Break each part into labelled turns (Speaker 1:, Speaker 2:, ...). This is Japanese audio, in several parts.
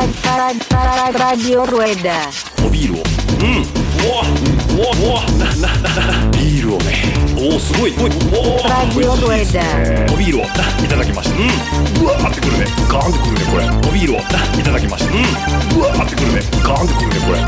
Speaker 1: ラジオルエダ
Speaker 2: おビールを
Speaker 3: うんうわうわうわなななな
Speaker 2: ビールをね
Speaker 3: おおすごいおおお
Speaker 1: ラジオルエダ
Speaker 2: おビールを
Speaker 3: いただきましたうんうわーってくるね
Speaker 2: ガーンってくるねこれ
Speaker 3: おビールをいただきましたうんうわーってくるね
Speaker 2: ガーンってくるねこれ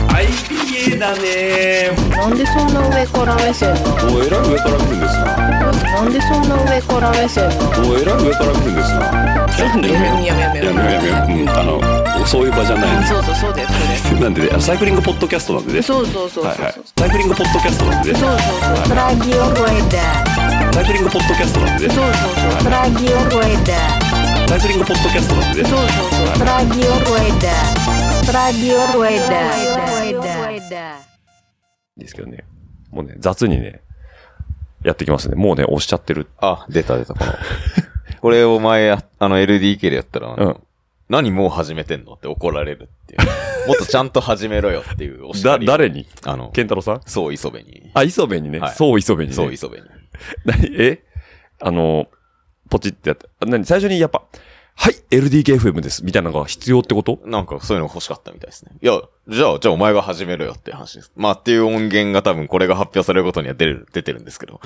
Speaker 3: IPA だね
Speaker 4: なんでそんな上から目線なの
Speaker 2: おえらい上から来るんですな
Speaker 4: なんでそんな上から目線なの
Speaker 2: おえらい上から来るんですな
Speaker 3: ちょっとね
Speaker 4: やめようやめ
Speaker 2: や
Speaker 4: よう
Speaker 2: めやめやめうんあのそういう場じゃない
Speaker 4: そうそうそうだよそ
Speaker 2: ですなんでねサイクリングポッドキャストなんでね
Speaker 4: れそうそうそうそうそう
Speaker 2: はいはいサイクリングポッドキャストなんでね
Speaker 4: そうそうそう
Speaker 1: ラジオルエダ
Speaker 2: サイクリングポッドキャストなんでね
Speaker 4: そうそうそう
Speaker 1: ラジオルエダ
Speaker 2: サイクリングポッドキャストなんでね
Speaker 4: そうそうそう
Speaker 1: ラジオルエダラジオルエダ
Speaker 3: ですけどねもうね雑にねやってきますねもうね押しちゃってる
Speaker 5: あ、出た出た、この。 これを前、ああの、LDK でやったら、
Speaker 3: うん
Speaker 5: 何もう始めてんのって怒られるっていう。 もっとちゃんと始めろよっていうお
Speaker 3: だ
Speaker 5: 叱りを
Speaker 3: 誰に
Speaker 5: あの、
Speaker 3: 健太郎さん
Speaker 5: そう磯部に。
Speaker 3: あ磯部にね、
Speaker 5: はい
Speaker 3: そう磯部にね
Speaker 5: そう磯部に。
Speaker 3: 何えあの、ポチってやって、あ何最初にやっぱ、はい、LDKFM です、みたいなのが必要ってこと
Speaker 5: なんかそういうの欲しかったみたいですね。いや、じゃあ、じゃあお前が始めろよっていう話です。まあっていう音源が多分これが発表されることには出る、出てるんです けど。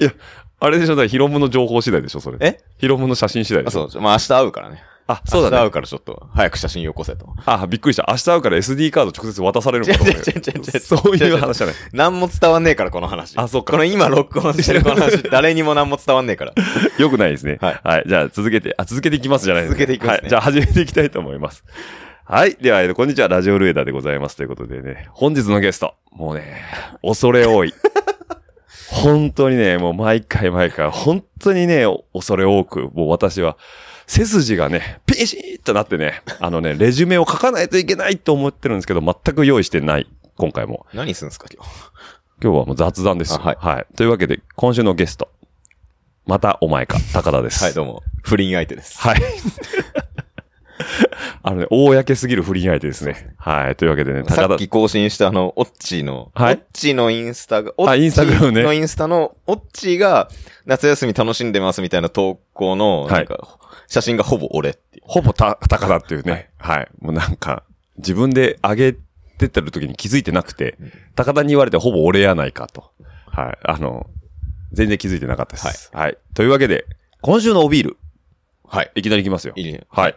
Speaker 3: いや、あれでしょ、だからヒロムの情報次第でしょ、それ。
Speaker 5: え
Speaker 3: ヒロムの写真次第で
Speaker 5: あ
Speaker 3: しょ。
Speaker 5: そう、まあ明日会うからね。
Speaker 3: あ、そうだ
Speaker 5: 明日会
Speaker 3: ね
Speaker 5: う。からちょっと、早く写真よこせと。
Speaker 3: あ、びっくりした。明日会うから SD カード直接渡されるのかと思
Speaker 5: 違う違う違う違う違う
Speaker 3: そういう話じゃない。
Speaker 5: 何も伝わんねえから、この話。
Speaker 3: あそうか
Speaker 5: この今録音してるこの 話、誰にも何も伝わんねえから。
Speaker 3: よくないですね。は
Speaker 5: はいい。
Speaker 3: じゃあ、続けて、あ、続けていきますじゃないです
Speaker 5: 続けていきますね
Speaker 3: はい。じゃあ、始めていきたいと思います。はい。では、えーこんにちは。ラジオルエダーでございます。ということでね、本日のゲスト、もうね、恐れ 多い。本当にね、もう毎回毎回、本当にね、恐れ多く、もう私は、背筋がね、ピシーッとなってね、あのね、レジュメを書かないといけないと思ってるんですけど、全く用意してない。今回も。
Speaker 5: 何すんすか、今日。
Speaker 3: 今日はもう雑談ですよ。
Speaker 5: あはい
Speaker 3: はい。というわけで、今週のゲスト、またお前か、高田です。
Speaker 5: はい、どうも。不倫相手です。
Speaker 3: はい。あのね、公すぎる不倫相手ですね。はい。というわけでね、
Speaker 5: さ
Speaker 3: 高
Speaker 5: っ
Speaker 3: 田
Speaker 5: き、更新したあの、オッチーの、
Speaker 3: はい
Speaker 5: オッチーのインスタが、オッチー
Speaker 3: インスタグラムね
Speaker 5: のインスタの、オッチーが夏休み楽しんでますみたいな投稿の、
Speaker 3: はい
Speaker 5: なんか、写真がほぼ俺っていう。
Speaker 3: ほぼた高田っていうね、はい。もうなんか、自分で上げてってる時に気づいてなくて、高田に言われてほぼ俺やないかと。はい。あの、全然気づいてなかったです。はい。というわけで、今週のおビール、
Speaker 5: はい。
Speaker 3: いきなりいきますよ。
Speaker 5: いいね
Speaker 3: はい。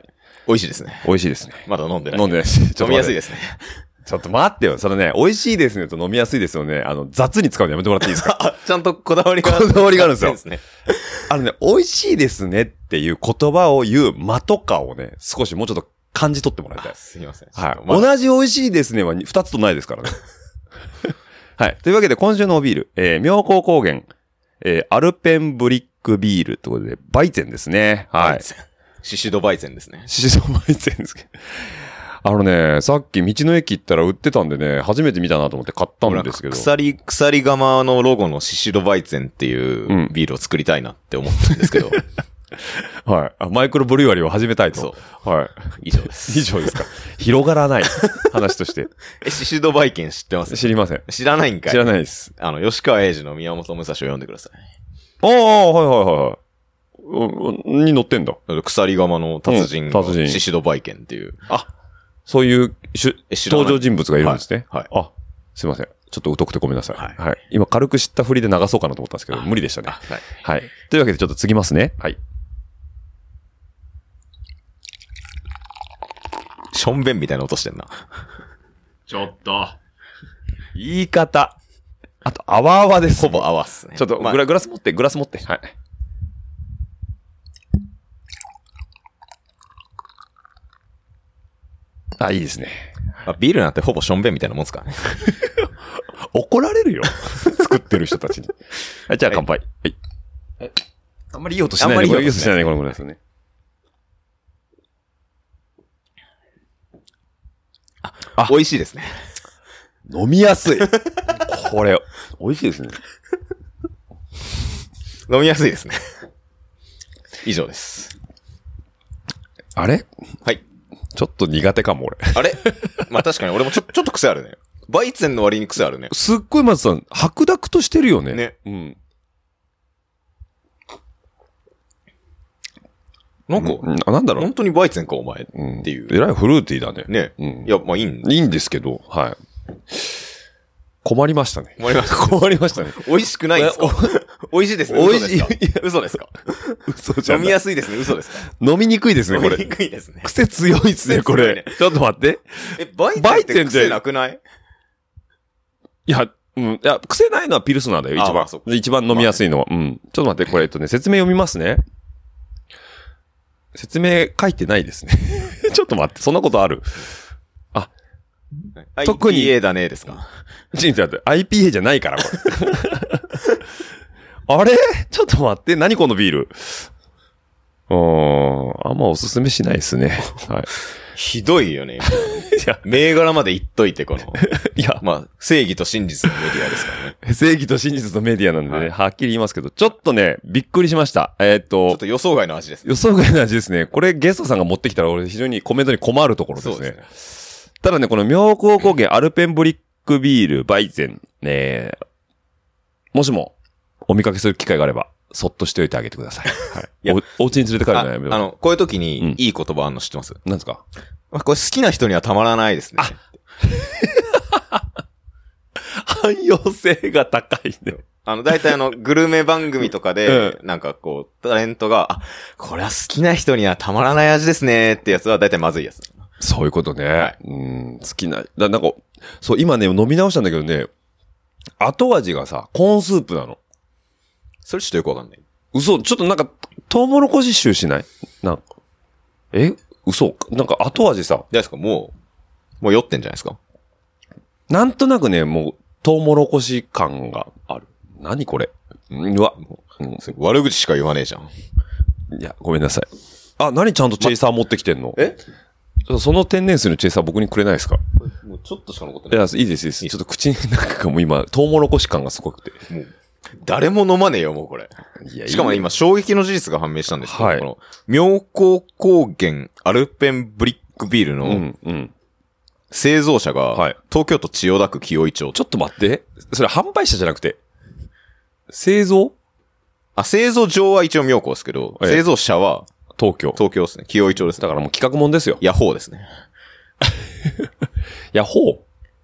Speaker 5: 美味しいですね。
Speaker 3: 美味しいですね。
Speaker 5: まだ飲んでない。
Speaker 3: 飲んでないし。 ちょっと待って
Speaker 5: 飲みやすいですね。
Speaker 3: ちょっと待ってよ。そのね、美味しいですねと飲みやすいですよね。あの、雑に使うのやめてもらっていいです か
Speaker 5: あ、ちゃんとこだわりがある。
Speaker 3: こだわりがあるんです よ
Speaker 5: ね。
Speaker 3: あのね、美味しいですねっていう言葉を言う間とかをね、少しもうちょっと感じ取ってもらいたい
Speaker 5: あ。すいません。
Speaker 3: はい。
Speaker 5: まだ
Speaker 3: 同じ美味しいですねはに二つとないです からね。はい。というわけで、今週のおビール、えー、妙高高原、えー、アルペンブリックビールということで、バイゼンですね。は
Speaker 5: バ
Speaker 3: い
Speaker 5: イ。ゼンシシドバイゼンですね。
Speaker 3: シソバイゼンですけど。あのね、さっき道の駅行ったら売ってたんでね、初めて見たなと思って買ったんですけど。
Speaker 5: 鎖、鎖釜のロゴのシシドバイゼンっていうビールを作りたいなって思ったんですけど、
Speaker 3: はいあ。マイクロブリュワリーを始めたいと
Speaker 5: そ。
Speaker 3: はい。
Speaker 5: 以上です。
Speaker 3: 以上ですか。広がら ない話として。
Speaker 5: え、シシドバイケン知ってます
Speaker 3: 知りません。
Speaker 5: 知らないんかい
Speaker 3: 知らないです。
Speaker 5: あの、吉川英治の宮本武蔵を読んでください。
Speaker 3: ああ、はいはいはいはい。うんに乗ってんだ。
Speaker 5: 鎖釜の達人
Speaker 3: うん達人
Speaker 5: のシシドバイケンっていう。
Speaker 3: あ、そういうしゅ
Speaker 5: え知らない
Speaker 3: 登場人物がいるんですね。
Speaker 5: はい
Speaker 3: あ、すいません。ちょっと疎くてごめんなさい。は
Speaker 5: はいい。
Speaker 3: 今軽く知ったふりで流そうかなと思ったんですけど、
Speaker 5: あ
Speaker 3: 無理でしたね。
Speaker 5: はい。
Speaker 3: はい。というわけでちょっと次ますね。はい。
Speaker 5: ションベンみたいな音してんな。
Speaker 2: ちょっと
Speaker 3: 言い方。あと、あわあわです。
Speaker 5: ほぼ合わすね。
Speaker 3: ちょっと
Speaker 5: まあ
Speaker 3: グラ、グラス持って、グラス持って。はい。あ、いいですね。
Speaker 5: まあビールなんてほぼションベンみたいなもんすからね。
Speaker 3: 怒られるよ。 作ってる人たちに。はい、じゃあ乾杯。はい。あんまりいい音しないね。
Speaker 5: あんまりいい音
Speaker 3: これしないね、このぐらいですね。
Speaker 5: 美味しいで すね。
Speaker 3: 飲みやすい。 これ、美味しいですね。
Speaker 5: 飲みやすいですね。以上です。
Speaker 3: あれ
Speaker 5: はい。
Speaker 3: ちょっと苦手かも、俺。
Speaker 5: あれ まあ確かに俺もちょ、ちょっと癖あるね。バイゼンの割に癖あるね。
Speaker 3: すっごい、松さん、白濁としてるよね。
Speaker 5: ね
Speaker 3: うん。
Speaker 5: なんか、
Speaker 3: うんなんだろう
Speaker 5: 本。当にバイツェンか、お前。
Speaker 3: うん
Speaker 5: っていう
Speaker 3: えらいフルーティーだね。
Speaker 5: ね。
Speaker 3: うん
Speaker 5: いや、まあいいん
Speaker 3: いいんですけど、はい。困りましたね。
Speaker 5: 困りました。
Speaker 3: 困りましたね。
Speaker 5: 美味しくないんですか 美味しいですね。
Speaker 3: 美味しい
Speaker 5: 嘘ですか嘘ですか
Speaker 3: 嘘じゃ
Speaker 5: 飲
Speaker 3: な
Speaker 5: み
Speaker 3: い
Speaker 5: やすいですね。嘘ですか
Speaker 3: 飲みにくいですね、こ
Speaker 5: 飲み
Speaker 3: れ
Speaker 5: に。くいですね。
Speaker 3: 癖強いですね、こ れ。ちょっと待って。
Speaker 5: え、バイ
Speaker 3: バイ
Speaker 5: ツェ
Speaker 3: ゼ
Speaker 5: ン
Speaker 3: ンっ
Speaker 5: っ
Speaker 3: てて
Speaker 5: 癖なくない
Speaker 3: いや、うん。いや、癖ないのはピルスナーだよ、一
Speaker 5: あまあ
Speaker 3: 番
Speaker 5: そっ。か
Speaker 3: 一番飲みやすいのは。うん。ちょっと待って、これ、えっとね、説明読みますね。説明書いてないですね。 ちょっと待って、そんなことある特に
Speaker 5: IPA だね、ですか
Speaker 3: ちょっと待って、IPA じゃないから、これ。 あれちょっと待って、何このビールうーん、あんまおすすめしないですね。は
Speaker 5: ひど いよね。
Speaker 3: い。いや、
Speaker 5: 銘柄まで言っといて、こ の。
Speaker 3: いや、
Speaker 5: まあ、正義と真実のメディアですからね。
Speaker 3: 正義と真実のメディアなんでね、
Speaker 5: はい
Speaker 3: はっきり言いますけど、ちょっとね、びっくりしました。えーっ
Speaker 5: ちょっ
Speaker 3: と、
Speaker 5: と予想外の味ですね。
Speaker 3: 予想外の味ですね。これゲストさんが持ってきたら俺非常にコメントに困るところですね。
Speaker 5: ね。
Speaker 3: ただね、この妙高高原アルペンブリックビールバイゼン、ねえもしもお見かけする機会があれば、そっとしておいてあげてください。
Speaker 5: いや
Speaker 3: はい。おお家に連れて帰る
Speaker 5: あ
Speaker 3: の
Speaker 5: あ
Speaker 3: はやめろ。
Speaker 5: の、こういう時
Speaker 3: うん
Speaker 5: にいい言葉あるの知ってます
Speaker 3: なんですか
Speaker 5: まあこれ好きな人にはたまらないですね。
Speaker 3: 汎用性が高いね。
Speaker 5: あの、大体あの、グルメ番組とかで、なんかこう、タレントが、あ、これは好きな人にはたまらない味ですねってやつは大体まずいやつ。
Speaker 3: そういうことね。
Speaker 5: はい
Speaker 3: うん、好きな。だなんか、そう、今ね、飲み直したんだけどね、後味がさ、コーンスープなの。
Speaker 5: それちょっとよくわかんない。
Speaker 3: 嘘、ちょっとなんか、トウモロコシ臭しないなんか、え嘘なんか後味さ、
Speaker 5: 大丈夫ですかもう、もう酔ってんじゃないですか
Speaker 3: なんとなくね、もう、トウモロコシ感がある。何これうんうわ、うん
Speaker 5: それ悪口しか言わねえじゃん。
Speaker 3: いや、ごめんなさい。あ、何ちゃんとチェイサー持ってきてんの、
Speaker 5: え
Speaker 3: ちょその天然水のチェイサー僕にくれないですか
Speaker 5: もうちょっとしか残って
Speaker 3: い
Speaker 5: ない。
Speaker 3: や、いいです、いいです。ちょっと口の中がもう今、トウモロコシ感がすごくて。
Speaker 5: もう、誰も飲まねえよ、もうこれ。
Speaker 3: いや
Speaker 5: しかもね、今、衝撃の事実が判明したんですけど、
Speaker 3: はい
Speaker 5: この、妙高高原アルペンブリックビール
Speaker 3: う
Speaker 5: の
Speaker 3: ん、うん。
Speaker 5: 製造者が、
Speaker 3: はい
Speaker 5: 東京都千代田区清井町。
Speaker 3: ちょっと待って。それ販売者じゃなくて、製造
Speaker 5: あ、製造上は一応妙高ですけど、
Speaker 3: ええ
Speaker 5: 製造者は
Speaker 3: 東京。
Speaker 5: 東京ですね。清井町ですね。
Speaker 3: だからもう企画もんですよ。
Speaker 5: ヤホーですね。
Speaker 3: ヤホー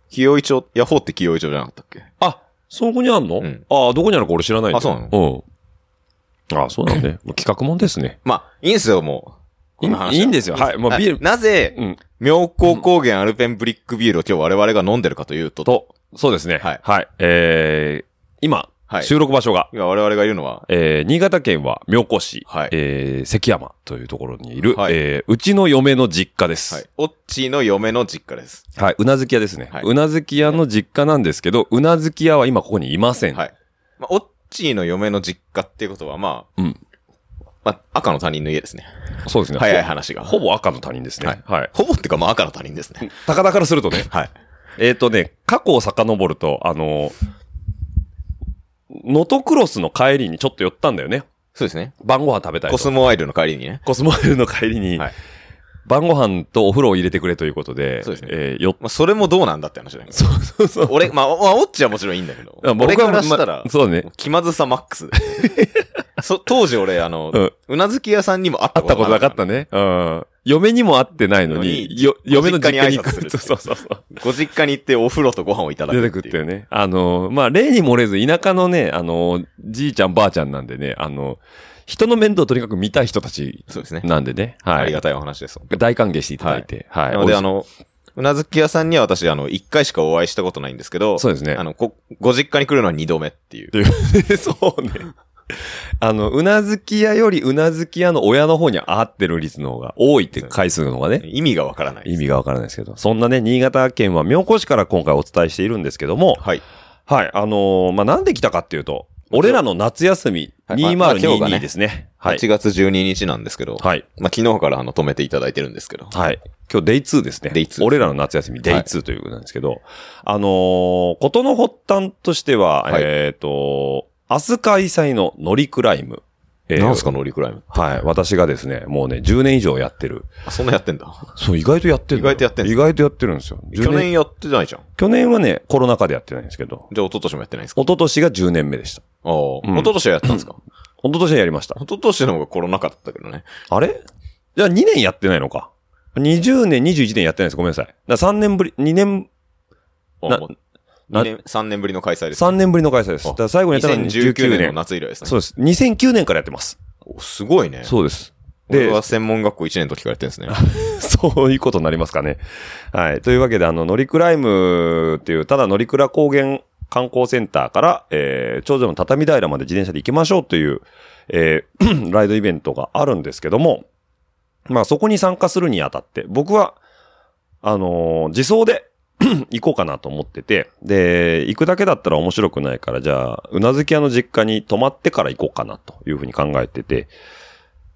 Speaker 5: 清井町、ヤホーって清井町じゃなかったっけ
Speaker 3: あ、そこにあんの、
Speaker 5: ん
Speaker 3: ああ、どこにあるか俺知らないんだ
Speaker 5: あそうな
Speaker 3: うん。ああ、そうなん ね。もう企画もんですね。
Speaker 5: まあ、いいんですよ、もう。
Speaker 3: いい
Speaker 5: この話
Speaker 3: いいんですよはいもうビール
Speaker 5: なぜ、
Speaker 3: うん。
Speaker 5: 妙高高原アルペンブリックビールを今日我々が飲んでるかというと、
Speaker 3: と、そうですね。
Speaker 5: はい
Speaker 3: えー、今、
Speaker 5: はい
Speaker 3: 収録場所が、
Speaker 5: 今我々がいるのは、
Speaker 3: えー、新潟県は妙高市、
Speaker 5: はい
Speaker 3: えー、関山というところにいる、
Speaker 5: はい
Speaker 3: えー、うちの嫁の実家で
Speaker 5: はい
Speaker 3: す。。
Speaker 5: オッチーの嫁の実家です。
Speaker 3: はい。うなずき屋ですね。
Speaker 5: はいう
Speaker 3: なずき屋の実家なんですけど、うなずき屋は今ここにいません。
Speaker 5: はい。まあ、オッチーの嫁の実家っていうことは、まあ、
Speaker 3: うん
Speaker 5: まあ、赤の他人の家ですね。
Speaker 3: そうですね。
Speaker 5: 早い話が。
Speaker 3: ほぼ。ほぼ赤の他人ですね。
Speaker 5: はい
Speaker 3: はい
Speaker 5: ほぼっていうか、まあ、赤の他人ですね。
Speaker 3: 高田からするとね、
Speaker 5: はい。
Speaker 3: えっ、とね、過去を遡ると、あの、ノトクロスの帰りにちょっと寄ったんだよね。
Speaker 5: そうですね。
Speaker 3: 晩ご飯食べたいと
Speaker 5: コスモアイルの帰りにね。
Speaker 3: コスモエルの帰りに、
Speaker 5: はい
Speaker 3: 晩ご飯とお風呂を入れてくれということで、
Speaker 5: そうですね
Speaker 3: えーよっ
Speaker 5: まあ、それもどうなんだって話だよね。
Speaker 3: そうそうそう。
Speaker 5: 俺、まあ、おまあ、オッチーはもちろんいいんだけど。
Speaker 3: 僕は
Speaker 5: 俺からしたら
Speaker 3: ま、そうね。
Speaker 5: 気まずさマック スですね。そ当時俺、あの、
Speaker 3: う
Speaker 5: うんなずき屋さんにも会った
Speaker 3: 会ったこと
Speaker 5: こ
Speaker 3: と
Speaker 5: な
Speaker 3: なか
Speaker 5: か
Speaker 3: っ
Speaker 5: っ。
Speaker 3: たたね。うん。嫁にも会ってないの
Speaker 5: の
Speaker 3: に、
Speaker 5: に
Speaker 3: よ嫁の実家に行
Speaker 5: 実家に挨拶するっ
Speaker 3: く。そ
Speaker 5: て
Speaker 3: うそうそうそう。
Speaker 5: ご実家に行ってお風呂とご飯をいただ
Speaker 3: 出
Speaker 5: く
Speaker 3: て
Speaker 5: っ
Speaker 3: く
Speaker 5: て
Speaker 3: っ
Speaker 5: いう。
Speaker 3: てね。あの、まあ、例に漏れず、田舎のね、あの、じいちゃんばあちゃんなんでね、あの、人の面倒をとにかく見たい人たち
Speaker 5: そうですね。
Speaker 3: なんでね。はい。
Speaker 5: ありがたいお話です。
Speaker 3: 大歓迎していただいて。はい。
Speaker 5: なので、あ
Speaker 3: の、
Speaker 5: の、うなずき屋さんには私、あの、一回しかお会いしたことないんですけど、
Speaker 3: そうですね
Speaker 5: あの、こご実家に来るのは二度目っていう。
Speaker 3: そうね。あの、うなずき屋よりうなずき屋の親の方に合ってる率の方が多いって回数の方がね、
Speaker 5: 意味がわからない。
Speaker 3: 意味がわからないですけど。そんなね、新潟県は妙高市から今回お伝えしているんですけども、
Speaker 5: はい。
Speaker 3: はい、あのーまあ、なんで来たかっていうと、俺らの夏休み
Speaker 5: はいまあ今日がね
Speaker 3: 2022ですね。はい
Speaker 5: 8。月12日なんですけど、
Speaker 3: はい。
Speaker 5: まあ、昨日からあの、止めていただいてるんですけど、
Speaker 3: はい。今日、デイ2ですね。
Speaker 5: デイツー
Speaker 3: 俺らの夏休み、デイ2ということなんですけど、あのーことの発端としては、
Speaker 5: はい
Speaker 3: えっ、と、明日開催のノリクライム。えー
Speaker 5: なんすか、ノーリクライム。
Speaker 3: はい。私がですね、もうね、10年以上やってる。
Speaker 5: あそんなやってんだ。
Speaker 3: そう、意外とやってる。
Speaker 5: 意外とやってんす
Speaker 3: 意外とやってるんですよ。10
Speaker 5: 去年やってないじゃん。
Speaker 3: 去年はね、コロナ禍でやってないんですけど、
Speaker 5: じゃあ、一昨年もやってないんですか
Speaker 3: 一昨年が10年目でした。
Speaker 5: ああ、
Speaker 3: ん
Speaker 5: 一昨年はやったんですか
Speaker 3: 一昨年やりました。
Speaker 5: 一昨年の方がコロナ禍だったけどね。
Speaker 3: あれじゃあ2年やってないのか。20年、21年やってないです。ごめんなさい。だ3年ぶり、2年、な
Speaker 5: あもう二年3年ぶりの開催です。
Speaker 3: 3年ぶりの開催です。
Speaker 5: あ
Speaker 3: だから最後にやったのは
Speaker 5: 2019
Speaker 3: 19
Speaker 5: 年の
Speaker 3: 年。
Speaker 5: 夏以来ですね。
Speaker 3: そうです。2009年からやってます。
Speaker 5: おすごいね。
Speaker 3: そうです。
Speaker 5: 俺
Speaker 3: で、
Speaker 5: は専門学校1年の時からやってる んですね。
Speaker 3: そういうことになりますかね。はい。というわけで、あの、乗りクライムっていう、ただ乗り倉高原観光センターから、えー、頂上の畳平まで自転車で行きましょうという、えー ライドイベントがあるんですけども、まあそこに参加するにあたって、僕は、あのー自走で 行こうかなと思ってて、で、行くだけだったら面白くないから、じゃあ、うなずき屋の実家に泊まってから行こうかなというふうに考えてて、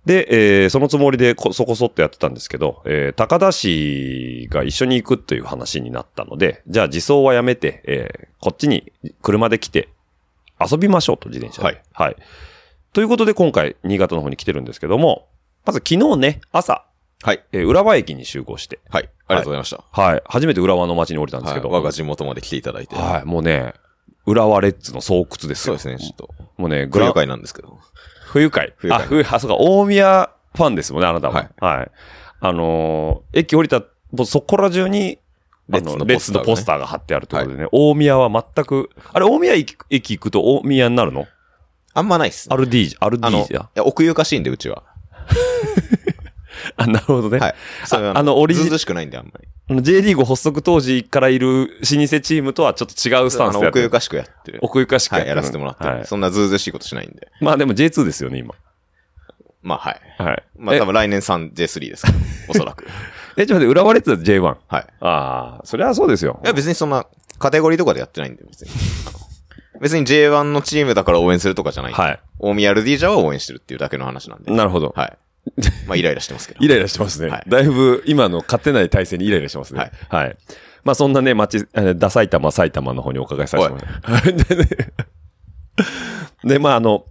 Speaker 3: で、えーそのつもりでこそこそっとやってたんですけど、えー高田市が一緒に行くという話になったので、じゃあ自走はやめて、えーこっちに車で来て遊びましょうと、自転車で。
Speaker 5: はい。
Speaker 3: はい。ということで今回、新潟の方に来てるんですけども、まず昨日ね、朝、
Speaker 5: はい。
Speaker 3: えー浦和駅に集合して、
Speaker 5: はい。ありがとうございました。
Speaker 3: はい、初めて浦和の街に降りたんです
Speaker 5: はい
Speaker 3: けど、
Speaker 5: 我が地元まで来ていただいて。
Speaker 3: はい、もうね、浦和レッズの巣窟です
Speaker 5: そう
Speaker 3: よ。
Speaker 5: ですね、ちょっと。
Speaker 3: もうね、グ
Speaker 5: グ
Speaker 3: ラ
Speaker 5: ラ会なんですけど。
Speaker 3: 冬会。
Speaker 5: 冬会
Speaker 3: あ、冬、あ、そうか、大宮ファンですもんね、あなたも。は
Speaker 5: はいい。
Speaker 3: あのー駅降りた、もうそこら中に、あ
Speaker 5: レッズ
Speaker 3: の
Speaker 5: の
Speaker 3: レッツのポ
Speaker 5: ポ
Speaker 3: ス
Speaker 5: ス
Speaker 3: ターが貼ってあるということでね、大宮は全く、あれ、大宮駅駅行くと大宮になるの
Speaker 5: あんまないっすね。
Speaker 3: アルディージ、アルディ
Speaker 5: あの、
Speaker 3: ー
Speaker 5: い
Speaker 3: ジだ。
Speaker 5: や、奥ゆかしいんで、うちは。
Speaker 3: あ、なるほどね。
Speaker 5: はい。それは
Speaker 3: あのオリジ
Speaker 5: ずうずうしくないんで、あんまり。
Speaker 3: あの J リーグ発足当時からいる老舗チームとはちょっと違うスタ
Speaker 5: あ
Speaker 3: ンス
Speaker 5: の、
Speaker 3: でやっ
Speaker 5: 奥
Speaker 3: て
Speaker 5: ゆ
Speaker 3: る。
Speaker 5: かしくやってる。
Speaker 3: 奥ゆかしく
Speaker 5: は
Speaker 3: やっ
Speaker 5: い、
Speaker 3: て
Speaker 5: や
Speaker 3: る
Speaker 5: らせてもらってる。
Speaker 3: はい
Speaker 5: そんなずうずうしいことしないんで。
Speaker 3: まあでも J2 ですよね、今。
Speaker 5: まあ、はい。
Speaker 3: はい。
Speaker 5: まあ、
Speaker 3: え
Speaker 5: 多分来年 3J3 です から。おそらく。
Speaker 3: え、ちょっと待って、浦和レッズは J1。
Speaker 5: はい。
Speaker 3: ああ、そりゃそうですよ
Speaker 5: い。や、別にそんな、カテゴリーとかでやってないんで、別に。あの別に J1 のチームだから応援するとかじゃない。
Speaker 3: はい。
Speaker 5: 大宮ルディージャは応援してるっていうだけの話なんで。
Speaker 3: なるほど。
Speaker 5: はい。 まあ、イライラしてますけど。
Speaker 3: イライラしてますね。
Speaker 5: はい
Speaker 3: だいぶ今の勝てない体制にイライラしてますね。は
Speaker 5: はいい。
Speaker 3: まあそんなね、町、あのダ埼玉、埼玉の方にお伺いさせてもらいます。はいでね で、まああの、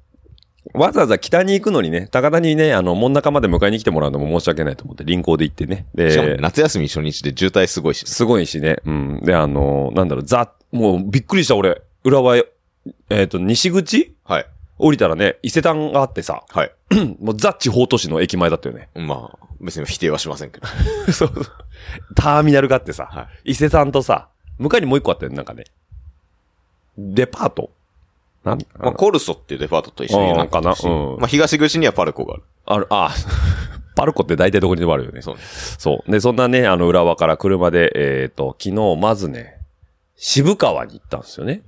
Speaker 3: わざわざ北に行くのにね、高田にね、あの、真ん中まで迎えに来てもらうのも申し訳ないと思って、臨行で行ってね。
Speaker 5: しかも
Speaker 3: で、
Speaker 5: 夏休み初日で渋滞すごいし、
Speaker 3: すごいしね。うん。で、あの、なんだろう、ザ、もうびっくりした俺、浦和、えっ、と、西口
Speaker 5: はい。
Speaker 3: 降りたらね、伊勢丹があってさ、
Speaker 5: はい。
Speaker 3: もうザ地方都市の駅前だったよね。
Speaker 5: まあ、別に否定はしませんけど。
Speaker 3: そうそう。ターミナルがあってさ、
Speaker 5: は
Speaker 3: 伊勢さんとさ、向かいにもう一個あったよね、なんかね。デパートなん
Speaker 5: まあ、コルソっていうデパートと一緒に
Speaker 3: あー
Speaker 5: なんか
Speaker 3: かな
Speaker 5: し
Speaker 3: うん
Speaker 5: まあ、東口にはパルコがある。
Speaker 3: ある、あ、 パルコって大体どこにでもあるよね。
Speaker 5: そうね。
Speaker 3: そう。で、そんなね、あの、浦和から車で、えっ、と、昨日、まずね、渋川に行ったんですよね。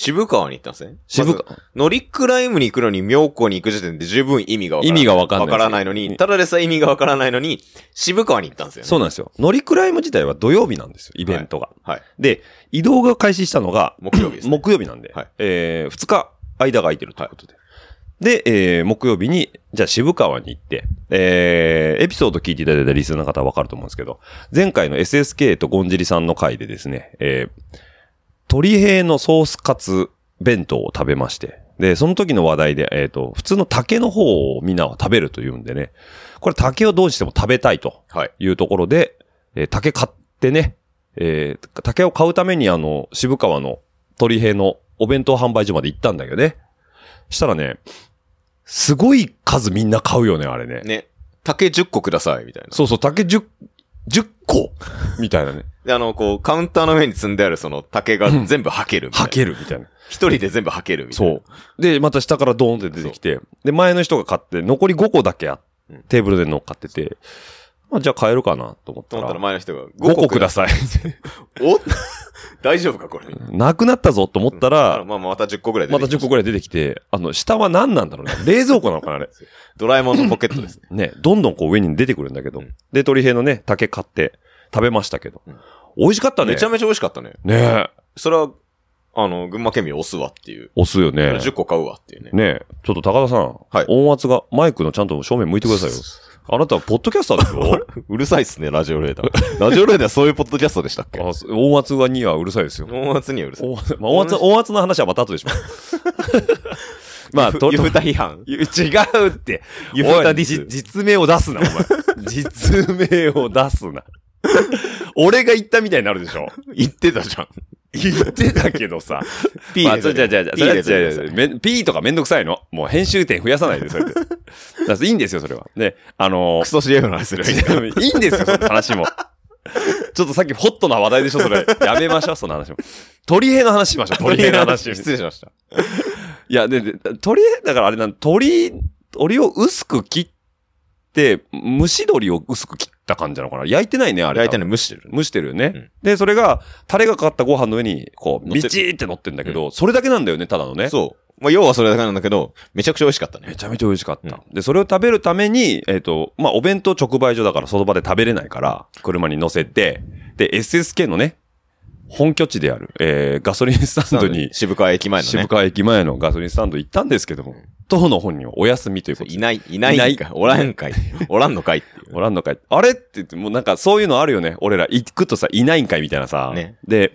Speaker 5: 渋川に行ったんですね。
Speaker 3: 渋川
Speaker 5: まず乗りクライムに行くのに妙高に行く時点で十分意味がわからない。
Speaker 3: 意味がわかんないです
Speaker 5: わからないのに、ただでさえ意味がわからないのに、渋川に行ったんですよね。
Speaker 3: そうなんですよ。乗りクライム自体は土曜日なんですよ、イベントが。
Speaker 5: はい。
Speaker 3: で、移動が開始したのが、
Speaker 5: 木曜日ですね
Speaker 3: 木曜日なんで、
Speaker 5: はい
Speaker 3: えー、2日間が空いてるということで。で、えー、木曜日に、じゃあ渋川に行って、えー、エピソード聞いていただいたリスナーの方はわかると思うんですけど、前回の SSK とゴンジリさんの回でですね、えー、鳥平のソースカツ弁当を食べまして、で、その時の話題で、えっ、と、普通の竹の方をみんなは食べるというんでね、これ竹をどうしても食べたいと
Speaker 5: はい。
Speaker 3: いうところで、えー竹買ってね、えー竹を買うためにあの、渋川の鳥平のお弁当販売所まで行ったんだけどね。したらね、すごい数みんな買うよね、あれね。
Speaker 5: ね。竹10個ください、みたいな。
Speaker 3: そうそう、竹10、10個みたいな ね。
Speaker 5: で、あの、こう、カウンターの上に積んであるその竹が全部吐けるみたいな。
Speaker 3: はけるみたいな。
Speaker 5: 一人で全部吐けるみたいな。
Speaker 3: そ。う。で、また下からドーンって出てきて、で、前の人が買って、残り5個だけあ
Speaker 5: うん
Speaker 3: テーブルで乗っかってて、まあ、じゃあ買えるかなと思っ
Speaker 5: と
Speaker 3: た
Speaker 5: 思ったら
Speaker 3: ら、
Speaker 5: 前の人が
Speaker 3: 5個くだ
Speaker 5: さ
Speaker 3: さい。
Speaker 5: い。お大丈夫か、これ。
Speaker 3: なくなったぞと思ったら、
Speaker 5: まあ、また10個ぐらい出
Speaker 3: ま
Speaker 5: てき
Speaker 3: た10個ぐらい出てきて、あの、下は何なんだろう ね。冷蔵庫なのかな、あれ。
Speaker 5: ドラえもんのポケットですね。
Speaker 3: ね、どんどんこう上に出てくるんだけど。
Speaker 5: うん
Speaker 3: で、鳥平のね、竹買って食べましたけど。
Speaker 5: うん
Speaker 3: 美味しかったね。
Speaker 5: めちゃめちゃ美味しかったね。
Speaker 3: ねえ、
Speaker 5: それは、あの、群馬県民押すわっていう。
Speaker 3: 押すよね。
Speaker 5: 10個買うわっていうね。
Speaker 3: ねえ、ちょっと高田さん、
Speaker 5: はい
Speaker 3: 音圧が、マイクのちゃんと正面向いてくださいよ。あなたはポッドキャスターです よ。
Speaker 5: うるさいっすね、ラジオレーダ ー。ラジオレーダーそういうポッドキャストでした っけ
Speaker 3: あそう音圧がにはうるさいです よ。
Speaker 5: 音圧にはうるさい。
Speaker 3: 音圧、まあ、音圧、音圧の話はまた後でします。 まあ、と
Speaker 5: ゆふた批判。
Speaker 3: 違う って。
Speaker 5: ゆふた
Speaker 3: お
Speaker 5: ディ
Speaker 3: いじ
Speaker 5: ス。
Speaker 3: 実名を出すな、お 前。実名を出すな。俺が言ったみたいになるでしょ。
Speaker 5: 言ってたじゃん。
Speaker 3: 言ってたけどさ。
Speaker 5: P
Speaker 3: まあ、
Speaker 5: で
Speaker 3: じゃじゃじゃじゃ、
Speaker 5: P
Speaker 3: それは
Speaker 5: で取り
Speaker 3: 違
Speaker 5: なさいう
Speaker 3: 違うめん P とかめんどくさいの。もう編集点増やさないで、それ で。だからいいんですよ、それは。ね、あのー
Speaker 5: クソ CM の話す る。
Speaker 3: いいんですよ、その話も。ちょっとさっきホットな話題でしょ、それ。やめましょう、その話も。鳥兵の話しましょう、鳥兵の話。
Speaker 5: 失礼しました。
Speaker 3: いや、で、で鳥、だからあれなん、鳥、鳥を薄く切って、蒸し鶏を薄く切った感じなのかな焼いてないね、あれ。
Speaker 5: 焼いてるの蒸してる。
Speaker 3: 蒸してるよね、
Speaker 5: うん
Speaker 3: で、それが、タレがかかったご飯の上に、こう、
Speaker 5: 乗っ
Speaker 3: ビ
Speaker 5: てる
Speaker 3: チーって乗ってんだけど、それだけなんだよね、ただのね。
Speaker 5: そう。まあ、要はそれだけなんだけど、めちゃくちゃ美味しかった
Speaker 3: め
Speaker 5: ね。
Speaker 3: ちゃめちゃ美味しかった。で、それを食べるために、えっ、と、まあ、お弁当直売所だから、その場で食べれないから、車に乗せて、で、SSK のね、本拠地である、えー、ガソリンスタンドに、
Speaker 5: 渋川駅前のね。
Speaker 3: 渋川駅前のガソリンスタンド行ったんですけども、当の本人はお休みということで
Speaker 5: いない、いない
Speaker 3: い
Speaker 5: ん
Speaker 3: な
Speaker 5: か
Speaker 3: い
Speaker 5: おら んかい。おらんのかいっていう。
Speaker 3: おらんのかい。あれって言って、もうなんかそういうのあるよね。俺ら行くとさ、いないんかいみたいなさ。
Speaker 5: ね
Speaker 3: で、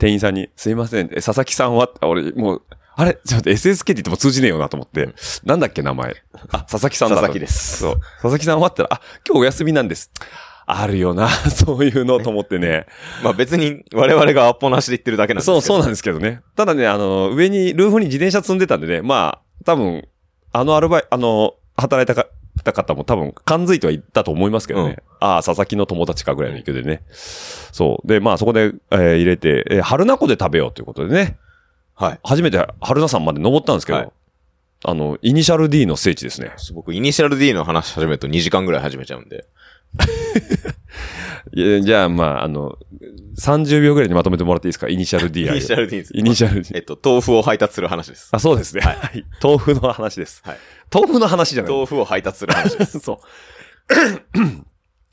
Speaker 3: 店員さんに、すいません、え佐々木さんはって俺、もう、あれちょっと待って SSK って言っても通じねえよなと思って、なんだっけ名前。あ、佐々木さんだ。
Speaker 5: 佐々木です
Speaker 3: そう。佐々木さんはって言ったら、あ、今日お休みなんです。あるよな、 そういうのと思ってね。
Speaker 5: まあ別に我々がアポなしで言ってるだけなんですけ
Speaker 3: そ
Speaker 5: ど。
Speaker 3: う、そうなんですけどね。ただね、あの、上に、ルーフに自転車積んでたんでね、まあ、多分、あのアルバイ、あの、働いたか、た方も多分、感づいてはいったと思いますけどね。
Speaker 5: うん
Speaker 3: ああ、佐々木の友達かぐらいの勢いでね。そう。で、まあ、そこで、えー入れて、えー春名湖で食べようということでね。
Speaker 5: はい。
Speaker 3: 初めて春名山まで登ったんですけど、
Speaker 5: はい
Speaker 3: あの、イニシャル D の聖地ですね。
Speaker 5: 僕、イニシャル D の話始めると2時間ぐらい始めちゃうんで。
Speaker 3: いやじゃあ、まあ、あの、30秒ぐらいにまとめてもらっていいですかイニシャル D
Speaker 5: イ
Speaker 3: 愛を
Speaker 5: ニシャル D です。
Speaker 3: イニシャル D。
Speaker 5: えっと、豆腐を配達する話です。
Speaker 3: あ、そうですね。はい。豆腐の話です。
Speaker 5: はい
Speaker 3: 豆腐の話じゃない。
Speaker 5: 豆腐を配達する 話です。
Speaker 3: そ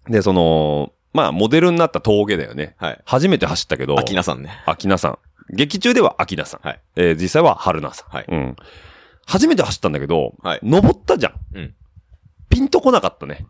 Speaker 3: う。 で、その、まあ、モデルになった峠だよね。
Speaker 5: はい。
Speaker 3: 初めて走ったけど、
Speaker 5: 秋名さんね。
Speaker 3: 秋名山。劇中では秋名山。
Speaker 5: はい
Speaker 3: えー実際は春名山。
Speaker 5: はい
Speaker 3: うん。初めて走ったんだけど、
Speaker 5: はい
Speaker 3: 登ったじゃん。
Speaker 5: うん
Speaker 3: ピンとこなかったね。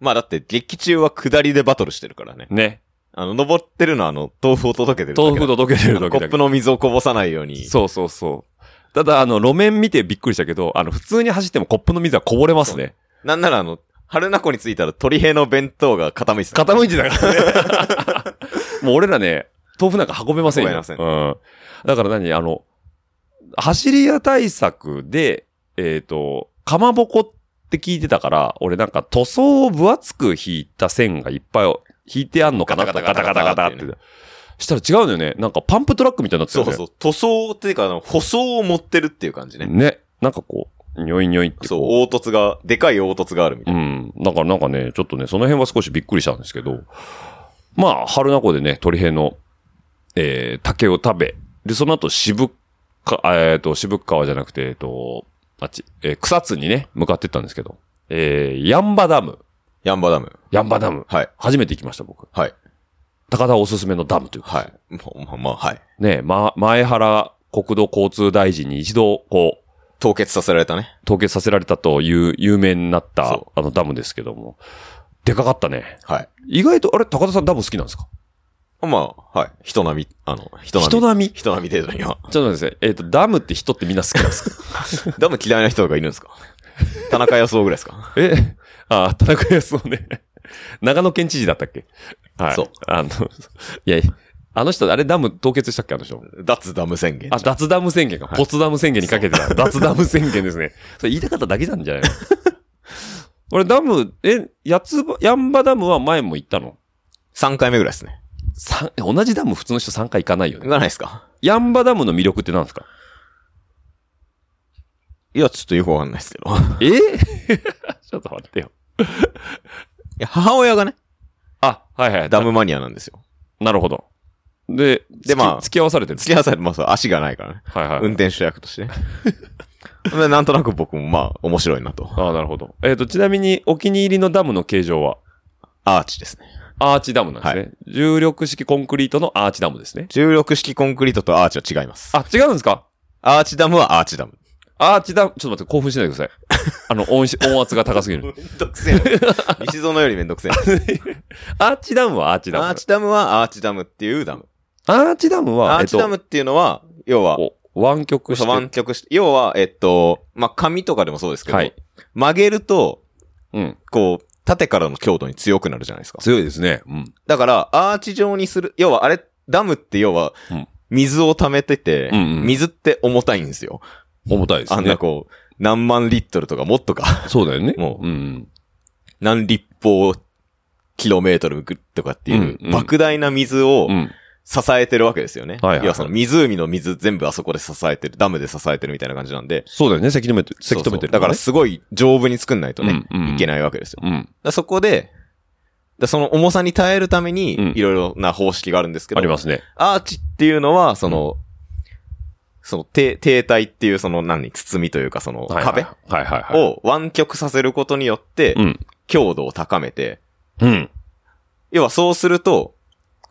Speaker 5: まあだって、劇中は下りでバトルしてるからね。
Speaker 3: ね。
Speaker 5: あの、登ってるのはあの、豆腐を届けてるだけだ
Speaker 3: 豆腐届けてる時
Speaker 5: コ
Speaker 3: だけ
Speaker 5: ップの水をこぼさないように。
Speaker 3: そうそうそう。ただ、あの、路面見てびっくりしたけど、あの、普通に走ってもコップの水はこぼれますね。
Speaker 5: なんならあの、春名湖に着いたら鳥平の弁当が傾いてた。
Speaker 3: 傾いてたからね。 もう俺らね、豆腐なんか運べませんよ。
Speaker 5: 運べません
Speaker 3: うん。だから何あの、走り屋対策で、えっ、と、かまぼこって聞いてたから、俺なんか塗装を分厚く引いた線がいっぱい引いてあんのかなと
Speaker 5: ガ
Speaker 3: ガ
Speaker 5: タ
Speaker 3: タ
Speaker 5: ガ
Speaker 3: ガ
Speaker 5: タ
Speaker 3: タガ
Speaker 5: ガタ
Speaker 3: タガ
Speaker 5: ガ
Speaker 3: タ
Speaker 5: タっ
Speaker 3: って
Speaker 5: ね
Speaker 3: て。したら違うんだよね。なんかパンプトラックみたいになってた
Speaker 5: そ
Speaker 3: よ
Speaker 5: う
Speaker 3: ね。
Speaker 5: そう。塗装っていうか、あの、舗装を持ってるっていう感じね。
Speaker 3: ね。なんかこう、にょいにょいって
Speaker 5: そう、
Speaker 3: こ
Speaker 5: 凹凸が、でかい凹凸があるみた
Speaker 3: う。
Speaker 5: いうな。
Speaker 3: ん。だからなんかね、ちょっとね、その辺は少しびっくりしたんですけど、まあ、春名湖でね、鳥平の、えー、竹を食べ、で、その後渋か、えっ、と、渋川じゃなくて、えっ、と、あっち、えー草津にね、向かってったんですけど、えー、ヤンバダム。
Speaker 5: ヤンバダム。
Speaker 3: ヤンバダム。
Speaker 5: はい。
Speaker 3: 初めて行きました、僕。
Speaker 5: はい。
Speaker 3: 高田おすすめのダムというか、
Speaker 5: はい。まあまあ、まあ、はい。
Speaker 3: ね、ま、前原国土交通大臣に一度、こう、
Speaker 5: 凍結させられたね。
Speaker 3: 凍結させられたという、有名になった
Speaker 5: そ、
Speaker 3: あのダムですけども。でかかったね。
Speaker 5: はい。
Speaker 3: 意外と、あれ、高田さんダム好きなんですか
Speaker 5: まあ、はい。人並み、あの、人並み。
Speaker 3: 人並み
Speaker 5: 人並み程度には。
Speaker 3: ちょっと待ってください。えっ、と、ダムって人ってみんな好きなんですか
Speaker 5: ダム嫌いな人がいるんですか田中康夫ぐらいですか
Speaker 3: えあ、田中康夫ね。長野県知事だったっけはい。
Speaker 5: そう。
Speaker 3: あの、いや、あの人、あれダム凍結したっけあの人。
Speaker 5: 脱ダム宣言。
Speaker 3: あ、脱ダム宣言か。ポツダム宣言にかけてた。脱ダム宣言ですね。それ言いたかっただけなんじゃないの俺、ダム、え、やつば、ヤンバダムは前も行ったの
Speaker 5: 3回目ぐらいですね。
Speaker 3: 三同じダム普通の人3回行かないよ
Speaker 5: いか
Speaker 3: ね。
Speaker 5: ないですか
Speaker 3: ヤンバダムの魅力って何ですか
Speaker 5: いや、ちょっとよくわかんないですけど。い
Speaker 3: え ちょっと待ってよ。
Speaker 5: や、母親がね、
Speaker 3: あ、はいはい。
Speaker 5: ダムマニアなんですよ。
Speaker 3: なるほど。で、
Speaker 5: でまあ
Speaker 3: 付き合わされてる。
Speaker 5: 付き合わされてます足がないからね。
Speaker 3: はいはい。
Speaker 5: 運転手役としてね。 でなんとなく僕もまあ、面白いなと。
Speaker 3: ああ、なるほど。えっ、と、ちなみに、お気に入りのダムの形状は、
Speaker 5: アーチですね。
Speaker 3: アーチダムなんですね。重力式コンクリートのアーチダムですね。
Speaker 5: 重力式コンクリートとアーチは違います。
Speaker 3: あ、違うんですか
Speaker 5: アーチダムはアーチダム。
Speaker 3: アーチダム、ちょっと待って、興奮しないでく ださい。あの、音し音圧が高すぎ
Speaker 5: め
Speaker 3: る。
Speaker 5: んどくせ えな。西園よりめんどくせえな。
Speaker 3: アーチダムはアーチダム。
Speaker 5: ア
Speaker 3: ア
Speaker 5: ー
Speaker 3: ーチ
Speaker 5: チダムはアーチダムっていうダム。
Speaker 3: ダムは、
Speaker 5: アーチダムっていうのは、要は、
Speaker 3: えっと、お湾曲して、
Speaker 5: 湾曲して、要は、えっと、まあ、紙とかでもそうですけど、
Speaker 3: はい
Speaker 5: 曲げると、
Speaker 3: うん。
Speaker 5: こう、縦からの強度に強くなるじゃないですか。
Speaker 3: 強いですね。うん。
Speaker 5: だから、アーチ状にする、要はあれ、ダムって要は
Speaker 3: うん、
Speaker 5: 水を溜めてて、
Speaker 3: うんうん
Speaker 5: 水って重たいんですよ。
Speaker 3: 重たいです
Speaker 5: あんな
Speaker 3: ね。
Speaker 5: こう、何万リットルとかもっとか、
Speaker 3: そうだよね。
Speaker 5: もう
Speaker 3: うん。
Speaker 5: 何立方キロメートルとかっていう
Speaker 3: うんう、ん
Speaker 5: 莫大な水を
Speaker 3: うん。
Speaker 5: 支えてるわけですよね。
Speaker 3: はいはいはい
Speaker 5: 要はその湖の水全部あそこで支えてる、ダムで支えてるみたいな感じなんで、
Speaker 3: そうだよね。せき止めて、せき止めて
Speaker 5: そうそう
Speaker 3: る
Speaker 5: だ
Speaker 3: も
Speaker 5: か
Speaker 3: ん
Speaker 5: ら
Speaker 3: ね。
Speaker 5: すごい丈夫に作んないとね、
Speaker 3: うんうんうん
Speaker 5: いけないわけですよ。だか
Speaker 3: うん。
Speaker 5: らそこで、だからその重さに耐えるために
Speaker 3: うん、
Speaker 5: いろいろな方式があるんですけど、
Speaker 3: ありますね。
Speaker 5: アーチっていうのは、その、その、て停滞っていう、その、何、包みというか、その、
Speaker 3: はいはい
Speaker 5: 壁
Speaker 3: はいはいはい。
Speaker 5: を湾曲させることによって
Speaker 3: う、ん。
Speaker 5: 強度を高めて、
Speaker 3: うん。
Speaker 5: 要はそうすると、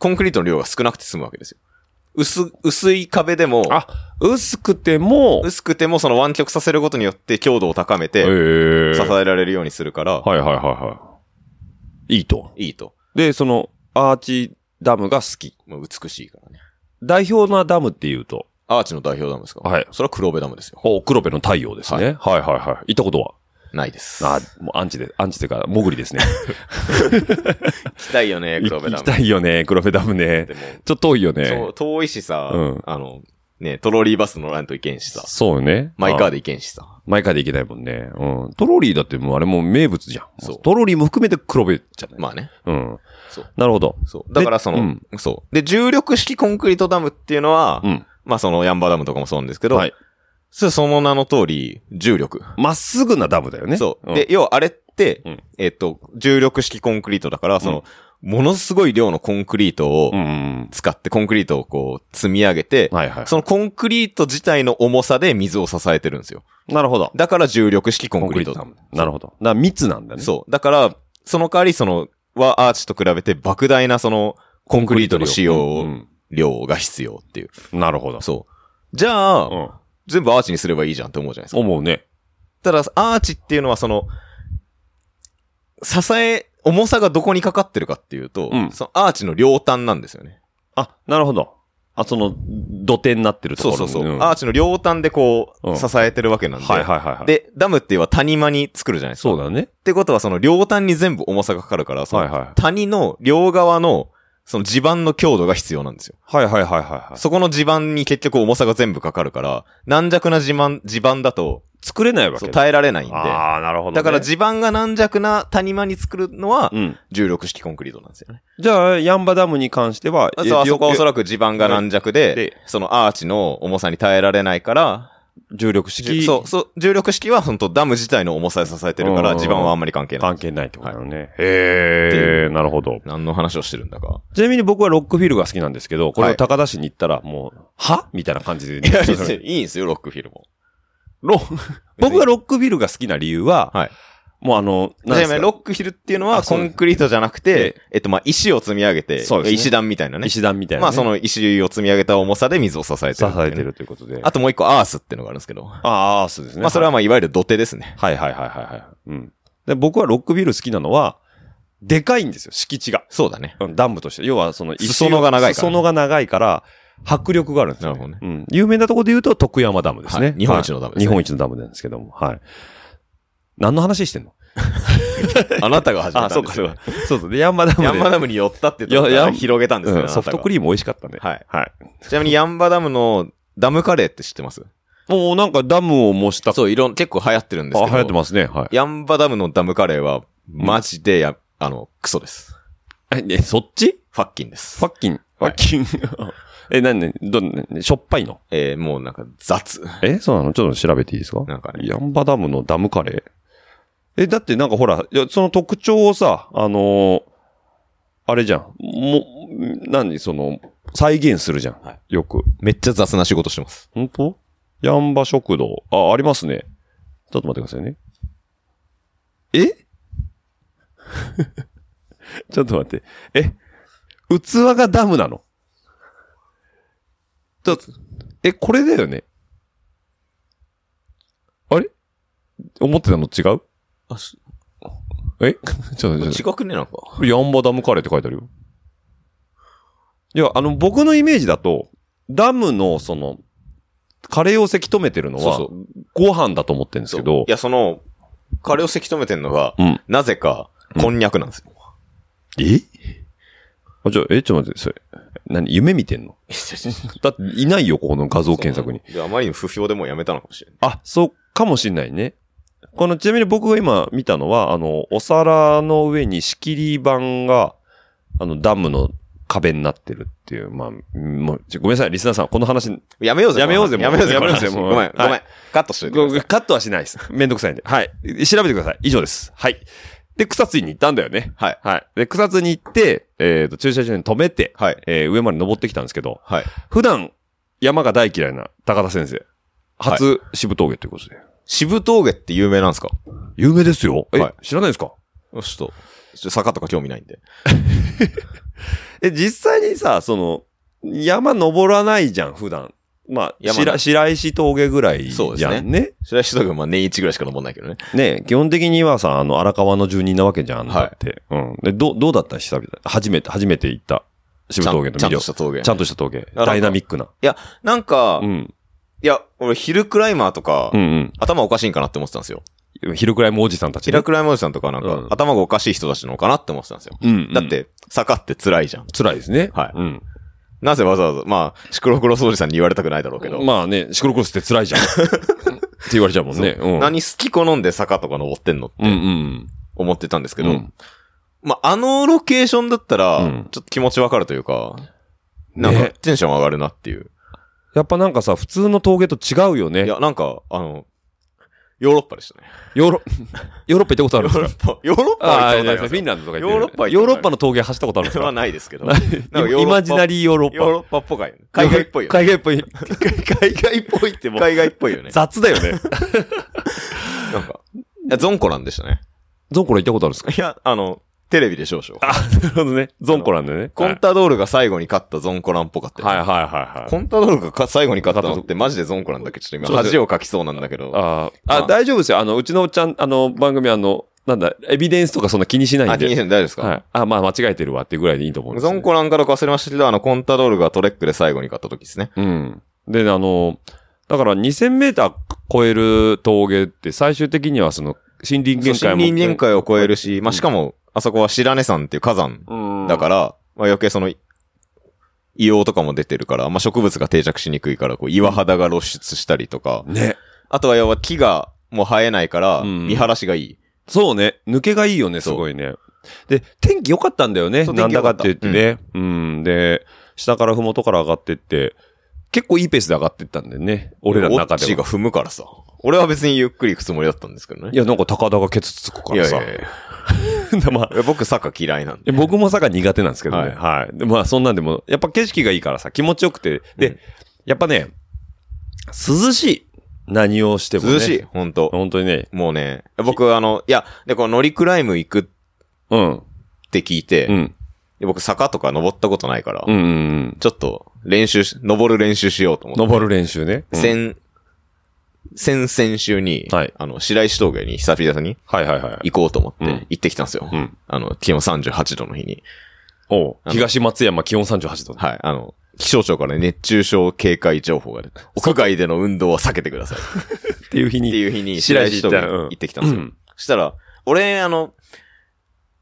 Speaker 5: コンクリートの量が少なくて済むわけですよ。薄、薄い壁でも、
Speaker 3: あ、薄くても、
Speaker 5: 薄くてもその湾曲させることによって強度を高め
Speaker 3: え
Speaker 5: て、
Speaker 3: ー
Speaker 5: 支えられるようにするから、
Speaker 3: はいはいはいはい。いいと。
Speaker 5: いいと。
Speaker 3: で、その、アーチダムが好き。
Speaker 5: もう美しいからね。
Speaker 3: 代表なダムっていうと、
Speaker 5: アーチの代表ダムですか
Speaker 3: はい
Speaker 5: それは黒部ダムですよ。
Speaker 3: お、黒部の太陽ですね。はい、はい、はいはい。行ったことは
Speaker 5: ないです。
Speaker 3: あ、もうアンチで、アンチというか、潜り ですね。
Speaker 5: 行きたいよね、黒
Speaker 3: 行
Speaker 5: 部ダム。
Speaker 3: きたいよね、黒部ダムね。
Speaker 5: でも、
Speaker 3: ちょっと遠いよ
Speaker 5: そ
Speaker 3: ね
Speaker 5: う、。遠いしさ、
Speaker 3: うん
Speaker 5: あの、ね、トロリーバス乗らんといけんしさ、
Speaker 3: そうよね。
Speaker 5: マイカー
Speaker 3: で。
Speaker 5: でいけんしさ。
Speaker 3: マイカーで行けないもんね。うん。トロリーだってもうあれもう名物じゃん。
Speaker 5: そう
Speaker 3: トロリーも含めて黒部じゃない。
Speaker 5: まあね。
Speaker 3: うん。
Speaker 5: そう。
Speaker 3: なるほど。
Speaker 5: そう。だからその、
Speaker 3: うん
Speaker 5: そう。で、重力式コンクリートダムっていうのは、
Speaker 3: うん。
Speaker 5: まあそのヤンバダムとかもそうなんですけど、
Speaker 3: はい。
Speaker 5: そその名の通り、重力。
Speaker 3: まっすぐなダムだよね。
Speaker 5: そう。
Speaker 3: ん
Speaker 5: で、、要はあれって、
Speaker 3: うん
Speaker 5: えっと、重力式コンクリートだから、その、ものすごい量のコンクリートを
Speaker 3: うんうん
Speaker 5: 使って、コンクリートをこう積み上げて
Speaker 3: うん。、はいはい。
Speaker 5: そのコンクリート自体の重さで水を支えてるんですよ。
Speaker 3: なるほど。
Speaker 5: だから重力式コンクリート
Speaker 3: コンクリートダムなるほど。だから密なんだね。
Speaker 5: そう。だから、その代わり、その、はアーチと比べて莫大なその、コンクリートの使
Speaker 3: う
Speaker 5: 用
Speaker 3: ん
Speaker 5: 量が必要っていう。
Speaker 3: なるほど。
Speaker 5: そう。じゃあ、
Speaker 3: うん。
Speaker 5: 全部アーチにすればいいじゃんって思うじゃないですか。
Speaker 3: 思うね。
Speaker 5: ただ、アーチっていうのはその、支え、重さがどこにかかってるかっていうと、
Speaker 3: うん
Speaker 5: そのアーチの両端なんですよね。
Speaker 3: あ、なるほど。あ、その、土手になってるとこ
Speaker 5: そう
Speaker 3: ろ。
Speaker 5: そうそう。
Speaker 3: ん
Speaker 5: アーチの両端でこう、
Speaker 3: うん
Speaker 5: 支えてるわけなんで。
Speaker 3: はいはいはいはい。、
Speaker 5: で、ダムっていうのは谷間に作るじゃないですか。
Speaker 3: そうだね。
Speaker 5: ってことは、その両端に全部重さがかかるから、その
Speaker 3: はいはい
Speaker 5: 谷の両側の、その地盤の強度が必要なんですよ。
Speaker 3: はいはいはいはいはい。
Speaker 5: そこの地盤に結局重さが全部かかるから、軟弱な地盤、地盤だと、
Speaker 3: 作れないわ
Speaker 5: そ
Speaker 3: け
Speaker 5: う
Speaker 3: だ。
Speaker 5: 耐えられないんで。
Speaker 3: ああ、なるほどね。
Speaker 5: だから地盤が軟弱な谷間に作るのは、
Speaker 3: うん。
Speaker 5: 重力式コンクリートなんですよね。
Speaker 3: じゃあ、ヤンバダムに関しては、
Speaker 5: そうあそこはおそ
Speaker 3: ら
Speaker 5: らく地盤が軟弱で
Speaker 3: で、
Speaker 5: そのアーチの重さに耐えられないから、
Speaker 3: 重力式。
Speaker 5: そう、そう、重力式は本当ダム自体の重さで支えてるか
Speaker 3: う
Speaker 5: ら、
Speaker 3: ん
Speaker 5: 地盤はあんまり関係ない。
Speaker 3: 関係ないってことだよね。へえ、なるほど。
Speaker 5: 何の話をしてるんだか。
Speaker 3: ちなみに僕はロックフィルが好きなんですけど、これ
Speaker 5: は
Speaker 3: を
Speaker 5: い
Speaker 3: 高田市に行ったら、もう、はみたいな感じで。
Speaker 5: いや、別にいいんですよ、ロックフィルも。
Speaker 3: ロ 僕がロックフィルが好きな理由は、
Speaker 5: はい
Speaker 3: もうあの、
Speaker 5: ちなみにロ
Speaker 3: ロ
Speaker 5: ックフィルっていうの
Speaker 3: あ
Speaker 5: は
Speaker 3: そ
Speaker 5: コ
Speaker 3: う
Speaker 5: ンクリートじゃなくて、えっと、まあ、石を積み上げて、
Speaker 3: そうですね
Speaker 5: 石段みたいなね。
Speaker 3: 石段みたいな、ね。
Speaker 5: まあ、その石を積み上げた重さで水を支えてる
Speaker 3: 支
Speaker 5: っていうね
Speaker 3: えてるということで。
Speaker 5: あともう一個、アースっていうのがあるんですけど。ま
Speaker 3: ああ、そうですね。
Speaker 5: あ、それはまあ、いわゆる土手ですね。
Speaker 3: はいはいはいはいはい。うん。で、僕はロックビル好きなのは、でかいんですよ、敷地が。
Speaker 5: そうだね。
Speaker 3: うんダムとして。要は、その石を、
Speaker 5: 裾野が長いから
Speaker 3: 裾
Speaker 5: ね
Speaker 3: 野が長いから、迫力があるんですよ、
Speaker 5: なるほ
Speaker 3: どね。うん。有名なところで言うと、徳山ダムですね。
Speaker 5: はい日本一のダムですね
Speaker 3: はい日本一のダムなんですけども。はい。何の話してんの
Speaker 5: あなたが始めたんですよ。
Speaker 3: か。 そうそう。で、ヤンマダムで。
Speaker 5: ヤンバダムに寄ったってとこ
Speaker 3: いや
Speaker 5: か
Speaker 3: ヤ
Speaker 5: ら
Speaker 3: ン
Speaker 5: 広げたんですね、
Speaker 3: うんソフトク
Speaker 5: リ
Speaker 3: リーム美味しかったね。
Speaker 5: はい。
Speaker 3: はい。
Speaker 5: ーム。ちなみにヤンバダムのダムカレーって知ってます
Speaker 3: もうなんかダムを模した。
Speaker 5: そう、いろん、結構流行ってるんです
Speaker 3: あ、流
Speaker 5: けど。
Speaker 3: 行ってますね。はい。
Speaker 5: ヤンバダムのダムカレーは、マジでや、あの、クソです。
Speaker 3: え、ねそっち
Speaker 5: ファッキンです。
Speaker 3: ファッキン。ファッキン。 え、なんで、どん、ねしょっぱいの
Speaker 5: えー、もうなんか雑。
Speaker 3: え、そうなのちょっと調べていいですか
Speaker 5: なんかね
Speaker 3: ヤンバダムのダムカレーえ、だってなんかほら、いやその特徴をさ、あのーあれじゃん。も、何その、再現するじゃん。よく。
Speaker 5: めっちゃ雑な仕事してます。
Speaker 3: 本当ヤンバ食堂。あ、ありますね。ちょっと待ってくださいね。え ちょっと待って。え器がダムなのちょっと、え、これだよねあれ思ってたの違う
Speaker 5: あ、す
Speaker 3: えちょっと待って、ちょっと待って
Speaker 5: 違くね、なんか。
Speaker 3: これヤンバダムカレーって書いてあるよ。いや、あの、僕のイメージだと、ダムの、その、カレーをせき止めてるのは、
Speaker 5: そうそ
Speaker 3: ご飯だと思ってるんですけど
Speaker 5: い、や、その、カレーをせき止めてんのが、
Speaker 3: うん
Speaker 5: なぜか、こんにゃくなんですよ。
Speaker 3: えあ、じゃあ、え、ちょっと待って、それ。何夢見て んのだって、いないよ、ここの画像検索に。
Speaker 5: であまりに不評でもうやめたのかもしれない。
Speaker 3: あ、そうかもしんないね。この、ちなみに僕が今見たのは、あの、お皿の上に仕切り板が、あの、ダムの壁になってるっていう、まあ、もう、ちょごめんなさい、リスナーさん、この話、
Speaker 5: やめようぜ。
Speaker 3: やめようぜ
Speaker 5: やめようぜ。
Speaker 3: やめようぜもう
Speaker 5: ごめん、ごめ
Speaker 3: は
Speaker 5: ん。カットしといてください。
Speaker 3: カットはしないです。めんどくさいんで。はい。調べてください。以上です。はい。で、草津に行ったんだよね。
Speaker 5: はい。
Speaker 3: はい。で、草津に行って、えっ、と、駐車場に止めて、
Speaker 5: はい。
Speaker 3: えー上まで登ってきたんですけど、
Speaker 5: はい。
Speaker 3: 普段、山が大嫌いな高田先生。初、渋峠ということで。
Speaker 5: 渋峠って有名なんですか
Speaker 3: 有名ですよ。え、
Speaker 5: はい
Speaker 3: 知らないですか
Speaker 5: ちょっと、ちょっと坂とか興味ないんで。
Speaker 3: え、実際にさ、その、山登らないじゃん、普段。まあ、
Speaker 5: 山
Speaker 3: 白白石峠ぐらいじゃんね。
Speaker 5: そうです
Speaker 3: ね。
Speaker 5: 白石峠はまあ年一ぐらいしか登んないけどね。
Speaker 3: 基本的にはさ、あの、荒川の住人なわけじゃん、だって。うん。で、どう、どうだった久々。初めて、初めて行った渋峠の
Speaker 5: ちゃ
Speaker 3: 魅
Speaker 5: んと
Speaker 3: 力。
Speaker 5: し
Speaker 3: ち
Speaker 5: た峠。
Speaker 3: ゃんとした峠。
Speaker 5: あ
Speaker 3: ダイナミックな。
Speaker 5: いや、なんか、
Speaker 3: う
Speaker 5: い
Speaker 3: ん。
Speaker 5: や、俺、ヒルクライマーとか、
Speaker 3: うん
Speaker 5: 頭おかしいんかなって思ってたんですよ。
Speaker 3: うん。昼くらいもおじさんたち
Speaker 5: ヒ
Speaker 3: ね、
Speaker 5: ルクライマーおじさんとかなんか、
Speaker 3: うん
Speaker 5: 頭がおかしい人たちなのかなって思ってたんですよ。
Speaker 3: うん、うん。
Speaker 5: だっ、て、坂って辛いじゃん。
Speaker 3: 辛いですね。
Speaker 5: はい
Speaker 3: うん。
Speaker 5: なぜわざわざ、まあ、シクロクロスおじさんに言われたくないだろうけど、
Speaker 3: まあね、シクロクロスって辛いじゃん。って言われちゃうもんね。うん。
Speaker 5: 何好き好んで坂とか登ってんのっ
Speaker 3: うんう
Speaker 5: て
Speaker 3: ん。
Speaker 5: 思ってたんですけど、
Speaker 3: うん
Speaker 5: まあ、あのロケーションだったら、
Speaker 3: うん
Speaker 5: ちょっと気持ちわかるというか、なんか
Speaker 3: ね、
Speaker 5: テンション上がるなっていう。
Speaker 3: やっぱなんかさ、普通の峠と違うよね。
Speaker 5: いや、なんか、あの、ヨーロッパ でしたね。
Speaker 3: ヨーロ、ヨーロッパ行ったことあるんですか
Speaker 5: ヨーロッパ
Speaker 3: あ
Speaker 5: は
Speaker 3: あ、
Speaker 5: 行
Speaker 3: い
Speaker 5: った
Speaker 3: や
Speaker 5: ことあり
Speaker 3: フ
Speaker 5: ます
Speaker 3: ィンランドとか行ってる
Speaker 5: ヨーロッパ行ったことある
Speaker 3: ヨーロッパの峠走ったことあるんで
Speaker 5: そ
Speaker 3: す
Speaker 5: れは
Speaker 3: か
Speaker 5: ないですけ ど。なんかヨーロッパ
Speaker 3: イマジナリーヨーロッ
Speaker 5: ヨーロ
Speaker 3: パ。
Speaker 5: ッパっぽい。海外っぽいよね。
Speaker 3: 海外っぽ い。
Speaker 5: 海外っぽいってもう。海外っぽいよね。
Speaker 3: 雑だよね。
Speaker 5: なんか。いや、ゾンコランでしたね。
Speaker 3: ゾンコラン行ったことあるんですか
Speaker 5: いや、あの、テレビで少々。
Speaker 3: なるほどね。ゾンコランだよね。
Speaker 5: コンタドールが最後に勝ったゾンコランっぽかったよ
Speaker 3: はい
Speaker 5: ね。
Speaker 3: はいはいはい。
Speaker 5: コンタドールがか最後に勝ったのってマジでゾンコランだっけちょっと
Speaker 3: そう
Speaker 5: 今
Speaker 3: です
Speaker 5: 恥をかきそうなんだけど。あ、
Speaker 3: ああ、
Speaker 5: まあ
Speaker 3: あ、大丈夫ですよ。あの、うちのおっちゃん、あの、番組あの、なんだ、エビデンスとかそんな気にしないん
Speaker 5: 気にし
Speaker 3: で。
Speaker 5: てない大丈夫です
Speaker 3: は
Speaker 5: か
Speaker 3: い。あ、まあ間違えてるわっていうぐらいでいいと思うんです
Speaker 5: ゾ
Speaker 3: よ
Speaker 5: ン
Speaker 3: ね。
Speaker 5: コランからか忘れましたけど、あの、コンタドールがトレックで最後に勝った時ですね。
Speaker 3: うん。で、あの、だから2000メーター超える峠って最終的にはその森林
Speaker 5: そう
Speaker 3: 限界も。
Speaker 5: 森林限界を超えるし、まあ、しかも、あそこは白根山っていう火山
Speaker 3: うん。
Speaker 5: だから、まあ、余計その、硫黄とかも出てるから、まあ、植物が定着しにくいから、こう、岩肌が露出したりとか、
Speaker 3: ね。
Speaker 5: あとは要は木がもう生えないから、
Speaker 3: うん
Speaker 5: 見晴らしがいい。
Speaker 3: そうね。抜けがいいよね、す
Speaker 5: そう
Speaker 3: ごいね。で、天気良かったんだよね。
Speaker 5: そう
Speaker 3: な
Speaker 5: 天
Speaker 3: ん
Speaker 5: 気
Speaker 3: だ
Speaker 5: 良
Speaker 3: か
Speaker 5: か
Speaker 3: っ
Speaker 5: ってた
Speaker 3: 言ってね。うん、で、下から麓から上がってって、結構いいペースで上がってったんだよね。俺らの中
Speaker 5: オッチ
Speaker 3: で
Speaker 5: が
Speaker 3: は。
Speaker 5: 踏むからさ。俺は別にゆっくり行くつもりだったんですけどね。
Speaker 3: いや、なんか高田がケツつくからさ。
Speaker 5: いやいやい
Speaker 3: でまあ
Speaker 5: いや僕、サッカー嫌いなんで。
Speaker 3: いや僕も坂苦手なんですけどね。
Speaker 5: はい
Speaker 3: はい。でまあそんなんでも、やっぱ景色がいいからさ、気持ちよくて。で、
Speaker 5: うん
Speaker 3: やっぱね、涼しい。何をしてもね。
Speaker 5: 涼しい、。ほんと。
Speaker 3: 本当にね。
Speaker 5: もうね、僕、あの、いや、で、この乗りクライム行くっ
Speaker 3: うん。
Speaker 5: て聞いて、
Speaker 3: うん。
Speaker 5: で僕、坂とか登ったことないから、
Speaker 3: うんうんうん。
Speaker 5: ちょっと、練習し、登る練習しようと思って。
Speaker 3: 登る練習ね。うん
Speaker 5: 先、先々週に、
Speaker 3: はい
Speaker 5: あの、白石峠に久々に
Speaker 3: はいはいはい。
Speaker 5: 行こうと思っ
Speaker 3: うん
Speaker 5: て行ってきたんですよ。
Speaker 3: うん
Speaker 5: あの、気温38度の日に。
Speaker 3: おう
Speaker 5: あの
Speaker 3: 東松山気温38度。
Speaker 5: はい。あの、気象庁から熱中症警戒情報が出て、屋外での運動は避けてください。っ
Speaker 3: っていう日
Speaker 5: て
Speaker 3: に。
Speaker 5: いう 日に白石峠に行ってきたんですよ。
Speaker 3: うん
Speaker 5: そしたら、俺、あの、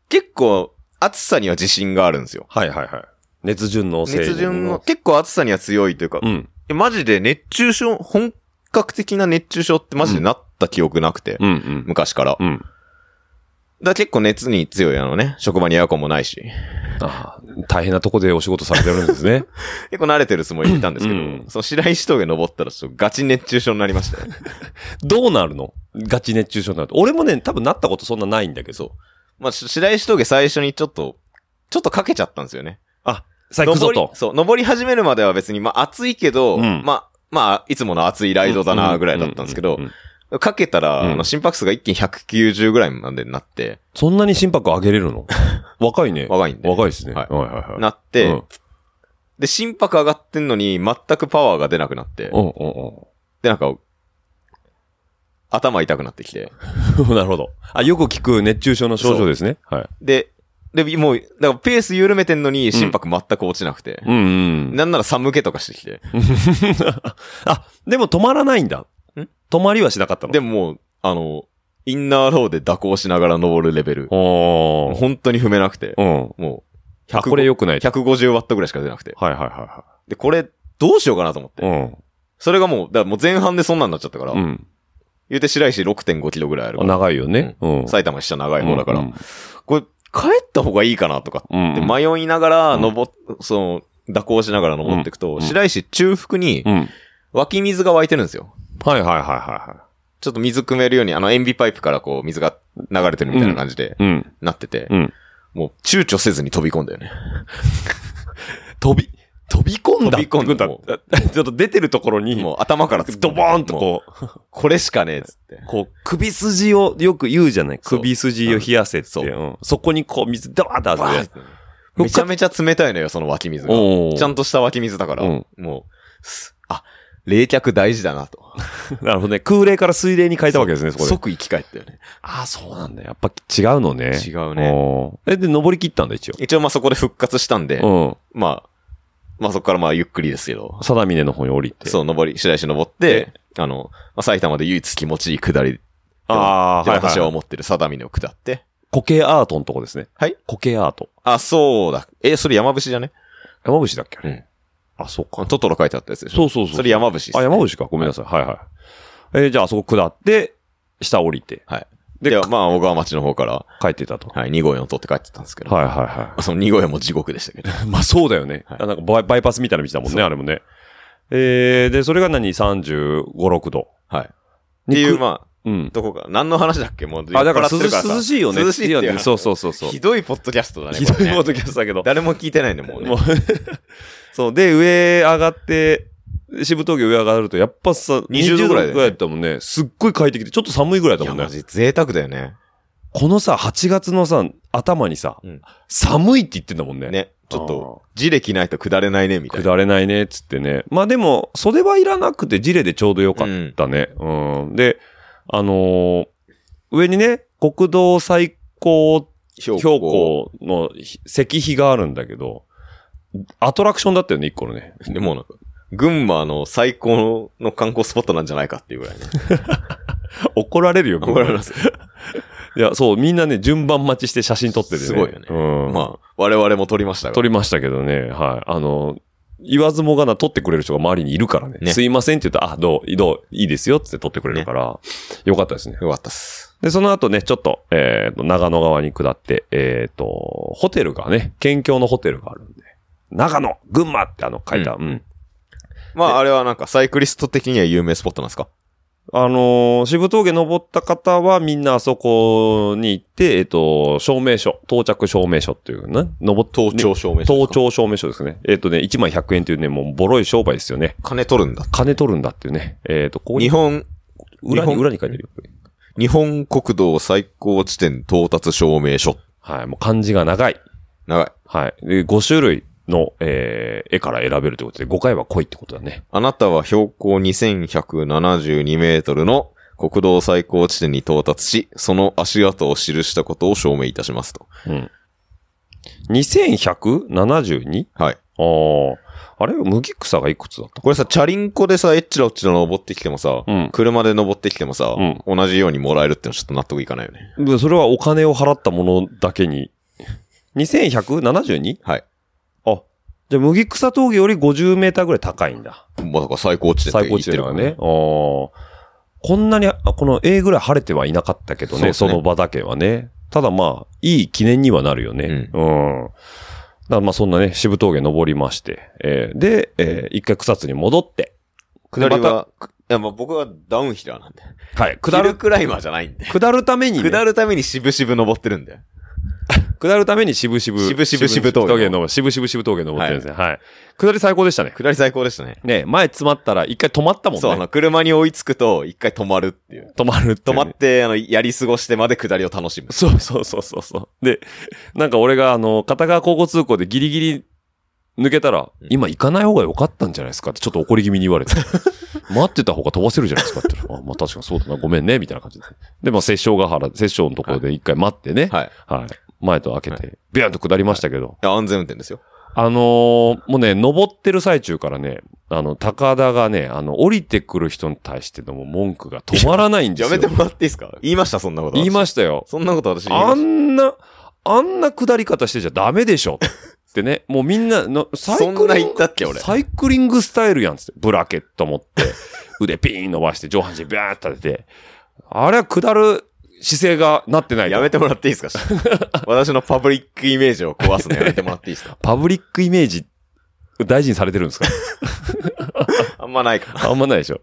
Speaker 5: 結構暑さには自信があるんですよ。
Speaker 3: はいはいはい。熱順のせい
Speaker 5: 熱順の、。結構暑さには強いというか、
Speaker 3: う
Speaker 5: い
Speaker 3: ん。
Speaker 5: やマジで熱中症、本格的な熱中症ってマジでなった記憶なくて、
Speaker 3: うんうん。
Speaker 5: 昔から。
Speaker 3: うん。
Speaker 5: だから結構熱に強いあのね、職場にエアコンもないし、
Speaker 3: ああ、大変なとこでお仕事されてるんです ね。
Speaker 5: 結構慣れてるつもりでいたんですけど、
Speaker 3: うん
Speaker 5: その白石峠登ったらちょっとガチ熱中症になりま したね。
Speaker 3: どうなるのガチ熱中症になると。俺もね、多分なったことそんなないんだけど。
Speaker 5: まあ、し白石峠最初にちょっと、ちょっとかけちゃったんですよね。
Speaker 3: あ、さあ行くぞ
Speaker 5: 登り
Speaker 3: と。
Speaker 5: そう、登り始めるまでは別に、まあ暑いけど、
Speaker 3: うん
Speaker 5: まあ、まあ、いつもの暑いライドだな、ぐらいだったんですけど
Speaker 3: うう、ううん
Speaker 5: かけたら、
Speaker 3: うん
Speaker 5: あの心拍数が一気に190ぐらいまでになって、
Speaker 3: そんなに心拍上げれる の若いね。
Speaker 5: 若いんで
Speaker 3: 若いですね。は
Speaker 5: はいい
Speaker 3: はいはい。
Speaker 5: な
Speaker 3: っ
Speaker 5: って、
Speaker 3: うん
Speaker 5: で、心拍上がってんのに、全くパワーが出なくなって、
Speaker 3: うんう
Speaker 5: で、なんか、頭痛くなってきて、
Speaker 3: んうん。なる ほど。あ、よく聞く熱中症の症状ですね。はい。
Speaker 5: で、で、もう、だからペース緩めてんのに心拍全く落ちなくて、
Speaker 3: うんうん。
Speaker 5: なんなら寒気とかしてきて、
Speaker 3: あ、でも止まらないんだ。
Speaker 5: ん
Speaker 3: 止まりはしなかったの
Speaker 5: でももう、あの、インナーローで蛇行しながら登るレベル、
Speaker 3: おー
Speaker 5: 本当に踏めなくて、
Speaker 3: うん。
Speaker 5: も
Speaker 3: 100これ良くない。
Speaker 5: 150ワットぐらいしか出なくて。
Speaker 3: はいはいは
Speaker 5: で、これ、どうしようかなと思って。
Speaker 3: いはい。
Speaker 5: それがもう、だからもう前半でそんなんなっちゃったから、
Speaker 3: うん。うん。
Speaker 5: 言うて白石6.5キロぐらいある
Speaker 3: あ長いよね。うん。
Speaker 5: 埼玉支社長い方だから、
Speaker 3: うん
Speaker 5: これ、帰った方がいいかなとか
Speaker 3: う
Speaker 5: って
Speaker 3: ん。
Speaker 5: 迷いながら、
Speaker 3: うん
Speaker 5: 登っ、その、蛇行しながら登っていくと、
Speaker 3: うん
Speaker 5: 白石中腹に
Speaker 3: うん。
Speaker 5: 湧き水が湧いてるんですよ。
Speaker 3: はいはいはいは
Speaker 5: ちょっと水汲めるように、あの塩ビパイプからこう水が流れてるみたいな感じで
Speaker 3: い。うん。
Speaker 5: なってて、
Speaker 3: うん。
Speaker 5: もう躊躇せずに飛び込んだよね。
Speaker 3: 飛び、飛び込んだ。
Speaker 5: 飛び込んだ
Speaker 3: 飛び込んだちょっと出てるところに、
Speaker 5: もう頭から突っ込んで
Speaker 3: ドボーンとこう、
Speaker 5: これしかねえっつって。
Speaker 3: こう、首筋をよく言うじゃない
Speaker 5: そう
Speaker 3: 首筋を冷やせって。
Speaker 5: そう
Speaker 3: うんそこにこう水ドバーンと当
Speaker 5: バー
Speaker 3: て。
Speaker 5: ンっててめちゃめちゃ冷たいのよ、その湧き水が。
Speaker 3: おー
Speaker 5: ちゃんとした湧き水だから、
Speaker 3: うん
Speaker 5: もう、すあ、冷却大事だなと。
Speaker 3: なるほどね。空冷から水冷に変えたわけですね、そこで。
Speaker 5: 即生き返ったよね。
Speaker 3: ああ、そうなんだ。やっぱ違うのね。
Speaker 5: 違うね
Speaker 3: おー。え、で、登り切ったんだ、一
Speaker 5: 一応まあそこで復活したんで、
Speaker 3: 応。
Speaker 5: まあ、まあそこからまあゆっくりですけど
Speaker 3: うん。、定峰の方に降りて。
Speaker 5: そう、登り、白石登って、あの、まあ、埼玉で唯一気持ちいい下り、
Speaker 3: ああ、はい、
Speaker 5: 私は
Speaker 3: はい。
Speaker 5: 思ってる定峰を下って、
Speaker 3: 苔アートのとこですね。
Speaker 5: はい。
Speaker 3: 苔アート。
Speaker 5: あ、そうだ。え、それ山伏じゃね
Speaker 3: 山伏だっけあれ
Speaker 5: うん
Speaker 3: あ、そうか。
Speaker 5: トトロ書いてあったやつでしょ
Speaker 3: そうそうそう
Speaker 5: それ山伏っすね
Speaker 3: あ、山伏か。ごめんなさい。はいはい。えーじゃあ、あそこ下って、下降りて、
Speaker 5: はい。
Speaker 3: で
Speaker 5: で、まあ、小川町の方から、
Speaker 3: 帰ってたと。は
Speaker 5: はい、2号園を取って帰ってたんですけ
Speaker 3: い
Speaker 5: ど、
Speaker 3: はいは
Speaker 5: その2号園も地獄でしたけど、
Speaker 3: い。ま あ、そうだよね。
Speaker 5: はい
Speaker 3: あなんかバイバイパスみたいな道だもんね、あれもね。えー、で、それが何 ?35、6度。
Speaker 5: はい。っていう、
Speaker 3: ま
Speaker 5: まあ、
Speaker 3: うん。
Speaker 5: どこか、何の話だっけもう、
Speaker 3: あ、だから
Speaker 5: 酔っ払
Speaker 3: 涼
Speaker 5: ってる
Speaker 3: し
Speaker 5: さ
Speaker 3: 涼しいよね。
Speaker 5: 涼しいっていう話
Speaker 3: そうそうそう そう。
Speaker 5: ひどいポッドキャストだね。
Speaker 3: ひど
Speaker 5: これ
Speaker 3: い
Speaker 5: ね
Speaker 3: ことキャスだけど。
Speaker 5: 誰も聞いてないね、もうね
Speaker 3: もう そう。で、上上がって、しぶ峠上上がると、やっぱさ、
Speaker 5: 20度ぐらいだよね
Speaker 3: 20だったもんね。すっごい快適で、ちょっと寒いぐらいだ
Speaker 5: い
Speaker 3: も
Speaker 5: や、
Speaker 3: んね
Speaker 5: マ。ジ贅沢だよね。
Speaker 3: このさ、8月のさ、頭にさ、
Speaker 5: うん
Speaker 3: 寒いって言ってんだもんね。
Speaker 5: ね。ちょっと、ジレ着ないと下れないね、みたいな。
Speaker 3: 下れないね、っつってね。まあでも、袖はいらなくてジレでちょうどよかったね。うん。で、あのー上にね、国道最高
Speaker 5: 標
Speaker 3: 標。高のひ石碑があるんだけど、アトラクションだったよね、一個のね。
Speaker 5: でもうなんか、群馬の最高の観光スポットなんじゃないかっていうぐ らいね。
Speaker 3: 怒られるよ、
Speaker 5: 怒られます。
Speaker 3: いや、そう、みんなね、順番待ちして写真撮ってるね。
Speaker 5: すごいよね
Speaker 3: うん。
Speaker 5: まあ、我々も撮りましたが。
Speaker 3: 撮りましたけどね、はい。あの、言わずもがな撮ってくれる人が周りにいるからね。
Speaker 5: ね
Speaker 3: すいませんって言ったら、あ、どう、どう、いいですよっつって撮ってくれるから、よかったですね。
Speaker 5: よかったっす。
Speaker 3: で、その後ね、ちょっと、えっ、と、長野側に下って、えっ、と、ホテルがね、県境のホテルがあるんで、長野、群馬ってあの書いた、うん。
Speaker 5: まあ、あれはなんか、サイクリスト的には有名スポットなんですか
Speaker 3: あのー、渋峠登った方はみんなあそこに行って、えっ、と、証明書、到着証明書っていうね、登っ
Speaker 5: 登庁証明書
Speaker 3: 登庁証明書ですね。えっ、とね、1枚100円というね、もうボロい商売ですよね。
Speaker 5: 金取るんだ。
Speaker 3: 金取るんだっていうね。えっ、と、ここに
Speaker 5: 日本、
Speaker 3: 裏
Speaker 5: 日
Speaker 3: に、
Speaker 5: 本
Speaker 3: 裏に書いてるよ。
Speaker 5: 日本国道最高地点到達証明書。
Speaker 3: はい、もう漢字が長い。
Speaker 5: 長い。
Speaker 3: はい。で、5種類の、えー絵から選べるということで、5回は来いってことだね。
Speaker 5: あなたは標高2172メートルの国道最高地点に到達し、その足跡を記したことを証明いたしますと。
Speaker 3: うん。2172?
Speaker 5: はい。
Speaker 3: あーあれ麦草がいくつだった
Speaker 5: これさ、チャリンコでさ、えっちらおっちら登ってきてもさ、
Speaker 3: うん
Speaker 5: 車で登ってきてもさ、
Speaker 3: うん
Speaker 5: 同じようにもらえるってのはちょっと納得いかないよね。
Speaker 3: うんそれはお金を払ったものだけに。2172?
Speaker 5: はい。
Speaker 3: あ、じゃあ麦草峠より50メーターぐらい高いんだ。
Speaker 5: まあだから最高地点
Speaker 3: 最
Speaker 5: って言
Speaker 3: 高
Speaker 5: っ
Speaker 3: 地
Speaker 5: てる
Speaker 3: 点
Speaker 5: か
Speaker 3: は
Speaker 5: ら
Speaker 3: ね。。あーこんなに、あこの A ぐらい晴れてはいなかったけど
Speaker 5: そう
Speaker 3: ね、
Speaker 5: です
Speaker 3: そ
Speaker 5: ね
Speaker 3: の場だけはね。ただまあ、いい記念にはなるよね。うん。だからまあそんなね、渋峠登りまして。えーで、えー一回草津に戻って。
Speaker 5: 下り
Speaker 3: でま
Speaker 5: は、いやまあ僕はダウンヒラーなんで。
Speaker 3: たはい、下
Speaker 5: 下る
Speaker 3: る、
Speaker 5: クライマーじゃないんで。
Speaker 3: 下るためにね、
Speaker 5: 下るために渋々登ってるんで。
Speaker 3: 下るために渋々、渋
Speaker 5: 々渋々
Speaker 3: 峠登る、渋々渋峠登ってるんですね。はい。下り最高でしたね。
Speaker 5: 下り最高でしたね。
Speaker 3: ね、前詰まったら一回止まったもんね。
Speaker 5: そう、あの、車に追いつくと、一回止まるっていう。
Speaker 3: 止まるっていう
Speaker 5: 止
Speaker 3: ね、
Speaker 5: まって、あの、やり過ごしてまで下りを楽しむ。
Speaker 3: そうそうそうそうそう。で、なんか俺があの、片側交互通行でギリギリ抜けたら、
Speaker 5: ん
Speaker 3: 今行かない方が良かったんじゃないですかってちょっと怒り気味に言われ て。待ってた方が飛ばせるじゃないですかって言ったら。あまあ確かにそうだな。ごめんね。みたいな感じで。で、まあ、殺生ヶ原、殺生のところで一回待ってね。
Speaker 5: はい。い
Speaker 3: はい。前と開けて、ビューンと下りましたけど。
Speaker 5: や、安全運転ですよ。
Speaker 3: あのーもうね、登ってる最中からね、あの、高田がね、あの、降りてくる人に対してのもう文句が止まらないんです
Speaker 5: や
Speaker 3: よ。
Speaker 5: めてもらっていいですか言いました、そんなこと。
Speaker 3: 言いま
Speaker 5: し
Speaker 3: したよ
Speaker 5: た。。そんなこと私言いま
Speaker 3: あ
Speaker 5: し
Speaker 3: んな、あんな下り方してちゃダメでしょ。ってね、もうみんなの、サイクリング
Speaker 5: そんな言ったっけ俺
Speaker 3: サイクリングスタイルやんつって、ブラケット持って、腕ピーン伸ばして、上半身ビャーって立てて、あれは下る姿勢がなってないと
Speaker 5: やめてもらっていいですか 私のパブリックイメージを壊すのやめてもらっていいですか
Speaker 3: パブリックイメージ、大事にされてるんですか
Speaker 5: あんまないかな。
Speaker 3: あんまないでしょ。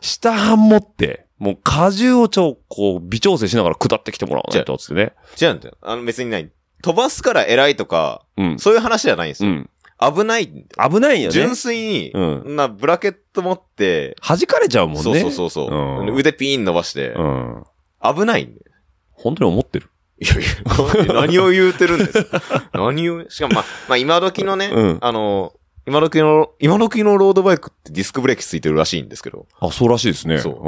Speaker 3: 下半持って、もう荷重をちょ、こう、微調整しながら下ってきてもらわないと、つってね。
Speaker 5: 違うんだよ。あの別にない。飛ばすから偉いとか、
Speaker 3: うん。
Speaker 5: そういう話じゃないんです
Speaker 3: う
Speaker 5: よ。
Speaker 3: ん。
Speaker 5: 危ないんだよ。
Speaker 3: 危ないよね
Speaker 5: 純。粋に、
Speaker 3: う
Speaker 5: な、ブラケット持って、
Speaker 3: 弾かれちゃうもんね。
Speaker 5: そうそうそうそう、
Speaker 3: うん
Speaker 5: 腕ピーン伸ばして、
Speaker 3: うん。
Speaker 5: 危ないんだよ。
Speaker 3: 本当に思ってる。
Speaker 5: いやいや、何を言うてるんですか何を、しかもまあ、まあ今時のね、
Speaker 3: うん
Speaker 5: あの、今時の、今時のロードバイクってディスクブレーキついてるらしいんですけど、
Speaker 3: あ、そうらしいですね。
Speaker 5: そう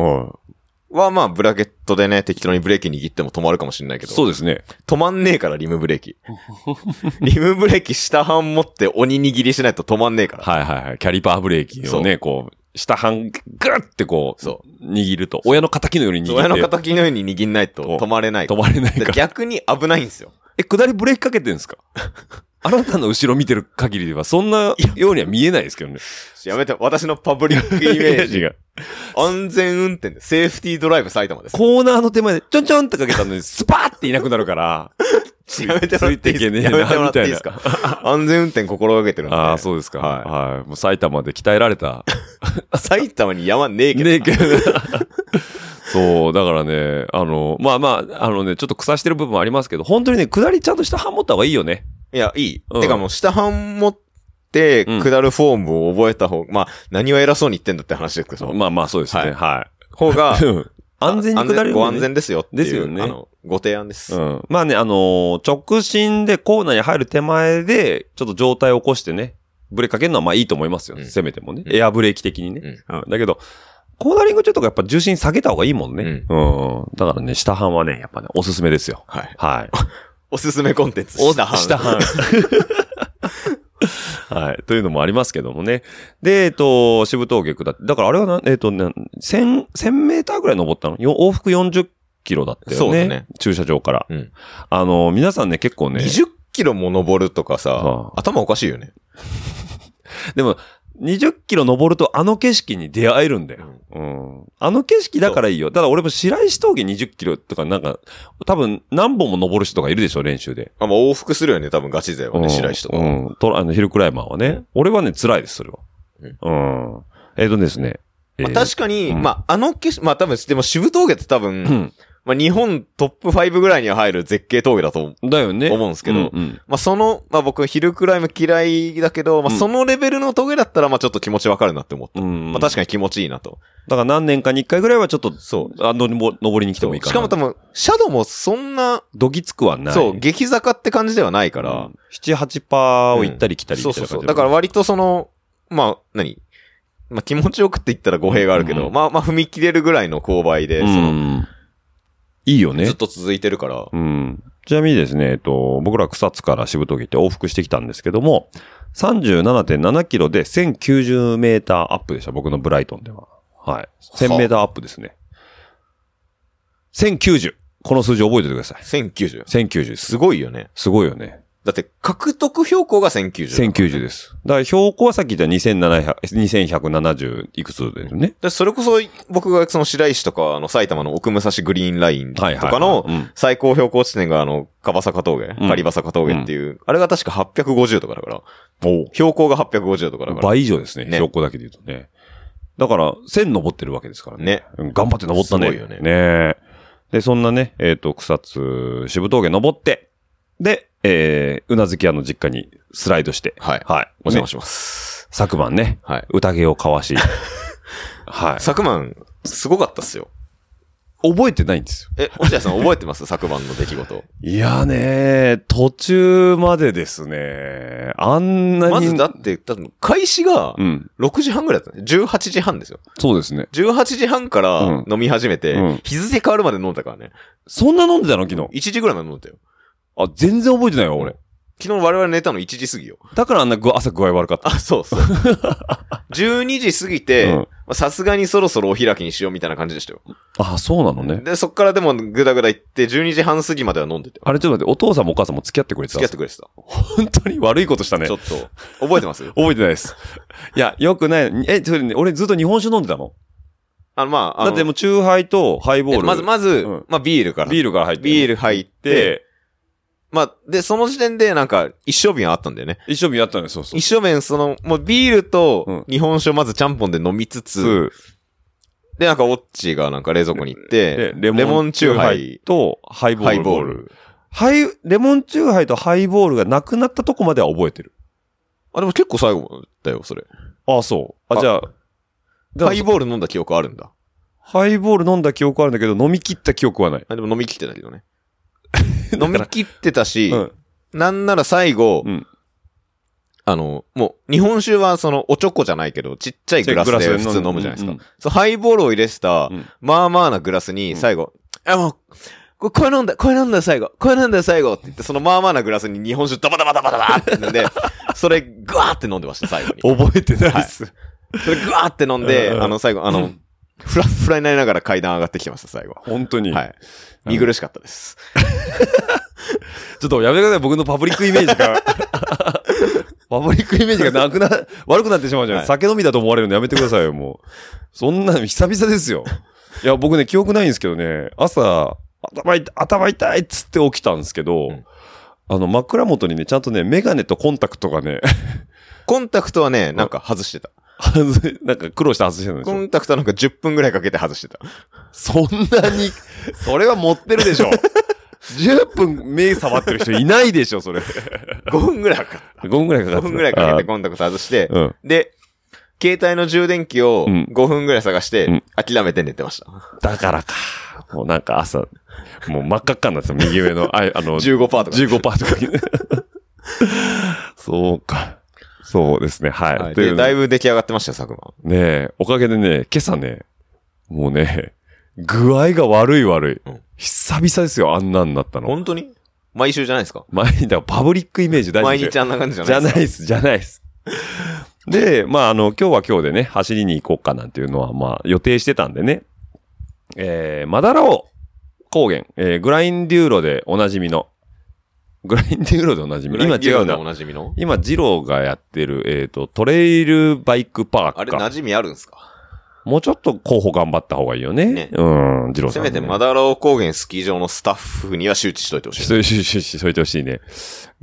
Speaker 3: は
Speaker 5: はまあブラケットでね、適当にブレーキ握っても止まるかもしれないけ
Speaker 3: い。
Speaker 5: ど、
Speaker 3: そうですね。
Speaker 5: 止まんねえからリムブ レーキ。リムブレーキ下半持って鬼握りしないと止まんねえから。
Speaker 3: はいはいはい。キャリパーブレーキをね、こう、下半、ぐーってこう、
Speaker 5: そ
Speaker 3: 握ると。親の敵のように握って。
Speaker 5: 親の敵のように握んないと
Speaker 3: そう
Speaker 5: 止まれないか
Speaker 3: 止
Speaker 5: ら。
Speaker 3: まれない
Speaker 5: で
Speaker 3: から。
Speaker 5: 逆に危ないんですよ。
Speaker 3: え、下りブレーキかけてんですか あなたの後ろ見てる限りでは、そんなようには見えないですけどね。
Speaker 5: やめて、私のパブリックイメージ。
Speaker 3: が。
Speaker 5: 安全運転で、セーフティードライブ埼玉です。
Speaker 3: コーナーの手前で、ちょんちょんってかけたのに、スパーっていなくなる から、つ
Speaker 5: やめてもらっていい
Speaker 3: ついていけね
Speaker 5: で
Speaker 3: えな
Speaker 5: すかやめてもらっていい
Speaker 3: み
Speaker 5: で
Speaker 3: たい
Speaker 5: すか安全運転心がけてるんで。
Speaker 3: ああ、そうですか。
Speaker 5: はい
Speaker 3: はい。もう埼玉で鍛えられた。
Speaker 5: 埼玉に山ねえけど。
Speaker 3: ねえけど。そう、だからね、あの、まあまあ、あのね、ちょっと腐してる部分もありますけど、本当にね、下りちゃんとしたハモった方がいいよね。
Speaker 5: いや、いい。
Speaker 3: うん
Speaker 5: てかもう下半持って、
Speaker 3: うん
Speaker 5: 下るフォームを覚えた方、まあ、何を偉そうに言ってんだって話ですけど、
Speaker 3: まあまあ、そうですね。は
Speaker 5: 方が
Speaker 3: い。、うん安全に下れる、
Speaker 5: ご安全ですよっていう。
Speaker 3: ですよね
Speaker 5: あの、ご提案です。
Speaker 3: うん。まあね、あのー直進でコーナーに入る手前で、ちょっと状態を起こしてね、ブレーキかけるのはまあいいと思いますよ。
Speaker 5: うん
Speaker 3: せめてもね。
Speaker 5: うん
Speaker 3: エアブレーキ的にね。うんだけど、コーナリングちょっとやっぱ重心下げた方がいいもんね。うん。だからね、下半はね、やっぱね、おすすめですよ。
Speaker 5: はい。
Speaker 3: はい。
Speaker 5: おすすめコンテンツ。
Speaker 3: お
Speaker 5: 下半。
Speaker 3: 下 半。はい。というのもありますけどもね。で、えっと、渋峠下って、だからあれはな、えっと、ね、1000、1000メーターぐらい登ったのよ往復40キロだったよね。
Speaker 5: そうだね
Speaker 3: 駐車場から。
Speaker 5: うん
Speaker 3: あの、皆さんね、結構ね、
Speaker 5: 20キロも登るとか
Speaker 3: は
Speaker 5: さ、頭おかしいよね。
Speaker 3: でも、20キロ登るとあの景色に出会えるんだよ。うん。あの景色だからいいよ。ただ俺も白石峠20キロとかなんか、多分何本も登る人とかいるでしょ、練習で。
Speaker 5: あ、まあ往復するよね、多分ガチ勢はね、白石とか。
Speaker 3: うん。と、あの、ヒルクライマーはね。俺はね、辛いです、それは。うん。えっとですね。え
Speaker 5: まあ
Speaker 3: ー
Speaker 5: 確かに、
Speaker 3: うん
Speaker 5: まあ、あの景色、まあ多分、でも渋峠って多分、
Speaker 3: うん
Speaker 5: まあ日本トップ5ぐらいには入る絶景峠だと思う。
Speaker 3: だよね。
Speaker 5: 思うんですけど
Speaker 3: うん
Speaker 5: まあその、まあ僕、ヒルクライム嫌いだけど、まあ
Speaker 3: うん
Speaker 5: そのレベルの峠だったら、まあちょっと気持ちわかるなって思った。
Speaker 3: うん。うん
Speaker 5: まあ確かに気持ちいいなと。
Speaker 3: だから何年かに一回ぐらいはちょっと、
Speaker 5: そう。
Speaker 3: あの、も登りに来てもいいかな。
Speaker 5: しかも多分、シャドウもそんな、
Speaker 3: どぎつくはない。
Speaker 5: そう、激坂って感じではないか、、
Speaker 3: から7、8%を行ったり来たり
Speaker 5: そ
Speaker 3: み
Speaker 5: う
Speaker 3: たい
Speaker 5: そう
Speaker 3: な
Speaker 5: そ
Speaker 3: 感
Speaker 5: う。
Speaker 3: じ
Speaker 5: だから割とその、まあ、何まあ気持ちよくって言ったら語弊があるけど、
Speaker 3: うん
Speaker 5: まあまあ踏み切れるぐらいの勾配で、
Speaker 3: う
Speaker 5: その
Speaker 3: ん。いいよね
Speaker 5: ずっ。と続いてるから、
Speaker 3: うん。ちなみにですね、えっと、僕ら草津から渋峠って往復してきたんですけども、37.7キロで1090メーターアップでした、僕のブライトンでは。はい。1000メーターアップですね。1090。この数字覚えておいてください。
Speaker 5: 1090。
Speaker 3: 1090です。
Speaker 5: すごいよね。
Speaker 3: すごいよね。
Speaker 5: だって、獲得標高が1090。
Speaker 3: 1090です。だから標高はさっき言った2700 2170いくつですね。
Speaker 5: でそれこそ、僕がその白石とか、あの、埼玉の奥武蔵グリーンラインと
Speaker 3: はいはいはい
Speaker 5: かの
Speaker 3: うん、
Speaker 5: 最高標高地点が、あの、かばさか峠、
Speaker 3: ん
Speaker 5: かりばさか峠っていう、あれが確か850とかだから、標高が850とかだから、
Speaker 3: 倍以上ですね。
Speaker 5: ね
Speaker 3: 標高だけで言うとね。だから、1000登ってるわけですからね。
Speaker 5: ね
Speaker 3: うん頑張って登ったね。
Speaker 5: すごいよね
Speaker 3: えで、そんなね、えっ、と、草津、渋峠登って、で、えー、うなずき屋の実家にスライドして、
Speaker 5: はい
Speaker 3: はい。
Speaker 5: お邪魔
Speaker 3: ね
Speaker 5: します。
Speaker 3: 昨晩ね、
Speaker 5: はい。
Speaker 3: 宴を交わし、はい。
Speaker 5: 昨晩、すごかったっすよ。
Speaker 3: 覚えてないんですよ。
Speaker 5: え、落合さん覚えてます昨晩の出来事。
Speaker 3: いやね、途中までですね、あんなに。
Speaker 5: まずだって、多分開始が
Speaker 3: うん。
Speaker 5: 6時半ぐらいだったね。18時半ですよ。
Speaker 3: そうですね。
Speaker 5: 18時半か
Speaker 3: うん
Speaker 5: ら飲み始めて、
Speaker 3: うん
Speaker 5: 日付変わるまで飲んだからね。
Speaker 3: そんな飲んでたの昨日。
Speaker 5: 1時ぐらいまで飲んだよ。
Speaker 3: あ、全然覚えてないわ、俺。
Speaker 5: 昨日我々寝たの1時過ぎよ。
Speaker 3: だからあんなぐ朝具合悪かった。
Speaker 5: あ、そ うそう。12時過ぎて
Speaker 3: うん、
Speaker 5: まあさすがにそろそろお開きにしようみたいな感じでしたよ。
Speaker 3: ああ、そうなのね。
Speaker 5: で、そっからでもぐだぐだ行って、12時半過ぎまでは飲んでて。
Speaker 3: あれちょっと待って、お父さんもお母さんも付き合ってくれてた
Speaker 5: 付き合ってくれてた。
Speaker 3: 本当に悪いことしたね
Speaker 5: ちょ。っと、覚え てます
Speaker 3: 覚えてないです。いや、よくない。え、それね、俺ずっと日本酒飲んでたの
Speaker 5: あの、まあ、あ
Speaker 3: だ
Speaker 5: の
Speaker 3: ってもう、チューハイとハイボー
Speaker 5: え
Speaker 3: ル。
Speaker 5: まず、まず、
Speaker 3: うん
Speaker 5: まあ、ビールから。
Speaker 3: ビールから入って。
Speaker 5: ビー
Speaker 3: ル
Speaker 5: ル入って、
Speaker 3: で、
Speaker 5: まあ、で、その時点で、なんか、一生瓶あったんだよね。
Speaker 3: 一生日やったのよ、そうそう
Speaker 5: 一。生瓶、その、もうビール
Speaker 3: う
Speaker 5: と
Speaker 3: ん、
Speaker 5: 日本酒をまずちゃんぽんで飲みつつ、
Speaker 3: つ
Speaker 5: で、なんか、オッチーがなんか冷蔵庫に行っ
Speaker 3: で、、
Speaker 5: て
Speaker 3: レ
Speaker 5: レモ
Speaker 3: モ
Speaker 5: ン
Speaker 3: ン
Speaker 5: チ
Speaker 3: チ
Speaker 5: ュ
Speaker 3: ュ
Speaker 5: ー
Speaker 3: ー
Speaker 5: ハ
Speaker 3: ハ
Speaker 5: イ
Speaker 3: イとハイボール。
Speaker 5: ハイボー。ル。
Speaker 3: ハイ、レモンチューハイとハイボールがなくなったとこまでは覚えてる。
Speaker 5: あ、でも結構最後だよ、それ。
Speaker 3: ああ、そう。あ、
Speaker 5: あ
Speaker 3: じゃあ、でも
Speaker 5: ハイボール飲んだ記憶あるんだ。
Speaker 3: ハイボール飲んだ記憶あるんだけど、飲み切った記憶はない。
Speaker 5: あでも飲み切ってたけ どね。飲み切ってたし、
Speaker 3: うん。
Speaker 5: なんなら最後、
Speaker 3: うん
Speaker 5: あの、もう、日本酒はその、おちょこじゃないけど、ちっちゃいグラスで普通飲むじゃないですか。
Speaker 3: うん
Speaker 5: そう、ハイボールを入れてた、
Speaker 3: うん
Speaker 5: まあまあなグラスに、最後、あ、もう、ここれ飲んだ、これ飲んだよ最後、これ飲んだよ最後って言って、そのまあまあなグラスに日本酒ダバダバダバダバって飲んで、それ、ぐわーって飲んでました、最後に。
Speaker 3: 覚えてないっす。
Speaker 5: それ、ぐわーって飲んで、
Speaker 3: うん
Speaker 5: あの、最後、あの、フラッフラになりながら階段上がってきてました、最後。
Speaker 3: 本当に。
Speaker 5: はい。見苦しかったです。
Speaker 3: ちょっとやめてください。僕のパブリックイメージが。 パブリックイメージがなくな、 悪くなってしまうじゃない、
Speaker 5: はい
Speaker 3: 酒飲みだと思われるのやめてくださいよ、もう。そんなの久々ですよ。いや、僕ね、記憶ないんですけどね、朝、頭痛い、頭痛いっつって起きたんですけど、
Speaker 5: うん
Speaker 3: あの、枕元にね、ちゃんとね、メガネとコンタクトがね、
Speaker 5: コンタクトはね、なんか外してた。
Speaker 3: 外れなんか苦労して外してたんです
Speaker 5: コ
Speaker 3: よ。
Speaker 5: ンタクトはなんか10分ぐらいかけて外してた。
Speaker 3: そんなに、 それは持ってるで しょ。10分目触ってる人いないでしょ、そ れ。
Speaker 5: 5分ぐらいかかっ
Speaker 3: 5分ぐらいか
Speaker 5: た。
Speaker 3: かってた。
Speaker 5: 5分ぐらいかけてコンタクト外して、
Speaker 3: あうん。
Speaker 5: で、携帯の充電器を
Speaker 3: うん
Speaker 5: 5分ぐらい探して、
Speaker 3: うん
Speaker 5: 諦めて寝てました。
Speaker 3: だからか。もうなんか朝、もう真っ赤っかになってた、右上の、ああの、
Speaker 5: 15%とか。
Speaker 3: 15%とかに。そうか。そうですね、はい。
Speaker 5: はい
Speaker 3: とい
Speaker 5: で、
Speaker 3: う
Speaker 5: だいぶ出来上がってましたよ、昨晩。
Speaker 3: ねえ、おかげでね、今朝ね、もうね、具合が悪い悪い。
Speaker 5: うん
Speaker 3: 久々ですよ、あんなんなったの。
Speaker 5: 本当に毎週じゃないですか
Speaker 3: 毎日、だからパブリックイメージ大事
Speaker 5: 毎日あんな感じじゃ
Speaker 3: じ
Speaker 5: ない
Speaker 3: ゃ
Speaker 5: です
Speaker 3: な
Speaker 5: か
Speaker 3: いです、じゃないです。で、まあ、あの、今日は今日でね、走りに行こうかなんていうのは、まあ、予定してたんでね。えー、マダラオ高原、えー、グラインデューロでおなじみの、グラインデューロでおなじみ
Speaker 5: ブ
Speaker 3: の、今
Speaker 5: ラインディ
Speaker 3: 違
Speaker 5: ー
Speaker 3: う
Speaker 5: ロでお
Speaker 3: な。
Speaker 5: なじみの
Speaker 3: 今、ジローがやってる、えっ、と、トレイルバイクパー
Speaker 5: あ
Speaker 3: ク
Speaker 5: れ、
Speaker 3: か
Speaker 5: 馴。染みあるんですか
Speaker 3: もうちょっと候補頑張った方がいいよね。
Speaker 5: ね
Speaker 3: うん、ジロー
Speaker 5: せ
Speaker 3: さん、
Speaker 5: めてマダラオ高原スキー場のスタッフには周知しといてほしい。
Speaker 3: そうし、し、し、そいてほしいね。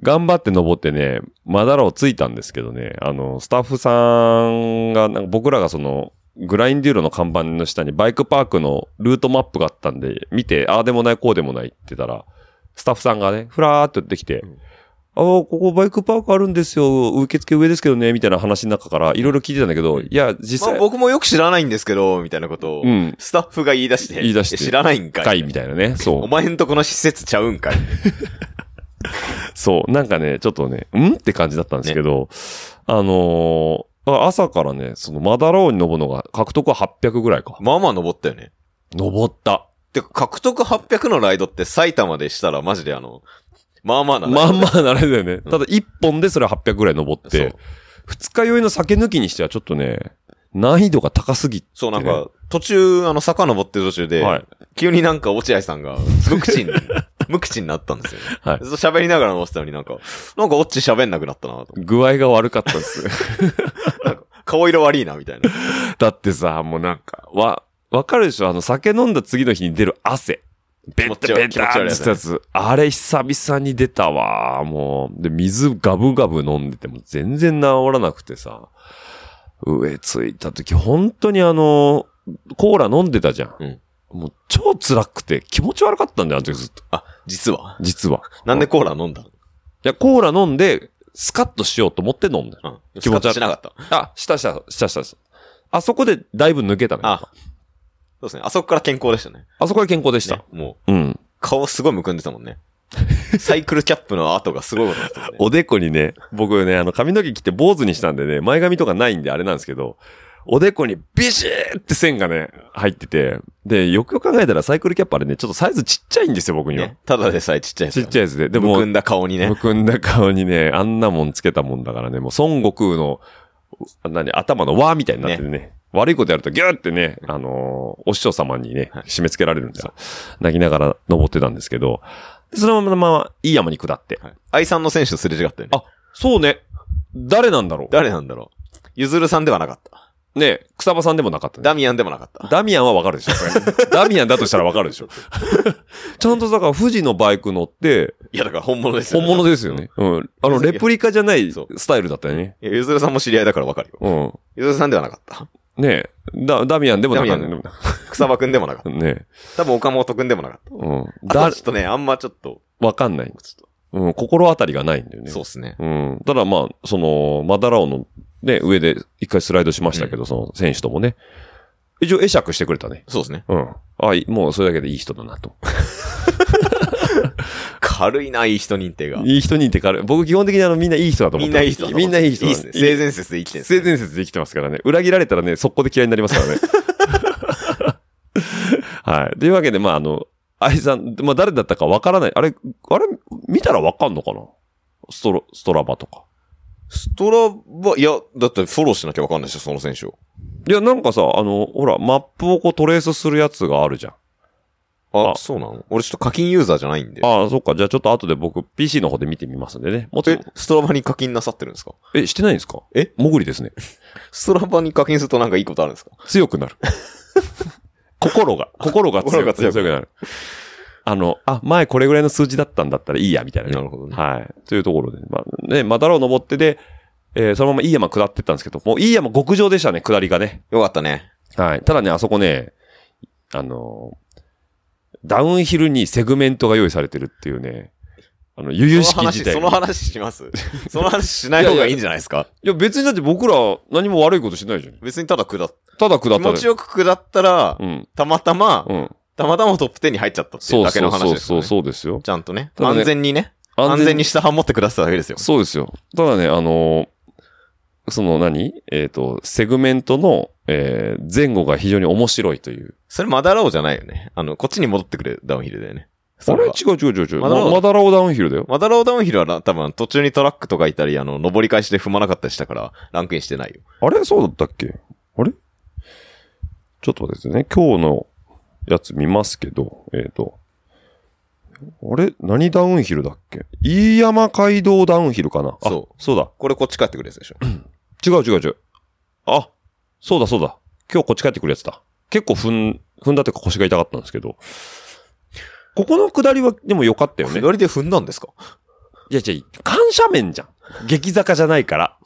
Speaker 3: 頑張って登ってね、マダラをついたんですけどね、あの、スタッフさんが、なんか僕らがその、グラインデューロの看板の下にバイクパークのルートマップがあったんで、見て、ああでもない、こうでもないって言ったら、スタッフさんがね、ふらーっと寄ってきて、ああ、ここバイクパークあるんですよ、受付上ですけどね、みたいな話の中から、いろいろ聞いてたんだけど、いや、実
Speaker 5: まあ
Speaker 3: 際、
Speaker 5: 僕もよく知らないんですけど、みたいなことを
Speaker 3: う、ん、
Speaker 5: スタッフが言い出して、
Speaker 3: 言い出して
Speaker 5: 知らないんかい。
Speaker 3: 深いみたいなね、そう。
Speaker 5: お前んとこの施設ちゃうんかい。
Speaker 3: そう、なんかね、ちょっとね、うんって感じだったんですけど、あのー朝からね、そのマダローに登るのが、獲得は800ぐらいか。
Speaker 5: まあまあ登ったよね。
Speaker 3: 登った。
Speaker 5: てか、獲得800のライドって埼玉でしたらマジであの、まあまあな。
Speaker 3: まあまあなれだよね。
Speaker 5: ん
Speaker 3: ただ1本でそれ800ぐらい登っ
Speaker 5: そう
Speaker 3: て、二日酔いの酒抜きにしてはちょっとね、難易度が高すぎて。
Speaker 5: そう、なんか、途中、あの、坂登ってる途中で、
Speaker 3: はい
Speaker 5: 急になんか落合さんが、無口に、 無口になったんですよね。
Speaker 3: はい
Speaker 5: ずっと喋りながら登ってたのになんか、なんかオッチ喋んなくなったなと。
Speaker 3: 具合が悪かったです。
Speaker 5: 顔色悪いな、みたいな。
Speaker 3: だってさ、もうなんか、わ、わかるでしょあの、酒飲んだ次の日に出る汗。ベッ
Speaker 5: 気持ち
Speaker 3: タ
Speaker 5: 悪
Speaker 3: ベタっ
Speaker 5: い
Speaker 3: て
Speaker 5: 気持ち悪いや
Speaker 3: や
Speaker 5: つ
Speaker 3: つ
Speaker 5: ね
Speaker 3: あれ久々に出たわ。もう。で、水ガブガブ飲んでても全然治らなくてさ。上着いた時、本当にあの、コーラ飲んでたじゃん。
Speaker 5: うん
Speaker 3: もう超辛くて気持ち悪かったんだよ、あの時ずっと。
Speaker 5: あ、実は。
Speaker 3: 実は。
Speaker 5: なんで
Speaker 3: い
Speaker 5: コーラ飲んだの
Speaker 3: や、コーラ飲んで、スカッとしようと思って飲んだよ。
Speaker 5: うん。
Speaker 3: 気持ち悪い
Speaker 5: スカッとしなかった。
Speaker 3: あ、したした、したしたした。あそこでだいぶ抜けたね。
Speaker 5: あ、そうですね。あそこから健康でしたね。
Speaker 3: あそこで健康でした。
Speaker 5: ねもう、
Speaker 3: うん。
Speaker 5: 顔すごいむくんでたもんね。 サイクルキャップの跡がすごいことになってたもんね。
Speaker 3: おでこにね、僕ね、あの、髪の毛切って坊主にしたんでね、前髪とかないんであれなんですけど、おでこにビシーって線がね、入ってて、で、よくよく考えたらサイクルキャップあれね、ちょっとサイズちっちゃいんですよ、僕には。
Speaker 5: ねただでさえちっちゃいです
Speaker 3: ち
Speaker 5: よ
Speaker 3: っ
Speaker 5: ね
Speaker 3: ちゃいやつで。で
Speaker 5: で
Speaker 3: も
Speaker 5: むく、んだ顔にね
Speaker 3: む。くんだ顔にね、あんなもんつけたもんだからね、もう孫悟空の、何、頭の輪みたいになってるね。悪いことやるとギューってね、あのーお師匠様にね、締め付けられるんですよ。泣きながら登ってたんですけど、でそのまま、いい山に下って。
Speaker 5: はい愛さんの選手とすれ違ったよね。
Speaker 3: あ、そうね。誰なんだろ
Speaker 5: 誰なんだろう。ゆずるさんではなかった。
Speaker 3: う。ね草場さんでもなかったね。
Speaker 5: ダミアンでもなかった。
Speaker 3: ダミアンはわかるでしょそ れダミアンだとしたらわかるでしょ ちゃんとだから富士のバイク乗って、
Speaker 5: いや、だから本物ですよ、
Speaker 3: 本
Speaker 5: ね。
Speaker 3: 物ですよね。うん。あの、レプリカじゃない
Speaker 5: そう
Speaker 3: スタイルだったよね。
Speaker 5: いやゆずるさんも知り合いだからわかるよ。
Speaker 3: うん。
Speaker 5: ゆずるさんではなかった。
Speaker 3: ねえ、ダダミアンでもなか
Speaker 5: ダ
Speaker 3: っ
Speaker 5: ミアンで
Speaker 3: た。
Speaker 5: 草場くんでもなかった。
Speaker 3: ねえ。
Speaker 5: 多分岡本くんでもなかった。
Speaker 3: うん。
Speaker 5: だ
Speaker 3: だ
Speaker 5: ちょ、っとね、あんまちょっと、
Speaker 3: わかんない。
Speaker 5: ちょっ
Speaker 3: うん、心当たりがないんだよ
Speaker 5: と
Speaker 3: ね。
Speaker 5: そうっすね。
Speaker 3: うん。ただまあ、その、マダラオの、ね、上で一回スライドしましたけど、その選手ともね。一応会釈してくれたね。
Speaker 5: そうですね。
Speaker 3: うん。あ、いもうそれだけでいい人だなと。
Speaker 5: 軽いな、いい人認定が。
Speaker 3: いい人にってかる。僕基本的にあの、みんないい人だと思
Speaker 5: み
Speaker 3: っ
Speaker 5: ん
Speaker 3: て
Speaker 5: な
Speaker 3: る
Speaker 5: いい人だと思
Speaker 3: み
Speaker 5: っ
Speaker 3: ん
Speaker 5: て
Speaker 3: な
Speaker 5: る
Speaker 3: いい人
Speaker 5: い
Speaker 3: だ
Speaker 5: いっすね。性善説で生きてるんですね
Speaker 3: 性善説で生きてますからね。裏切られたらね、速攻で嫌いになりますからね。 はい。というわけで、まあ、あの、愛さん、まあ、誰だったかわからない。あれ、あれ、見たらわかんのかなストロ、ストラバとか。
Speaker 5: ストラバ、いや、だってフォローしなきゃわかんないでしょ、その選手を。
Speaker 3: いや、なんかさ、あの、ほら、マップをこうトレースするやつがあるじゃん。
Speaker 5: あ、
Speaker 3: あ
Speaker 5: そうなの俺ちょっと課金ユーザーじゃないんで。
Speaker 3: ああ、そっか。じゃあちょっと後で僕、PC の方で見てみますんでね。もちろ
Speaker 5: え
Speaker 3: ん、、
Speaker 5: ストラバに課金なさってるんですか
Speaker 3: え、してないんですか
Speaker 5: え
Speaker 3: もぐりですね。
Speaker 5: ストラバに課金するとなんかいいことあるんですか
Speaker 3: 強くなる。 心が、心が強
Speaker 5: 心
Speaker 3: く
Speaker 5: が強く
Speaker 3: なる。あの、あ、前これぐらいの数字だったんだったらいいや、みたいな、
Speaker 5: なるほどね
Speaker 3: はい。というところで、まあね、またろう登ってで、えーそのままいい山下ってったんですけど、もういい山極上でしたね、下りがね。
Speaker 5: よかったね。
Speaker 3: はい。ただね、あそこね、あのーダウンヒルにセグメントが用意されてるっていうね、あの、由々し
Speaker 5: その
Speaker 3: き事
Speaker 5: 話、
Speaker 3: 態。
Speaker 5: その話します その話しない方がいいんじゃないですか
Speaker 3: いや、別にだって僕ら何も悪いことしてないじゃん。
Speaker 5: 別にただ下った。
Speaker 3: ただ下った
Speaker 5: 気
Speaker 3: だ
Speaker 5: 持
Speaker 3: け
Speaker 5: ちよく下ったら、
Speaker 3: うん。
Speaker 5: たまたま、
Speaker 3: うん。
Speaker 5: たまたまトップ10に入っちゃったってい
Speaker 3: そうう
Speaker 5: だけ
Speaker 3: そ
Speaker 5: の
Speaker 3: う
Speaker 5: 話
Speaker 3: そう
Speaker 5: です
Speaker 3: そ
Speaker 5: よ
Speaker 3: う
Speaker 5: ね。
Speaker 3: そうですよ。
Speaker 5: ちゃんとね。
Speaker 3: ただね
Speaker 5: 安全にね。安全に下半持って下しただけですよ。
Speaker 3: そうですよ。ただね、あのーその何えっ、と、セグメントの、えー前後が非常に面白いという。
Speaker 5: それマダラオじゃないよね。あの、こっちに戻ってくるダウンヒルだよね。
Speaker 3: あ
Speaker 5: そ
Speaker 3: れ
Speaker 5: れ
Speaker 3: 違
Speaker 5: は
Speaker 3: う違う違う違う。
Speaker 5: まだ
Speaker 3: ままだらおダウンヒルだよ。
Speaker 5: マダラオダウンヒルはな多分途中にトラックとかいたり、あの、登り返しで踏まなかったりしたから、ランクインしてないよ。
Speaker 3: あれそうだったっけあれちょっと待ってね。今日のやつ見ますけど、えっ、と。あれ何ダウンヒルだっけ飯山街道ダウンヒルかなあ。
Speaker 5: そう
Speaker 3: そうだ。
Speaker 5: これこっち帰ってくるやつでしょ。
Speaker 3: 違う違う違う。あ、そうだそうだ。今日こっち帰ってくるやつだ。結構踏ん、踏んだというか腰が痛かったんですけど。ここの下りはでも良かったよね。
Speaker 5: 左で踏んだんですか
Speaker 3: いやいや、感斜面じゃん。激坂じゃないから。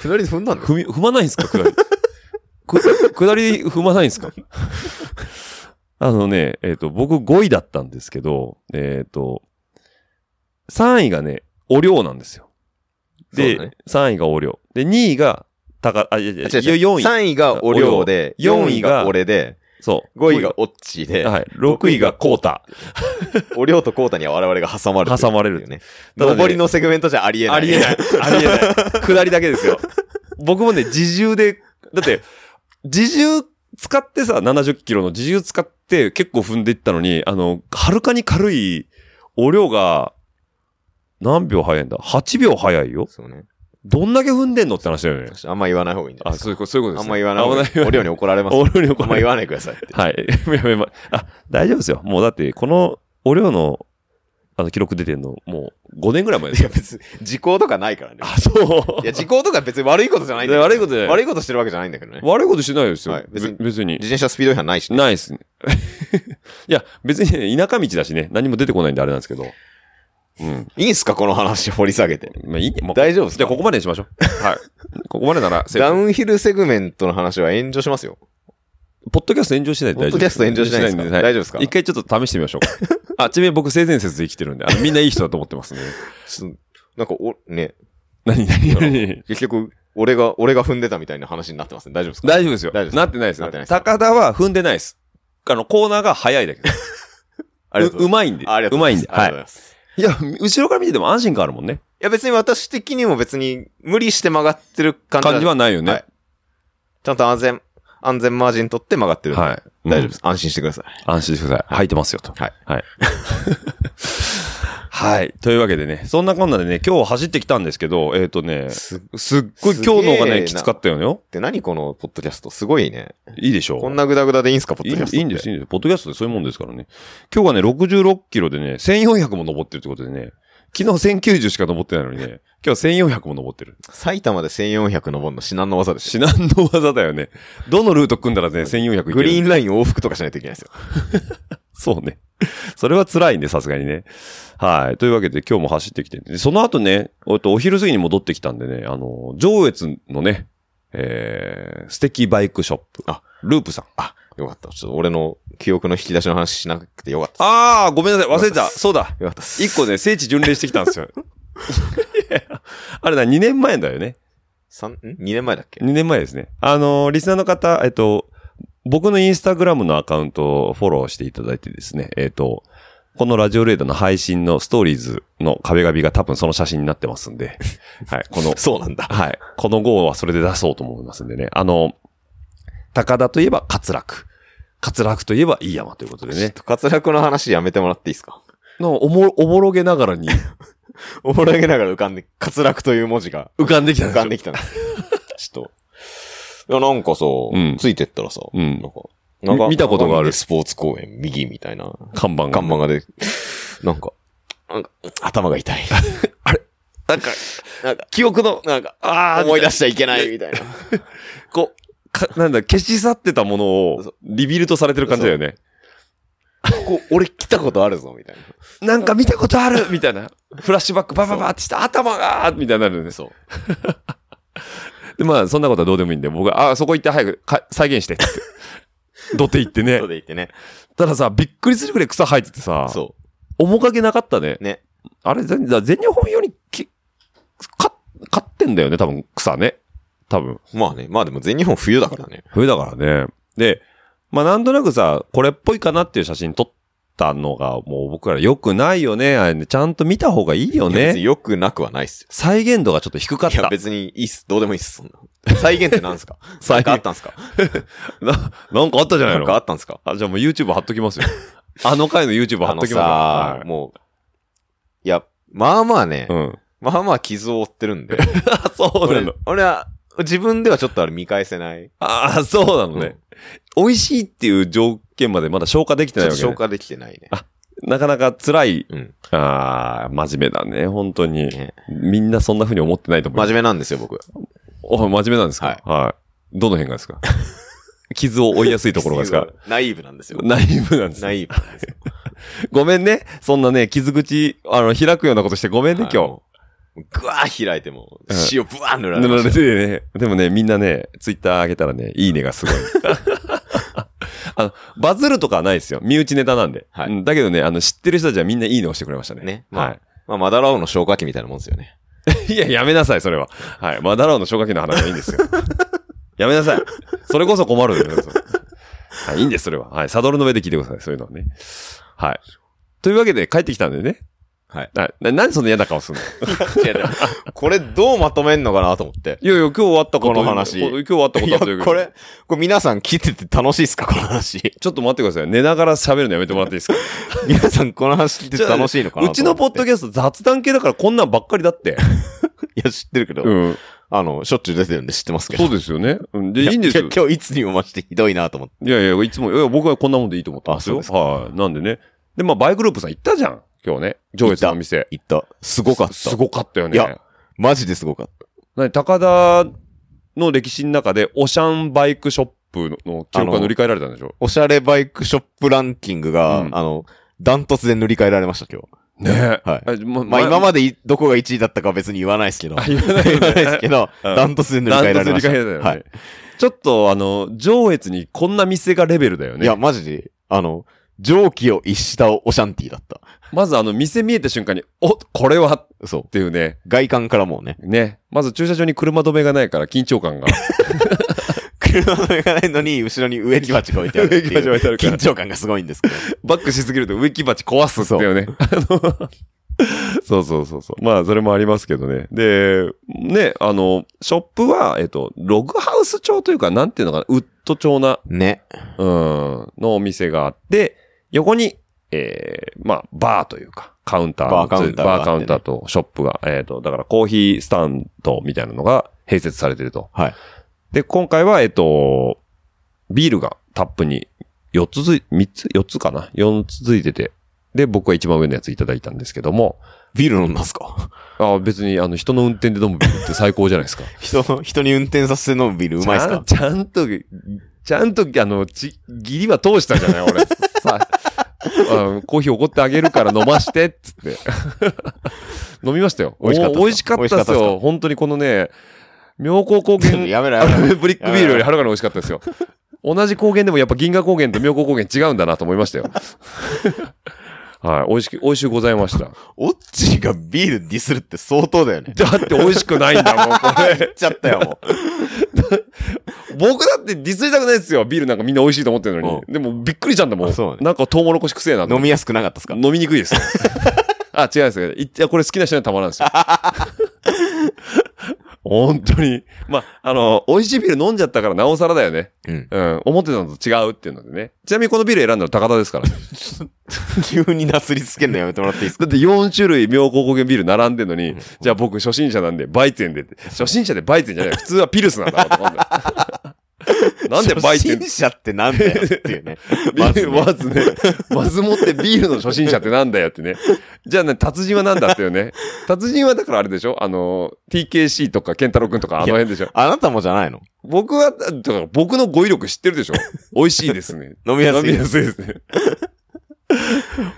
Speaker 5: 左で踏んだんですか
Speaker 3: 踏み、踏まないんすか下り。 く下り踏まないんすかあのね、えっ、と、僕5位だったんですけど、えっ、と、3位がね、お量なんですよ。
Speaker 5: そう
Speaker 3: で、
Speaker 5: だね
Speaker 3: 3位がお量。で、2位が、高、あ、いやいや、
Speaker 5: 違う違う
Speaker 3: 4位。
Speaker 5: 3位がお量で、
Speaker 3: 四
Speaker 5: 4
Speaker 3: 位
Speaker 5: 位
Speaker 3: が
Speaker 5: が俺で、
Speaker 3: そう。
Speaker 5: 5位がオッチーで、
Speaker 3: はい。6位がコータ。
Speaker 5: お量とコータには我々が挟まれて
Speaker 3: 挟まれる
Speaker 5: っていうね。
Speaker 3: ただね
Speaker 5: 上りのセグメントじゃありえない。
Speaker 3: い。ありえ ない。下りだけですよ。僕もね、自重で、だって、自重使ってさ、70キロの自重使って結構踏んでいったのに、あの、はるかに軽い、お量が、何秒早いんだ ?8 秒早いよ。
Speaker 5: そうね。
Speaker 3: どんだけ踏んでんのって話だよね。
Speaker 5: あんま言わない方がいいんじゃない
Speaker 3: あ、
Speaker 5: ですか。
Speaker 3: そういうこと、そういうこと
Speaker 5: あ
Speaker 3: です
Speaker 5: ん
Speaker 3: ね、
Speaker 5: ま言わない方がいい。
Speaker 3: あんま
Speaker 5: お量に怒られます
Speaker 3: お
Speaker 5: よ。
Speaker 3: 量に怒
Speaker 5: あんま言わないでくださいって。
Speaker 3: はい。 やめやめ、あ、大丈夫ですよ。もうだって、この、お量の、あの、記録出てんの、もう、5年ぐらい前で
Speaker 5: い
Speaker 3: す
Speaker 5: や
Speaker 3: よ。
Speaker 5: 別に、時効とかないからね。
Speaker 3: あ、そう。
Speaker 5: いや、時効とか別に悪いことじゃないんだ
Speaker 3: い
Speaker 5: よ。
Speaker 3: や悪いことじゃない
Speaker 5: 悪いことしてるわけじゃないんだけどね。
Speaker 3: 悪いことしてないですよ。
Speaker 5: はい
Speaker 3: 別に
Speaker 5: 別に。
Speaker 3: 別に
Speaker 5: 自転車スピード違反ないしね。
Speaker 3: ないですね。 いや、別に、ね、田舎道だしね、何も出てこないんであれなんですけど。うん。
Speaker 5: いいんすかこの話掘り下げて。
Speaker 3: まあいいね。もう
Speaker 5: 大丈夫です
Speaker 3: じゃあ、
Speaker 5: か
Speaker 3: ここまでにしましょう。 はい。ここまでなら、セーフ
Speaker 5: ダウンヒルセグメントの話は炎上しますよ。
Speaker 3: ポッドキャスト炎上しないで大丈夫
Speaker 5: ポッドキャスト炎上しないですか
Speaker 3: は
Speaker 5: 大丈夫ですか
Speaker 3: 一回ちょっと試してみましょうか。 あ、ちなみに僕、性善説で生きてるんで、あのみんないい人だと思ってますね。
Speaker 5: ちょっとなんか、お、ね、
Speaker 3: 何、何、何。
Speaker 5: 結局、俺が、俺が踏んでたみたいな話になってますね。大丈夫ですか
Speaker 3: 大丈夫ですよ。
Speaker 5: 大丈夫です
Speaker 3: なってないです
Speaker 5: な
Speaker 3: よ
Speaker 5: ってないで。す
Speaker 3: 高田は踏んでないです。あの、コーナーが早いだけです。
Speaker 5: ありがとう
Speaker 3: う
Speaker 5: ございます。
Speaker 3: まいんで。
Speaker 5: ありがと
Speaker 3: う
Speaker 5: うご
Speaker 3: ま
Speaker 5: ざ
Speaker 3: い
Speaker 5: い
Speaker 3: ん
Speaker 5: ま
Speaker 3: で。
Speaker 5: す。
Speaker 3: は
Speaker 5: ありがとうござい
Speaker 3: い。
Speaker 5: ます。
Speaker 3: いや、後ろから見てても安心感あるもんね。
Speaker 5: いや別に私的にも別に無理して曲がってる感じ
Speaker 3: 感じはないよね。
Speaker 5: はいちゃんと安全、安全マージン取って曲がってるんで。
Speaker 3: はいうん
Speaker 5: 大丈夫です。安心してください。
Speaker 3: 安心してください。履いてますよと。
Speaker 5: はい。
Speaker 3: はい。 はい。というわけでね、そんなこんなでね、今日走ってきたんですけど、えっ、とね、
Speaker 5: すっ
Speaker 3: すっごい
Speaker 5: すげ
Speaker 3: 今
Speaker 5: ー
Speaker 3: 日の方がね、
Speaker 5: な
Speaker 3: きつかったよね。
Speaker 5: て何このポッドキャストすごいね。
Speaker 3: いいでしょう
Speaker 5: こんなグダグダでいいんすか、ポッ
Speaker 3: い
Speaker 5: ド
Speaker 3: い
Speaker 5: キ
Speaker 3: ん
Speaker 5: ャスト。
Speaker 3: いいんです、いいんです。ポッドキャストってそういうもんですからね。今日がね、66キロでね、1400も登ってるってことでね、昨日1090しか登ってないのにね、今日1400も登ってる。
Speaker 5: 埼玉で1400登るの至難の技ですよ。
Speaker 3: 至難の技だよね。どのルート組んだらね、1400いける
Speaker 5: グリーンライン往復とかしないといけないですよ。
Speaker 3: そうね。それは辛いんで、さすがにね。はい。というわけで、今日も走ってきて、でその後ね、おっとお昼過ぎに戻ってきたんでね、あの、上越のね、えー、素敵バイクショップ。
Speaker 5: あ
Speaker 3: ループさん。
Speaker 5: あ、よかった。ちょっと俺の記憶の引き出しの話しなくてよかった。
Speaker 3: あー、ごめんなさい。忘れてた。
Speaker 5: よかったっす
Speaker 3: そうだ。
Speaker 5: よかったっす。
Speaker 3: 一個ね、聖地巡礼してきたんです よ。いやあれだ、2年前だよね。
Speaker 5: 三、ん ?2 年前だっけ
Speaker 3: 2年前ですね。あの、リスナーの方、えっと、僕のインスタグラムのアカウントをフォローしていただいてですね、えっと、このラジオレーダーの配信のストーリーズの壁紙が多分その写真になってますん で、はい、この、
Speaker 5: そうなんだ。
Speaker 3: はい、この号はそれで出そうと思いますんでね、あの、高田といえば滑落。滑落といえば飯山ということで
Speaker 5: ちょっ
Speaker 3: ね。
Speaker 5: と滑落の話やめてもらっていいですか
Speaker 3: のおも、おぼろげながらに
Speaker 5: おぼらげながら浮かんで、滑落という文字が
Speaker 3: 浮かんできた
Speaker 5: 浮かんできたな。ちょっと。いや、なんかさ、
Speaker 3: ん
Speaker 5: ついてったらさ、
Speaker 3: うん
Speaker 5: なんか、
Speaker 3: み見たことがある
Speaker 5: 長野スポーツ公園右みたいな
Speaker 3: 看板が。
Speaker 5: 看板がで、なんか、なんか頭 が痛い。
Speaker 3: なんか、
Speaker 5: なんか、
Speaker 3: 記憶の、なんか、ああ、
Speaker 5: 思い出しちゃいけないみたいな。
Speaker 3: こう、か、なんだ、消し去ってたもの
Speaker 5: そ
Speaker 3: を、リビルトされてる感じだよね。
Speaker 5: ここ、俺来たことあるぞ、みたいな。
Speaker 3: なんか見たことあるみたいな。フラッシュバックバババってした頭がみたいになるよね。
Speaker 5: そう。
Speaker 3: で、まあ、そんなことはどうでもいいんで、僕は、ああ、そこ行って早くか再現してって。土手行ってね
Speaker 5: そう。で言ってね。
Speaker 3: たださ、びっくりするくらい草生えててさ、
Speaker 5: そ
Speaker 3: 面影なかったね。
Speaker 5: う。ね。
Speaker 3: あれ、全だ全日本よりき、か、買ってんだよね、多分、草ね。多分。
Speaker 5: まあね、まあでも全日本冬だからね。
Speaker 3: 冬だからね。で、まあなんとなくさ、これっぽいかなっていう写真撮ったのが、もう僕ら良くないよね。あれねちゃんと見た方がいいよ
Speaker 5: いや別に
Speaker 3: ね。
Speaker 5: 良くなくはないっすよ。
Speaker 3: 再現度がちょっと低かっ
Speaker 5: いや、
Speaker 3: た。
Speaker 5: 別にいいっす。どうでもいいっす、そんな。再現って何すか
Speaker 3: 再現
Speaker 5: 再現あったんすか
Speaker 3: ななんかあったじゃ ない
Speaker 5: なん
Speaker 3: の
Speaker 5: かあったんすか
Speaker 3: あじゃあもう YouTube 貼っとき ますよ。あの回の YouTube 貼
Speaker 5: あ
Speaker 3: っ
Speaker 5: の
Speaker 3: ときますよ。
Speaker 5: さ
Speaker 3: は、い
Speaker 5: もう、いや、まあまあね、
Speaker 3: うん。
Speaker 5: まあまあ傷を負ってるん で、
Speaker 3: あ、そうな
Speaker 5: 俺
Speaker 3: の。
Speaker 5: 俺は、自分ではちょっとあれ見返せない。
Speaker 3: ああ、そうなのね、美味しいっていう条件までまだ消化できて
Speaker 5: ちょ
Speaker 3: な
Speaker 5: っ
Speaker 3: い
Speaker 5: と
Speaker 3: わけ、ね
Speaker 5: 消。化できてないね。
Speaker 3: なかなか辛い。
Speaker 5: うん。
Speaker 3: ああ、真面目だね、本当に、
Speaker 5: ね
Speaker 3: みんなそんな風に思ってないと思う
Speaker 5: 真。面目なんですよ、僕。
Speaker 3: お、真面目なんですか
Speaker 5: はい
Speaker 3: はい。どの辺がですか 傷を負いやすいところがですか
Speaker 5: ナイーブなんですよ。
Speaker 3: ナイーブなんです
Speaker 5: ナ
Speaker 3: ね。
Speaker 5: イーブなんですよ。
Speaker 3: ごめんね。そんなね、傷口、あの、開くようなことしてごめんね、
Speaker 5: はい
Speaker 3: 今日。
Speaker 5: ぐわー開いても
Speaker 3: うん、
Speaker 5: 塩ぶわー塗られ
Speaker 3: 塗
Speaker 5: ま
Speaker 3: ら
Speaker 5: し
Speaker 3: れ
Speaker 5: た。
Speaker 3: てね。でもね、みんなね、ツイッター上げたらね、いいねがすごい。 あの、バズるとかはないですよ。身内ネタなんで。
Speaker 5: はい
Speaker 3: うんだけどね、あの、知ってる人たちはみんないいねをしてくれましたね。
Speaker 5: ねまあ
Speaker 3: は
Speaker 5: まあ、マダラオの消化器みたいなもんですよね。
Speaker 3: い。いや、やめなさい、それは。はい。まあ、ダラオの消火器の話はいいん ですよ。やめなさい。それこそ困るよ。それはい、いいんです、それは。はい。サドルの上で聞いてください、そういうのはね。はい。というわけで、帰ってきたんでね。
Speaker 5: はい。
Speaker 3: な、ななんでそんな嫌な顔するの
Speaker 5: いやでもこれどうまとめんのかなと思って。
Speaker 3: いやいや、今日終わったこと。
Speaker 5: この話
Speaker 3: 今日終わったこ
Speaker 5: い
Speaker 3: とだ
Speaker 5: や、
Speaker 3: とい
Speaker 5: これ
Speaker 3: うけど、
Speaker 5: これ皆さん聞いてて楽しいですかこの話。
Speaker 3: ちょっと待ってください。寝ながら喋るのやめてもらっていいですか
Speaker 5: 皆さん この話聞いてて楽しいのかな
Speaker 3: うちのポッド
Speaker 5: キャ
Speaker 3: キャスト雑談系だからこんなんばっかりだって。
Speaker 5: いや、知ってるけど、
Speaker 3: うん。
Speaker 5: あの、しょっちゅう出てるんで知ってますけど。
Speaker 3: そうですよね。うんで、いいんです
Speaker 5: や
Speaker 3: よ。
Speaker 5: 今日いつにも増してひどいなと思って。
Speaker 3: いやいや、いつも、いや、僕はこんなもんでいいと思ってますよ。
Speaker 5: あそうで
Speaker 3: は
Speaker 5: す
Speaker 3: い。なんでね。で、まあ、バイクループさん行ったじゃん。今日ね。上越のお店。
Speaker 5: 言った。すごかった。
Speaker 3: すごかったよね。
Speaker 5: いやマジですごかっ
Speaker 3: なに高田の歴史の中で、オシャンバイクショップのの記録が塗り替えられたんでしょ
Speaker 5: た。おしゃれバイクショップランキングが、
Speaker 3: うん
Speaker 5: あの、ダントツで塗り替えられました、今日。
Speaker 3: ねえ。
Speaker 5: はい
Speaker 3: い。ま
Speaker 5: まあ今
Speaker 3: で
Speaker 5: までいどこが1位だったかは別に言わないですけど。
Speaker 3: 言わない
Speaker 5: 言わないですけど、
Speaker 3: うん
Speaker 5: ダントツで塗り替
Speaker 3: 塗
Speaker 5: え
Speaker 3: り
Speaker 5: られ
Speaker 3: 替
Speaker 5: ました。
Speaker 3: えられた
Speaker 5: は
Speaker 3: よね
Speaker 5: い。。
Speaker 3: ちょっと、あの、上越にこんな店がレベルだよね。
Speaker 5: いや、マジで、あの、蒸気を逸したオシャンティーだった。
Speaker 3: まずあの、店見えた瞬間に、お、これはっ
Speaker 5: そう。
Speaker 3: ていうね。
Speaker 5: 外観からもうね。
Speaker 3: ね。まず駐車場に車止めがないから緊張感が。
Speaker 5: 車の上がないのに、後ろに植木鉢が置いてあるっていう。
Speaker 3: 植木鉢置いてあるから
Speaker 5: 緊張感がすごいんですけど。
Speaker 3: バックしすぎると植木鉢壊すっていうね。あのそうそうそうそう。まあ、それもありますけどね。で、ね、あの、ショップは、えっと、ログハウス調というか、なんていうのかな、ウッド調な、
Speaker 5: ね。
Speaker 3: うん、のお店があって、横に、えー、まあ、バーというか、カウンター、
Speaker 5: バーカウンターがあ
Speaker 3: バ
Speaker 5: ってね
Speaker 3: ーカウンターとショップが、えっ、と、だからコーヒースタンドみたいなのが併設されてると。
Speaker 5: はい。
Speaker 3: で、今回は、えっと、ビールがタップに4つつい、3つ、4つかな ?4 つついてて。で、僕は一番上のやついただいたんですけども、
Speaker 5: ビール飲んだんすか
Speaker 3: あ別に、あの、人の運転で飲むビールって最高じゃないですか。
Speaker 5: 人の、人に運転させて飲むビールうまいっすか
Speaker 3: ちゃんちゃんと、ちゃんと、あの、ち、ギリは通したじゃない俺。 さあ、コーヒーおごってあげるから飲まして、っつって。 飲みましたよ。
Speaker 5: 美味しかったっすか
Speaker 3: お美味しかった
Speaker 5: 美
Speaker 3: で
Speaker 5: 味し
Speaker 3: す
Speaker 5: かったっす
Speaker 3: よ。本当にこのね、妙高高原、
Speaker 5: やめろ
Speaker 3: あ
Speaker 5: やめろ。
Speaker 3: のブリックビールよりはるかに美味しかったですよ。同じ高原でもやっぱ銀河高原と妙高高原違うんだなと思いましたよ。 はい。美味しく、美味しゅうございました。
Speaker 5: オッチーがビールディスるって相当だよね。
Speaker 3: だって美味しくないんだもん、これ
Speaker 5: 言。っちゃったよ、もう。
Speaker 3: 僕だってディスりたくないですよ。ビールなんかみんな美味しいと思ってるのに。でもびっくりしたんだもん。
Speaker 5: あそうね
Speaker 3: なんかトウモロコシくせえなと思
Speaker 5: 飲
Speaker 3: って
Speaker 5: みやすくなかったっすか
Speaker 3: 飲みにくいですよ。あ、違うんですけど。いや、これ好きな人にはたまらんですよ。 本当に。まあ、あの、美味しいビール飲んじゃったからなおさらだよね。
Speaker 5: うん。
Speaker 3: うん。思ってたのと違うっていうのでね。ちなみにこのビール選んだの高田です からね。
Speaker 5: 急になすりつけんのやめてもらっていいですか
Speaker 3: だって4種類妙高高原ビール並んでんのに、じゃあ僕初心者なんでバイツェンでって。初心者でバイツェンじゃない。普通はピルスなんだろうと思うんだ よなんでバイツェン。
Speaker 5: 初心者ってなんだよっていうね
Speaker 3: ま
Speaker 5: ま
Speaker 3: ず
Speaker 5: ず
Speaker 3: ね
Speaker 5: ね、
Speaker 3: まずね、まずもってビールの初心者ってなんだよってね。じゃあね、達人はなんだってよね。達人はだからあれでしょあの、TKC とか健太郎くんとかあの辺でしょ
Speaker 5: あなたもじゃないの
Speaker 3: 僕は、だから僕の語彙力知ってるでしょ美味しいですね。
Speaker 5: 飲みやすい
Speaker 3: 飲みやすいですね。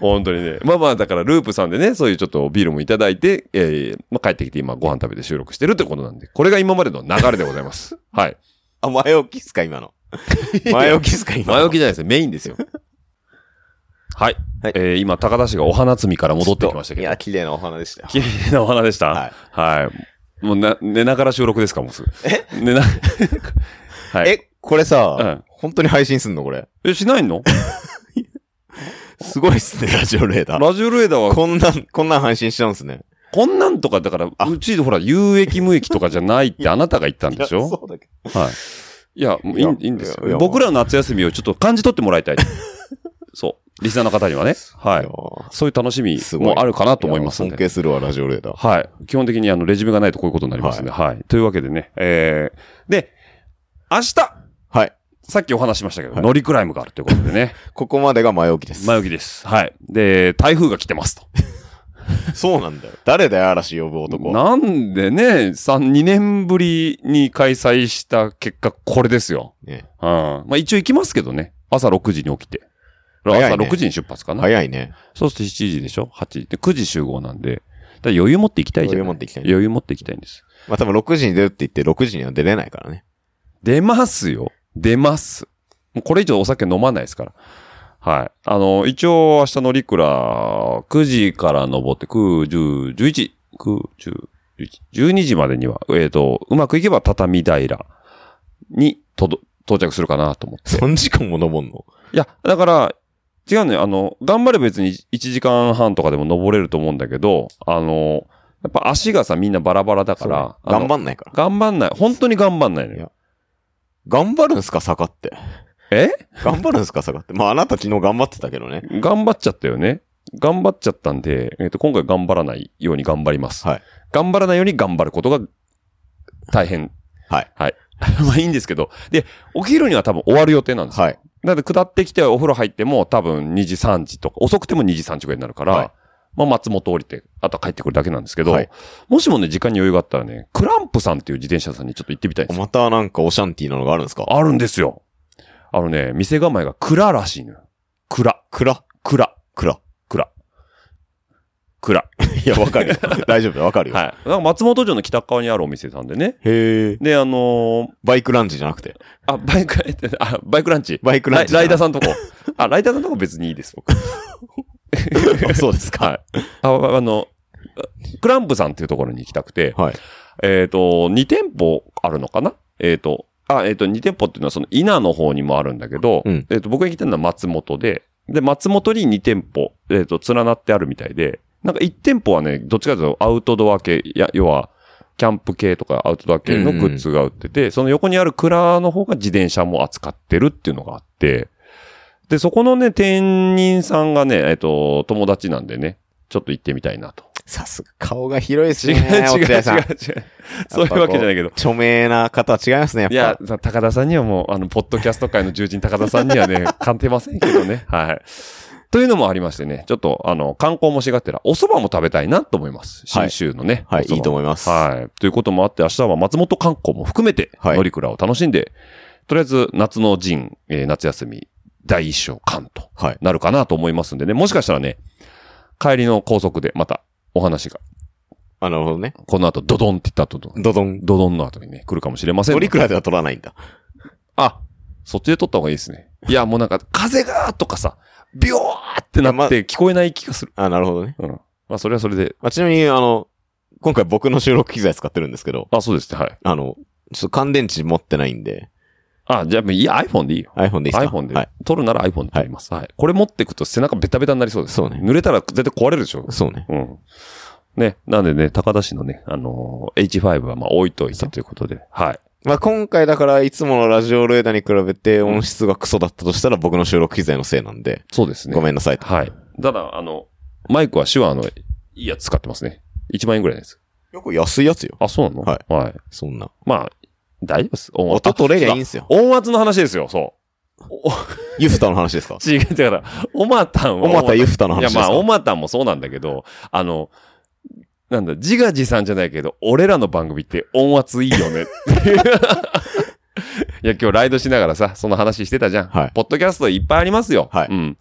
Speaker 3: 本当にね。まあまあ、だから、ループさんでね、そういうちょっとビールもいただいて、えーまあ、帰ってきて今ご飯食べて収録してるってことなんで、これが今までの流れでございます。はい。
Speaker 5: あ、前置きっすか今の。前置きっすか今 の。
Speaker 3: 前置きじゃないですね。メインですよ。 はい。
Speaker 5: はい
Speaker 3: えー今、高田氏がお花摘みから戻ってきましたけ
Speaker 5: い
Speaker 3: ど
Speaker 5: や、。綺麗なお花でしたよ。
Speaker 3: 綺麗なお花でした。
Speaker 5: はい
Speaker 3: はい。もうな、寝ながら収録ですか、もうすぐ。え寝な、 はい。
Speaker 5: え、これさ、
Speaker 3: うん
Speaker 5: 本当に配信すんのこれ。
Speaker 3: え、しないの
Speaker 5: すごいっすね、ラジオレーダー。
Speaker 3: ラジオルエダは、
Speaker 5: こんなん、こんなん配信しちゃうんすね。
Speaker 3: こんなんとか、だから、
Speaker 5: あ
Speaker 3: うちでほら、有益無益とかじゃないってあなたが言ったんでし
Speaker 5: いや
Speaker 3: ょ
Speaker 5: そうだけ
Speaker 3: はい。いや、もういい
Speaker 5: いや
Speaker 3: いいんです
Speaker 5: いやい
Speaker 3: よ。
Speaker 5: や
Speaker 3: 僕らの夏休みをちょっと感じ取ってもらい たい。そう。リスナーの方にはね。
Speaker 5: ど。
Speaker 3: はい。そういう楽しみ
Speaker 5: すごい
Speaker 3: もあるかなと思いますん
Speaker 5: や
Speaker 3: で
Speaker 5: 尊。敬するわ、ラジオレーダー。
Speaker 3: はい。基本的にあの、レジュメがないとこういうことになりますね。はい。というわけでね、えー、で、明日
Speaker 5: はい。
Speaker 3: さっきお話ししましたけど、
Speaker 5: はい
Speaker 3: 乗りクライムがあるということで ね、
Speaker 5: ここまでが前置きです。
Speaker 3: 前置きです。はい。で、台風が来てますと。
Speaker 5: そうなんだよ。誰だよ、嵐呼ぶ男は。
Speaker 3: なんでね、三2年ぶりに開催した結果、これですよ。
Speaker 5: ね、
Speaker 3: うん。まあ一応行きますけどね、朝6時に起きて。
Speaker 5: 早いね
Speaker 3: 朝6時に出発かな。
Speaker 5: 早いね。
Speaker 3: そうすると7時でしょ ?8 時。で、9時集合なんで、だから余裕持って行きたいじゃん。
Speaker 5: 余裕持って行きたい
Speaker 3: 余裕持って行きたいんです。
Speaker 5: まあ、多分6時に出るって言って、6時には出れないからね。
Speaker 3: 出ますよ。出ます。もうこれ以上お酒飲まないですから。はい。あの、一応明日のリクラ、9時から登って、9、10、11、9、10、11、12時までには、えっ、と、うまくいけば畳平にとど到着するかなと思って。
Speaker 5: 3時間も登んの
Speaker 3: いや、だから、違うのよ。あの、頑張れば別に1時間半とかでも登れると思うんだけど、あの、やっぱ足がさ、みんなバラバラだから、あの
Speaker 5: 頑張んないから。
Speaker 3: 頑張んない。本当に頑張んないの
Speaker 5: いや
Speaker 3: よ。
Speaker 5: 頑張るんすか、坂って。
Speaker 3: え
Speaker 5: 頑張るんすか、坂って。まあ、あなた昨日頑張ってたけどね。
Speaker 3: 頑張っちゃったよね。頑張っちゃったんで、えっ、と、今回頑張らないように頑張ります。
Speaker 5: はい
Speaker 3: 頑張らないように頑張ることが大変。
Speaker 5: はい。
Speaker 3: はい。 まあいいんですけど。で、お昼には多分終わる予定なんですよ。
Speaker 5: はい。
Speaker 3: なので、下ってきてお風呂入っても多分2時3時とか、遅くても2時3時ぐらいになるから、
Speaker 5: はい
Speaker 3: まあ松本降りて、あとは帰ってくるだけなんですけど、
Speaker 5: はい
Speaker 3: もしもね、時間に余裕があったらね、クランプさんっていう自転車さんにちょっと行ってみたいんですよ。
Speaker 5: またなんかオシャンティーなのがあるんですか
Speaker 3: あるんですよ。あのね、店構えが蔵らしいのよ。蔵。蔵。蔵。
Speaker 5: 蔵。
Speaker 3: 蔵。蔵。
Speaker 5: いや、わかる よ。大丈夫だよ、わかるよ。
Speaker 3: はい。なんか松本城の北側にあるお店さんでね。
Speaker 5: へえ。
Speaker 3: で、あのー
Speaker 5: バイクランチじゃなくて。
Speaker 3: あ、バイク、 えっとあ、バイクランチ。
Speaker 5: バイクランチじゃ
Speaker 3: ラ
Speaker 5: な
Speaker 3: イ
Speaker 5: い。
Speaker 3: ライダーさんとこ。あ、ライダーさんとこ別にいいです、僕。
Speaker 5: あそうですか。
Speaker 3: はい。あ、あの、クランプさんっていうところに行きたくて、
Speaker 5: はい。
Speaker 3: えっ、と、2店舗あるのかなえっ、と、あ、えっ、と、2店舗っていうのはその稲の方にもあるんだけど、
Speaker 5: うん
Speaker 3: えっ、と、僕が来たのは松本で、で、松本に2店舗、えっ、と、連なってあるみたいで、なんか一店舗はね、どっちかというとアウトドア系、いや、要は、キャンプ系とかアウトドア系のグッズが売ってて、その横にある蔵の方が自転車も扱ってるっていうのがあって、で、そこのね、店員さんがね、えっと、友達なんでね、ちょっと行ってみたいなと。
Speaker 5: さすが顔が広いですね。
Speaker 3: 違う違う違う違
Speaker 5: 落合さん
Speaker 3: う。そういうわけじゃないけど。
Speaker 5: 著名な方は違いますね、やっ
Speaker 3: いや、
Speaker 5: ぱ。
Speaker 3: さ高田さんにはもう、あの、ポッドキャスト界の重鎮高田さんには ね、鑑定ませんけどね。はい。というのもありましてね、ちょっと、あの、観光もしがてら、お蕎麦も食べたいなと思います。
Speaker 5: はい
Speaker 3: 新州のね。
Speaker 5: はい
Speaker 3: お蕎麦
Speaker 5: いいと思います
Speaker 3: はい。ということもあって、明日は松本観光も含めて、
Speaker 5: はい
Speaker 3: 乗り倉を楽しんで、とりあえず、夏の陣、えー夏休み、第一章、関と
Speaker 5: はい
Speaker 3: なるかなと思いますんでね、もしかしたらね、帰りの高速で、また、お話が、
Speaker 5: あ、なるほどね。
Speaker 3: この後、ドドンって言った後の、
Speaker 5: ドドン。
Speaker 3: ドドンの後にね、来るかもしれませんの
Speaker 5: ト
Speaker 3: で
Speaker 5: リクラでは取らないんだ。
Speaker 3: あ、そっちで撮った方がいいですね。いや、もうなんか、 風がーとかさ、ビョーってなって聞こえない気がする。
Speaker 5: あ、なるほどね。
Speaker 3: うん。まあ、それはそれで。
Speaker 5: まあ、ちなみに、あの、今回僕の収録機材使ってるんですけど、
Speaker 3: あ、そうですね。はい。
Speaker 5: あの、ちょっと乾電池持ってないんで、
Speaker 3: あ、じゃあ、いや、iPhone でいいよ。
Speaker 5: iPhone でいいですか
Speaker 3: iPhone で。
Speaker 5: はい。
Speaker 3: 撮るなら iPhone で撮ります。はい。これ持ってくと背中ベタベタになりそうです。
Speaker 5: そうね
Speaker 3: 濡れたら絶対壊れるでしょ。
Speaker 5: そうね。
Speaker 3: うん。ね。なんでね、高田市のね、あのー H5 はまあ置いといてということで。はい。
Speaker 5: まあ、今回だから、いつものラジオレーダーに比べて音質がクソだったとしたら僕の収録機材のせいなんで、
Speaker 3: そうですね。
Speaker 5: ごめんなさいと。
Speaker 3: はい。ただ、あの、マイクは手話のいいやつ使ってますね。1万円ぐらいのやつ。
Speaker 5: よく安いやつよ。
Speaker 3: あ、そうなの。
Speaker 5: はい
Speaker 3: はい。
Speaker 5: そんな。
Speaker 3: まあ、大丈夫です。音
Speaker 5: 音取れりゃいいん
Speaker 3: す
Speaker 5: すよ。
Speaker 3: 音圧の話ですよ、そう。
Speaker 5: ユフタの話ですか
Speaker 3: 違う、だから、オマタンは。
Speaker 5: おまたユフタの
Speaker 3: い
Speaker 5: 話で
Speaker 3: や、
Speaker 5: すか
Speaker 3: まあ、オマタンもそうなんだけど、あの、なんだ、自画自賛じゃないけど、俺らの番組って音圧いいよね。っていういや、今日ライドしながらさ、その話してたじゃん。
Speaker 5: はい
Speaker 3: ポッドキャストいっぱいありますよ。
Speaker 5: はい
Speaker 3: うん。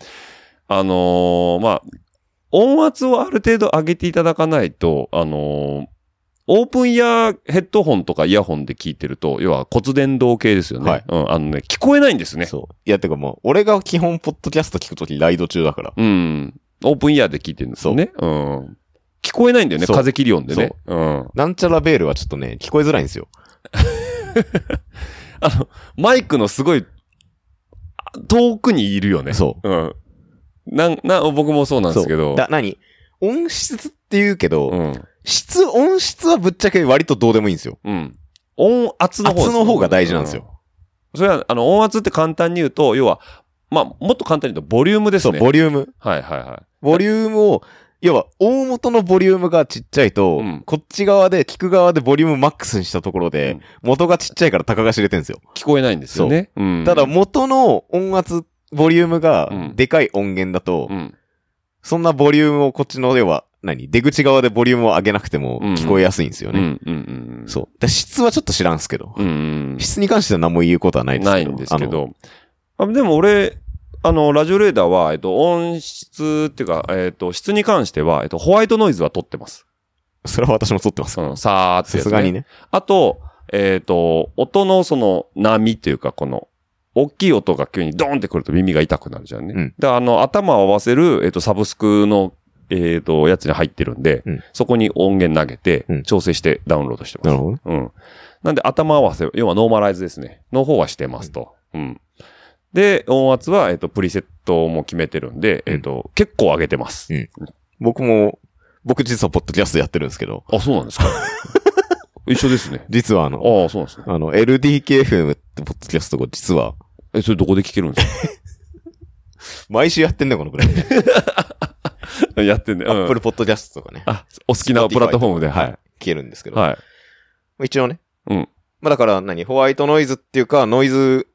Speaker 3: あのーまあ、音圧をある程度上げていただかないと、あのーオープンイヤーヘッドホンとかイヤホンで聞いてると、要は骨伝導系ですよね。
Speaker 5: はい
Speaker 3: うん、あのね、聞こえないんですね。
Speaker 5: そう。いや、てかもう、俺が基本ポッドキャスト聞くときライド中だから。
Speaker 3: うん。オープンイヤーで聞いてるんですよね。うん。聞こえないんだよね。
Speaker 5: そう
Speaker 3: 風切り音でね。うん。
Speaker 5: なんちゃらベールはちょっとね、聞こえづらいんですよ。
Speaker 3: あの、マイクのすごい、あ遠くにいるよね。。
Speaker 5: そう
Speaker 3: うん。なん、な、僕もそうなんですけど。
Speaker 5: だ、何音質って言うけど、
Speaker 3: うん。
Speaker 5: 質、音質はぶっちゃけ割とどうでもいいんですよ。
Speaker 3: うん。音圧の方です
Speaker 5: 圧の方が大事なんですよ。
Speaker 3: うんそれは、あの、音圧って簡単に言うと、要は、まあ、もっと簡単に言うと、ボリュームです
Speaker 5: そう、
Speaker 3: ね。
Speaker 5: ボリューム。
Speaker 3: はいはいは
Speaker 5: ボリュームを、要は、大元のボリュームがちっちゃいと、
Speaker 3: うん
Speaker 5: こっち側で、聞く側でボリュームマックスにしたところで、
Speaker 3: うん
Speaker 5: 元がちっちゃいから高が知れてるんですよ。
Speaker 3: い。聞こえないんですよね。うん。
Speaker 5: ただ、元の音圧、ボリュームが
Speaker 3: うん、
Speaker 5: でかい音源だと、
Speaker 3: うん。
Speaker 5: そんなボリュームをこっちの、要は、何出口側でボリュームを上げなくても
Speaker 3: うんうん
Speaker 5: 聞こえやすいんですよ
Speaker 3: う
Speaker 5: ね。
Speaker 3: ん。うん。うん。
Speaker 5: そう。だから質はちょっと知らんすけど。
Speaker 3: うん。うん。
Speaker 5: 質に関しては何も言うことはないです
Speaker 3: な
Speaker 5: け
Speaker 3: い
Speaker 5: ど。
Speaker 3: んですけど。あでも俺、あの、ラジオレーダーは、えっと、音質っていうか、えっと、質に関しては、えっと、ホワイトノイズは取ってます。
Speaker 5: あの。それは私も撮ってます。
Speaker 3: うん、さーって
Speaker 5: さ
Speaker 3: やつ、
Speaker 5: すがに。ね。
Speaker 3: あと、えっ、と、音のその波っていうか、この、大きい音が急にドーンってくると耳が痛くなるじゃんね。
Speaker 5: うん
Speaker 3: で、あの、頭を合わせる、えっ、と、サブスクの、えっ、と、やつに入ってるんで、
Speaker 5: うん
Speaker 3: そこに音源投げて
Speaker 5: うん、
Speaker 3: 調整してダウンロードしてます。
Speaker 5: なるほどね。
Speaker 3: うん。なんで頭合わせ、要はノーマライズですね。の方はしてますと。うん。で、音圧は、えっ、と、プリセットも決めてるんで、
Speaker 5: うん
Speaker 3: えっ、と、結構上げてます。
Speaker 5: 僕も、僕実はポッドキャストやってるんですけど、
Speaker 3: あ、そうなんですか一緒ですね。
Speaker 5: 実はあ
Speaker 3: あ
Speaker 5: の、
Speaker 3: あ、そうなんですね。
Speaker 5: あの、LDKFM ってポッドキャストが実は、
Speaker 3: え、それどこで聞けるんです
Speaker 5: 毎週やってんだよ、このくらい。
Speaker 3: かやってんね。
Speaker 5: アップ
Speaker 3: ル。
Speaker 5: ルポッドキャストとかね。
Speaker 3: あ、お好きなプラットフォームで、は
Speaker 5: 消えるんですけ
Speaker 3: い。
Speaker 5: ど。ま
Speaker 3: はい。
Speaker 5: あ一応ね。
Speaker 3: うん。
Speaker 5: まあだから何ホワイトノイズっていうか、ノイズ、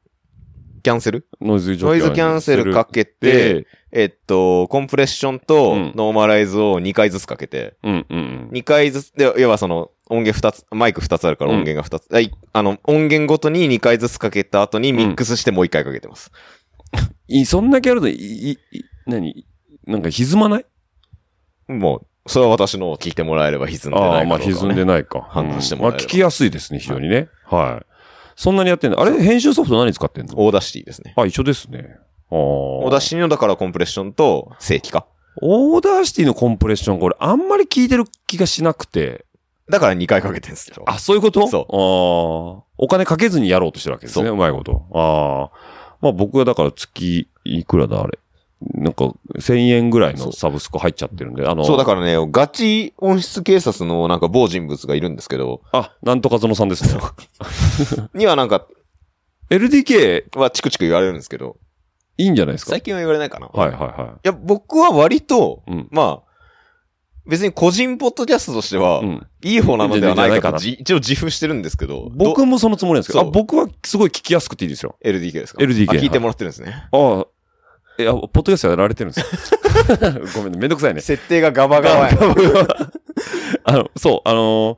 Speaker 5: キャンセル
Speaker 3: ノイズ除去
Speaker 5: ノイズキャンセルかけて、
Speaker 3: で、
Speaker 5: えっと、コンプレッション
Speaker 3: う
Speaker 5: と
Speaker 3: ん
Speaker 5: ノーマライズを2回ずつかけて、
Speaker 3: うんうんうん。
Speaker 5: 2回ずつ、で要はその、音源2つ、マイク2つあるから
Speaker 3: うん
Speaker 5: 音源が2つ、あいあの、音源ごとに2回ずつかけた後にミックスしてもう1回かけてます。
Speaker 3: いそんだけやると、い、い、い何なんか歪まない
Speaker 5: もう、それは私のを聞いてもらえれば歪んでな
Speaker 3: あ
Speaker 5: いか
Speaker 3: あ
Speaker 5: ど
Speaker 3: ー、まあ、
Speaker 5: うかね
Speaker 3: 歪んでないか。
Speaker 5: 判断してもらえれば
Speaker 3: まあ、聞きやすいですね、非常にね。はい。そんなにやってんだ。あれ、編集ソフト何使ってんの
Speaker 5: オーダーシティですね。
Speaker 3: あ、一緒ですね。ああ。
Speaker 5: オーダーシティのだからコンプレッションと正規化。
Speaker 3: オーダーシティのコンプレッション、これ、あんまり聞いてる気がしなくて。
Speaker 5: だから2回かけてるんですよ。
Speaker 3: あ、そういうこと
Speaker 5: そう
Speaker 3: ああ。お金かけずにやろうとしてるわけですね、
Speaker 5: そう
Speaker 3: うまいこと。ああ。まあ、僕はだから月、いくらだ、あれ。なんか、1000円ぐらいのサブスク入っちゃってるんで、あの、
Speaker 5: そう、だからね、ガチ音質警察のなんか某人物がいるんですけど、
Speaker 3: あ、なんとか園さんですね。
Speaker 5: にはなんか、
Speaker 3: LDK、
Speaker 5: はチクチク言われるんですけど、
Speaker 3: いいんじゃないですか
Speaker 5: 最近は言われないかな。い
Speaker 3: はいはいは
Speaker 5: や、僕は割と、
Speaker 3: うん
Speaker 5: まあ、別に個人ポッドキャストとしては、
Speaker 3: い。うん。
Speaker 5: いい方なのではないかと
Speaker 3: じ
Speaker 5: じ一応自負してるんですけど、
Speaker 3: 僕
Speaker 5: ど
Speaker 3: もそのつもりなんですけど、あ、
Speaker 5: そう
Speaker 3: 僕はすごい聞きやすくていいですよ。
Speaker 5: LDK ですか
Speaker 3: LDK
Speaker 5: あ聞いてもらってるんで すね。
Speaker 3: ああ、いや、ポッドキャストやられてるんですよ。 ごめんね、めんどくさいね。
Speaker 5: 設定がガバガバや。
Speaker 3: あの、そう、あのー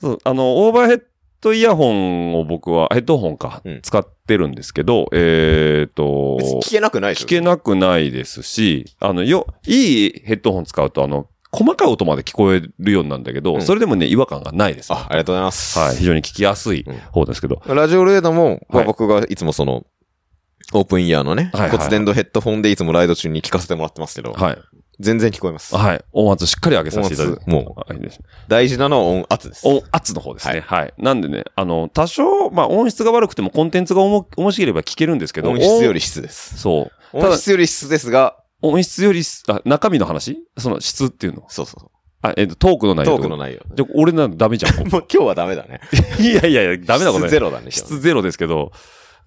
Speaker 3: そう、あの、オーバーヘッドイヤホンを僕は、ヘッドホンか、
Speaker 5: うん
Speaker 3: 使ってるんですけど、えっ、と、
Speaker 5: 別に聞けなくないでし
Speaker 3: 聞
Speaker 5: ょ。
Speaker 3: けなくないですし、あの、よ、いいヘッドホン使うと、あの、細かい音まで聞こえるようになるんだけど、
Speaker 5: うん
Speaker 3: それでもね、違和感がないです。
Speaker 5: あ、ありがとうございます。
Speaker 3: はい、非常に聞きやすい方ですけど、
Speaker 5: ラジオレーダーも、まあ
Speaker 3: はい
Speaker 5: 僕がいつもその、オープンイヤーのね、
Speaker 3: はいはいはい
Speaker 5: 骨伝導ヘッドホンでいつもライド中に聞かせてもらってますけど、
Speaker 3: はい、
Speaker 5: 全然聞こえます。
Speaker 3: はい、音圧しっかり上げさせていただいて、
Speaker 5: 音圧も
Speaker 3: う、はい
Speaker 5: 大事なのは音圧です。
Speaker 3: 音圧の方ですね。はい。なんでね、あの、多少、まあ音質が悪くてもコンテンツが重面白ければ聞けるんですけど。
Speaker 5: 音質より質です。
Speaker 3: そう。ただ
Speaker 5: 音質より質ですが、
Speaker 3: 音質よりす、あ、中身の話その質っていうの。
Speaker 5: そうそうそ
Speaker 3: あ、えっ、と、トークの
Speaker 5: う。
Speaker 3: 内容。
Speaker 5: トークの内 容。
Speaker 3: じゃ、俺なんかダメじゃん。 こ
Speaker 5: もう今日はダメだね。
Speaker 3: ういやいやいや、ダメなことな
Speaker 5: 質
Speaker 3: い。
Speaker 5: ゼロだね。
Speaker 3: 質ゼロですけど。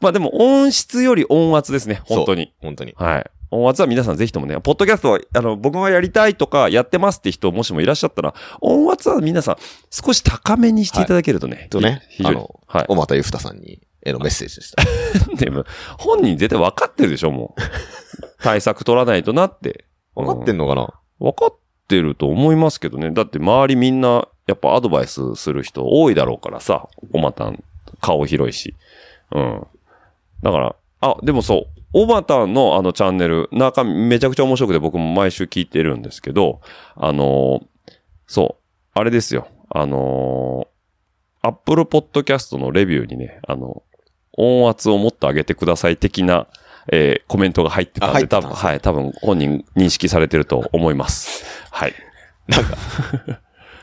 Speaker 3: まあでも音質より音圧ですね。本当に。
Speaker 5: 本当に。
Speaker 3: はい。音圧は皆さんぜひともね、ポッドキャストは、あの、僕がやりたいとか、やってますって人、もしもいらっしゃったら、音圧は皆さん、少し高めにしていただけるとね。
Speaker 5: とね
Speaker 3: 非常
Speaker 5: あ
Speaker 3: に
Speaker 5: の。
Speaker 3: はい。
Speaker 5: 小又ゆふたさんに、へのメッセージでした。
Speaker 3: でも、本人絶対分かってるでしょ、もう。対策取らないとなって。
Speaker 5: 分かってんのかな
Speaker 3: 分かってると思いますけどね。だって周りみんな、やっぱアドバイスする人多いだろうからさ、おまたん、顔広いし。うん。だから、あ、でもそう、おばたんのあのチャンネル、中身めちゃくちゃ面白くて僕も毎週聞いてるんですけど、あのーそう、あれですよ、あのー、Apple Podcast のレビューにね、あの、音圧をもっと上げてください的な、えーコメントが入ってたん
Speaker 5: あ入
Speaker 3: で、
Speaker 5: ってた
Speaker 3: 多
Speaker 5: んで
Speaker 3: 分、
Speaker 5: すね
Speaker 3: はい、多分本人認識されてると思います。はい。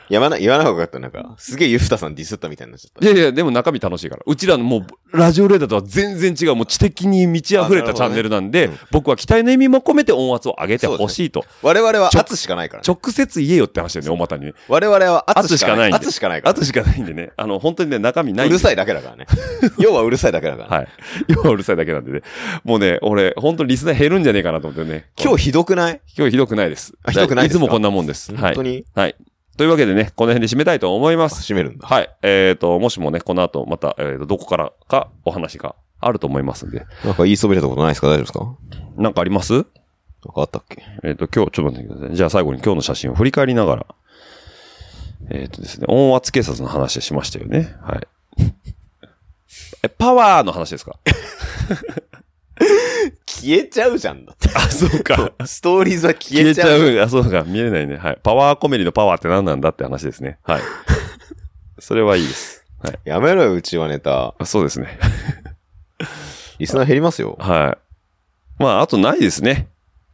Speaker 5: やまな、言わな方がよかった。なんか、すげえゆふたさんディスったみたいになっちゃっ
Speaker 3: いやいや、でも中身楽しいから。うちらのもう、ラジオレーダーとは全然違う、もう知的に満ち溢れた
Speaker 5: あなるほどね
Speaker 3: チャンネルなんで、
Speaker 5: うん
Speaker 3: 僕は期待の意味も込めて音圧を上げてほしいと。
Speaker 5: た。我々は
Speaker 3: ちょ
Speaker 5: 圧しかないからね。
Speaker 3: 直接言えよって話だよね、おまたにね。
Speaker 5: 我々は圧しかない。
Speaker 3: 圧
Speaker 5: 圧
Speaker 3: し
Speaker 5: しかないから。
Speaker 3: 後しかないんでね。あの、本当にね、中身な
Speaker 5: う
Speaker 3: いん
Speaker 5: る
Speaker 3: で。
Speaker 5: さいだけ だからね。要はうるさいだけだから。
Speaker 3: はい。要はうるさいだけなんでね。もうね、俺、本当にリスナー減るんじゃねえかなと思ってね。
Speaker 5: 今日ひどくない
Speaker 3: 今日ひどくないです。
Speaker 5: あひどくないですか
Speaker 3: いつもこんなもんです。は
Speaker 5: 本
Speaker 3: い
Speaker 5: 当。に
Speaker 3: はい。というわけでね、この辺で締めたいと思います。
Speaker 5: 閉めるんだ。
Speaker 3: はい。えっ、と、もしもね、この後また、えーと、どこからかお話があると思いますんで。
Speaker 5: なんか言いそびれたことないですか大丈夫ですかなん
Speaker 3: なんかあります
Speaker 5: かあったっけ
Speaker 3: えっ、と、今日、ちょっと待ってください。じゃあ最後に今日の写真を振り返りながら、えっ、とですね、音圧警察の話しましたよね。はい。 え、パワーの話ですか
Speaker 5: 消えちゃうじゃんだって。
Speaker 3: あ、そうか。
Speaker 5: ストーリーズは消
Speaker 3: 消
Speaker 5: え
Speaker 3: え
Speaker 5: ち
Speaker 3: ち
Speaker 5: ゃう。
Speaker 3: ゃう。あ、そうか。見えないね。はい。パワーコメディのパワーって何なんだって話ですね。はい。 それはいいです。はい。
Speaker 5: やめろよ、うちはネタ。
Speaker 3: あそうですね。
Speaker 5: リスナー減りますよ。
Speaker 3: はい。まあ、あとないですね。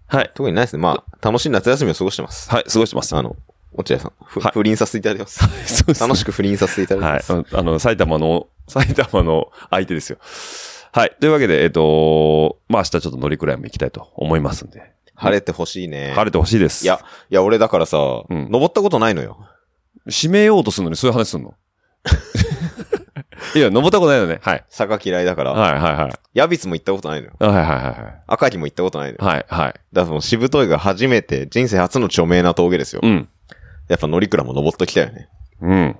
Speaker 3: はい。
Speaker 5: 特にないですね。まあ、楽しい夏休みを過ごしてます。
Speaker 3: はい、過ごしてます。
Speaker 5: あの、落合さん、ふ
Speaker 3: はい
Speaker 5: 不倫させていただきます。
Speaker 3: そうですね
Speaker 5: 楽しく不倫させていただき
Speaker 3: は
Speaker 5: ま
Speaker 3: い
Speaker 5: す。。
Speaker 3: あの、埼玉の、埼玉の相手ですよ。はい。というわけで、えっ、と、まあ明日ちょっと乗りくらいも行きたいと思いますんで。
Speaker 5: 晴れてほしいね。
Speaker 3: 晴れてほしいです。
Speaker 5: いや、、いや、俺だからさ、
Speaker 3: うん
Speaker 5: 登ったことないのよ。
Speaker 3: 締めようとするのにそういう話 すんのいや、登ったことないのね。はい。
Speaker 5: 坂嫌いだから。
Speaker 3: はいはいはい。
Speaker 5: ヤビツも行ったことないのよ。
Speaker 3: はいはいは
Speaker 5: 赤木も行ったことないのよ。
Speaker 3: い。はいはい。
Speaker 5: だからそのしぶといが初めて、人生初の著名な峠ですよ。
Speaker 3: うん。
Speaker 5: やっぱ乗鞍も登っときたよね。
Speaker 3: うん。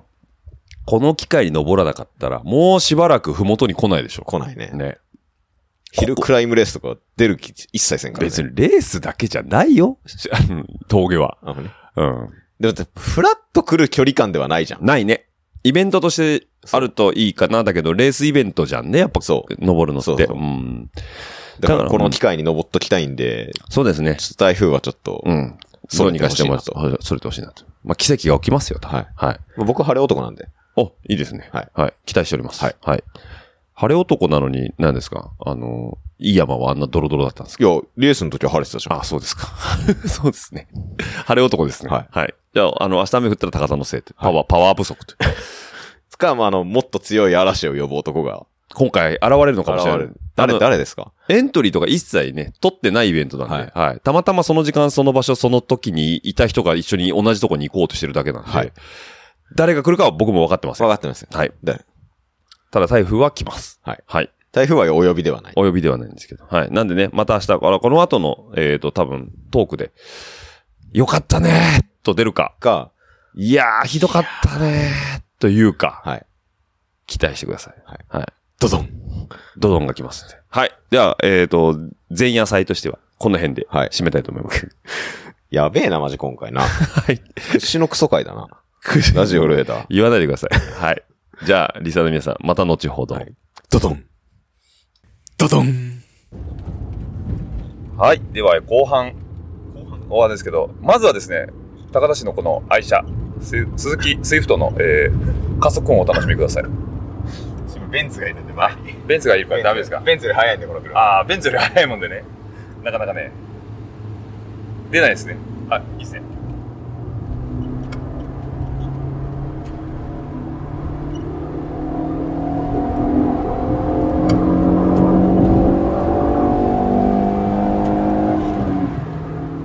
Speaker 3: この機会に登らなかったら、もうしばらく麓に来ないでしょ。
Speaker 5: 来ないね。
Speaker 3: ね。
Speaker 5: ヒルクライムレースとか出る気一切せんから、ね。
Speaker 3: 別にレースだけじゃないよ。 しあの峠は。
Speaker 5: あのね。
Speaker 3: うん。
Speaker 5: でもだって、フラッと来る距離感ではないじゃん。
Speaker 3: ないね。イベントとしてあるといいかな。だけど、レースイベントじゃんね。やっぱ、
Speaker 5: そう。
Speaker 3: 登るのって。
Speaker 5: そうそう
Speaker 3: うん。だ
Speaker 5: だか
Speaker 3: からら
Speaker 5: この機会に登っときたいんで、
Speaker 3: そうですね
Speaker 5: ちょ。っと台風はちょっと、
Speaker 3: うん。
Speaker 5: そ
Speaker 3: そう
Speaker 5: れ
Speaker 3: に
Speaker 5: て
Speaker 3: か
Speaker 5: ほ
Speaker 3: し
Speaker 5: してい
Speaker 3: も
Speaker 5: な
Speaker 3: らっ
Speaker 5: と
Speaker 3: て、はいそれてほしいなと。まあ、奇跡が起きますよと。
Speaker 5: はい。
Speaker 3: はい。
Speaker 5: 僕晴れ男なんで。
Speaker 3: お、いいですね。
Speaker 5: はい。
Speaker 3: はい。期待しております。
Speaker 5: はい。
Speaker 3: はい。晴れ男なのに、何ですかあの、いい山はあんなドロドロだったんです
Speaker 5: い
Speaker 3: か
Speaker 5: や、レースの時は晴れてたじゃん。
Speaker 3: あ、そうですか。 そうですね。晴れ男ですね。
Speaker 5: はい
Speaker 3: はい。じゃあ、あの、明日雨降ったら高田のせいって。パワー、パワー不足と。
Speaker 5: つか、まあ、あの、もっと強い嵐を呼ぶ男が、
Speaker 2: 今回現れるのかもしれない。あ
Speaker 5: 誰、
Speaker 2: の
Speaker 5: 誰ですか
Speaker 2: エントリーとか一切ね、取ってないイベントなん
Speaker 5: は
Speaker 2: で、はいい、たまたまその時間、その場所、その時にいた人が一緒に同じとこに行こうとしてるだけなんで、
Speaker 5: はい
Speaker 2: 誰が来るかは僕も分かってませ
Speaker 5: 分
Speaker 2: ん。
Speaker 5: か
Speaker 2: は
Speaker 5: ってます。
Speaker 2: い。
Speaker 5: 誰
Speaker 2: ただ台風は来ます。
Speaker 5: はい
Speaker 2: はい。
Speaker 5: 台風はお呼びではない。
Speaker 2: お呼びではないんですけど。はい。なんでね、また明日から、この後の、えっ、と、多分、トークで、よかったねーと出るか、
Speaker 5: か、
Speaker 2: いやー、ひどかったねーというか、
Speaker 5: はい。
Speaker 2: 期待してください。
Speaker 5: はい
Speaker 2: はい
Speaker 5: ドドン。
Speaker 2: ドドンが来ますんで。はい。では、えっ、と、前夜祭としては、この辺で、
Speaker 5: はい
Speaker 2: 締めたいと思います。
Speaker 5: やべえな、マジ今回な。
Speaker 2: はい。
Speaker 5: 屈指のクソ回だな。ラジオルエダー。
Speaker 2: 言わないでください。はい。じゃあ、リサの皆さん、また後ほど。はい。
Speaker 5: ドドン。ドドン。
Speaker 2: では、後半、終わるんですけど、まずはですね、高田市のこの愛車、す鈴木スイフトの、えー、加速音をお楽しみください。
Speaker 6: ベンツがいるんで、まあ、
Speaker 2: ベンツがいるからダメですか
Speaker 6: ベンツより速いんで、この車。
Speaker 2: ああ、ベンツより速いもんでね、なかなかね、出ないですね。
Speaker 6: あ、いいっすね。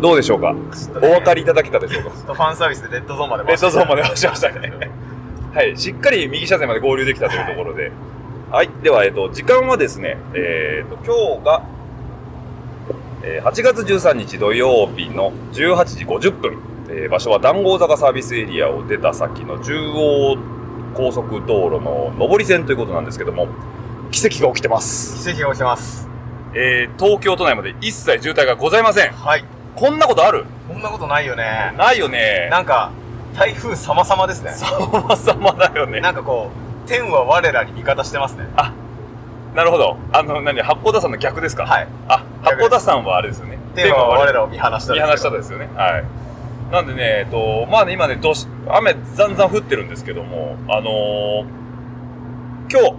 Speaker 2: どうでしょうかお分かりいただけたでしょうか
Speaker 6: ちょっとファンサービスでレッドゾーンまで
Speaker 2: レッドゾーンま
Speaker 6: で。
Speaker 2: で押しましたね。 はい、しっかり右車線まで合流できたというところで。はい、では、えっと、時間はですね、えっと、今日が、えー8月13日土曜日の18時50分、えー場所は談合坂サービスエリアを出た先の中央高速道路の上り線ということなんですけども、奇跡が起きてます。
Speaker 6: 奇跡が起きてます。
Speaker 2: えー東京都内まで一切渋滞がございません。
Speaker 6: はい。
Speaker 2: こんなことある
Speaker 6: こんなことないよね。
Speaker 2: ないよね。
Speaker 6: なんか、台風様々ですね。
Speaker 2: 様々だよね。
Speaker 6: なんかこう、天は我らに味方してますね。
Speaker 2: なるほど。あの、何、八甲田山の逆ですか
Speaker 6: はい。
Speaker 2: あ、八甲田山はあれですよね。
Speaker 6: 天は我らを見放した
Speaker 2: 見放したですよね。はい。なんでね、えっと、まあね、今ね、どし雨ざんざん降ってるんですけども、あのー今日、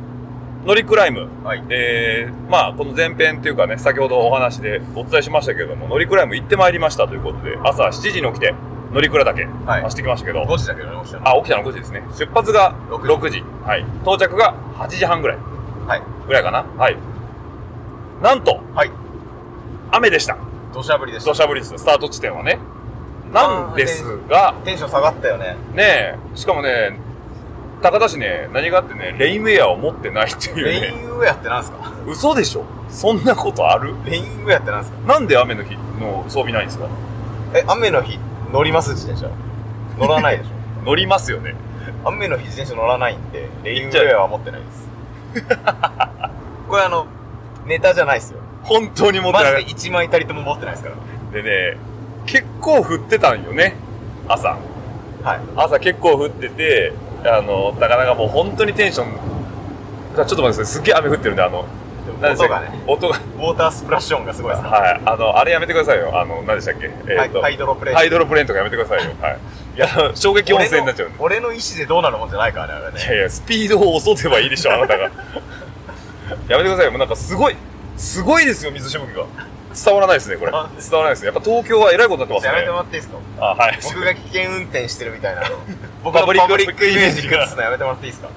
Speaker 2: 乗りクライム、
Speaker 6: はい
Speaker 2: えーまあ、この前編というかね、先ほどお話でお伝えしましたけれども、乗りクライム行ってまいりましたということで、朝7時に起きて、乗り倉岳、
Speaker 6: はい
Speaker 2: 走ってきましたけど、
Speaker 6: 5時だけどね、起きたの。
Speaker 2: あ、起きたの5時ですね。出発が
Speaker 6: 6
Speaker 2: 6
Speaker 6: 時
Speaker 2: 時。はい。到着が8時半ぐらい。
Speaker 6: はい。
Speaker 2: ぐらいかな。はい。なんと、
Speaker 6: はい。
Speaker 2: 雨でした。
Speaker 6: 土砂降りでした
Speaker 2: 土。砂降りです。スタート地点はね。なんですが、
Speaker 6: テンション下がったよね。
Speaker 2: ねえ、しかもね、高田市ね、何があってね、レインウェアを持ってないっていう
Speaker 6: レイン
Speaker 2: ね。
Speaker 6: ウェアってなんですか
Speaker 2: 嘘でしょそんなことある
Speaker 6: レインウェアってなんですか
Speaker 2: なんで雨の日の装備ないんですか
Speaker 6: え、雨の日乗ります自転車。乗らないでしょ。
Speaker 2: 乗りますよね。
Speaker 6: 雨の日自転車乗らないんで、レインウェアは持ってない です。これあの、ネタじゃないですよ。
Speaker 2: 本当に持って
Speaker 6: マ
Speaker 2: な
Speaker 6: ジで
Speaker 2: い。
Speaker 6: 1枚たりとも持ってないですから。
Speaker 2: でね、結構降ってたんよね。朝。
Speaker 6: はい。
Speaker 2: 朝結構降ってて、あの、なかなかもう本当にテンション、ちょっと待ってください、すっげえ雨降ってるんで、あの、何でした
Speaker 6: 音
Speaker 2: っけ
Speaker 6: がね、
Speaker 2: 音が、
Speaker 6: ウォータースプラッシュ音がすごいですか
Speaker 2: はい、あの、あれやめてくださいよ、あの、何でしたっけ、え
Speaker 6: ら。は
Speaker 2: ー
Speaker 6: い、
Speaker 2: と、
Speaker 6: ハイドロプレイ。
Speaker 2: ハイドロプレーンとかやめてくださいよ、はい。いや、衝撃音声になっちゃうんで。
Speaker 6: 俺の俺の意思でどうなるもんじゃないからね、あれ
Speaker 2: い
Speaker 6: ね。
Speaker 2: やいや、スピードを遅せばいいでしょ、あなたが。やめてくださいよ、もうなんかすごい、すごいですよ、水しぶきが。伝わらないですね、これ。伝わらないですね。やっぱ東京は偉いことになって
Speaker 6: や
Speaker 2: ます
Speaker 6: め
Speaker 2: ね
Speaker 6: ても。らっていいですか
Speaker 2: あ、はい。
Speaker 6: 僕が危険運転してるみたいな の僕
Speaker 2: パ
Speaker 6: の
Speaker 2: ブリッ
Speaker 6: パ
Speaker 2: ク
Speaker 6: ブリックイメージ崩すのやめてもらっていいですか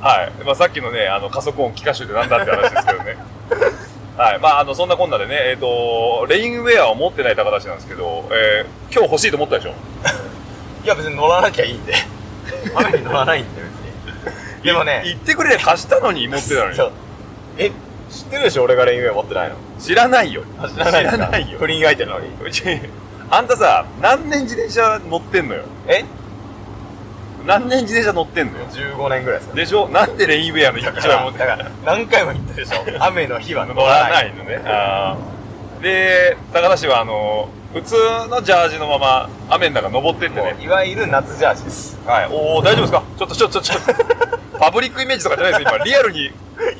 Speaker 2: はい。まあ、さっきのね、あの、加速音聞かしといてなんだって話ですけどね。はい。まあ、あの、そんなこんなでね、えっ、と、レインウェアを持ってない高田氏なんですけど、えー今日欲しいと思ったでしょ
Speaker 6: いや、別に乗らなきゃいいん で。雨に乗らないんで、別に。でもね、
Speaker 2: 言ってくれりゃ貸したのに持ってたの
Speaker 6: そう
Speaker 2: に。
Speaker 6: え、知ってるでしょ俺がレインウェア持ってないの。
Speaker 2: 知らないよ。
Speaker 6: あ知らないですか
Speaker 2: 知らないよ
Speaker 6: 不倫相手なのに。
Speaker 2: うちあんたさ、何年自転車乗ってんのよ。
Speaker 6: え
Speaker 2: 何年自転車乗ってんのよ。
Speaker 6: ?15 年ぐらいですか
Speaker 2: でしょなんでレインウェアの一
Speaker 6: だか
Speaker 2: 枚持
Speaker 6: ら、
Speaker 2: っ
Speaker 6: だ
Speaker 2: て
Speaker 6: か
Speaker 2: ない
Speaker 6: ら何回も言ったでしょ雨の 日は乗
Speaker 2: 乗ら
Speaker 6: ら
Speaker 2: な
Speaker 6: ない。
Speaker 2: いのね。あーで、高田氏は、あの、普通のジャージのまま雨の中登ってってね。
Speaker 6: いわゆる夏ジャージです。
Speaker 2: はい、おお大丈夫ですかちょっとちょっとちょっ とパブリックイメージとかじゃないです今リアルに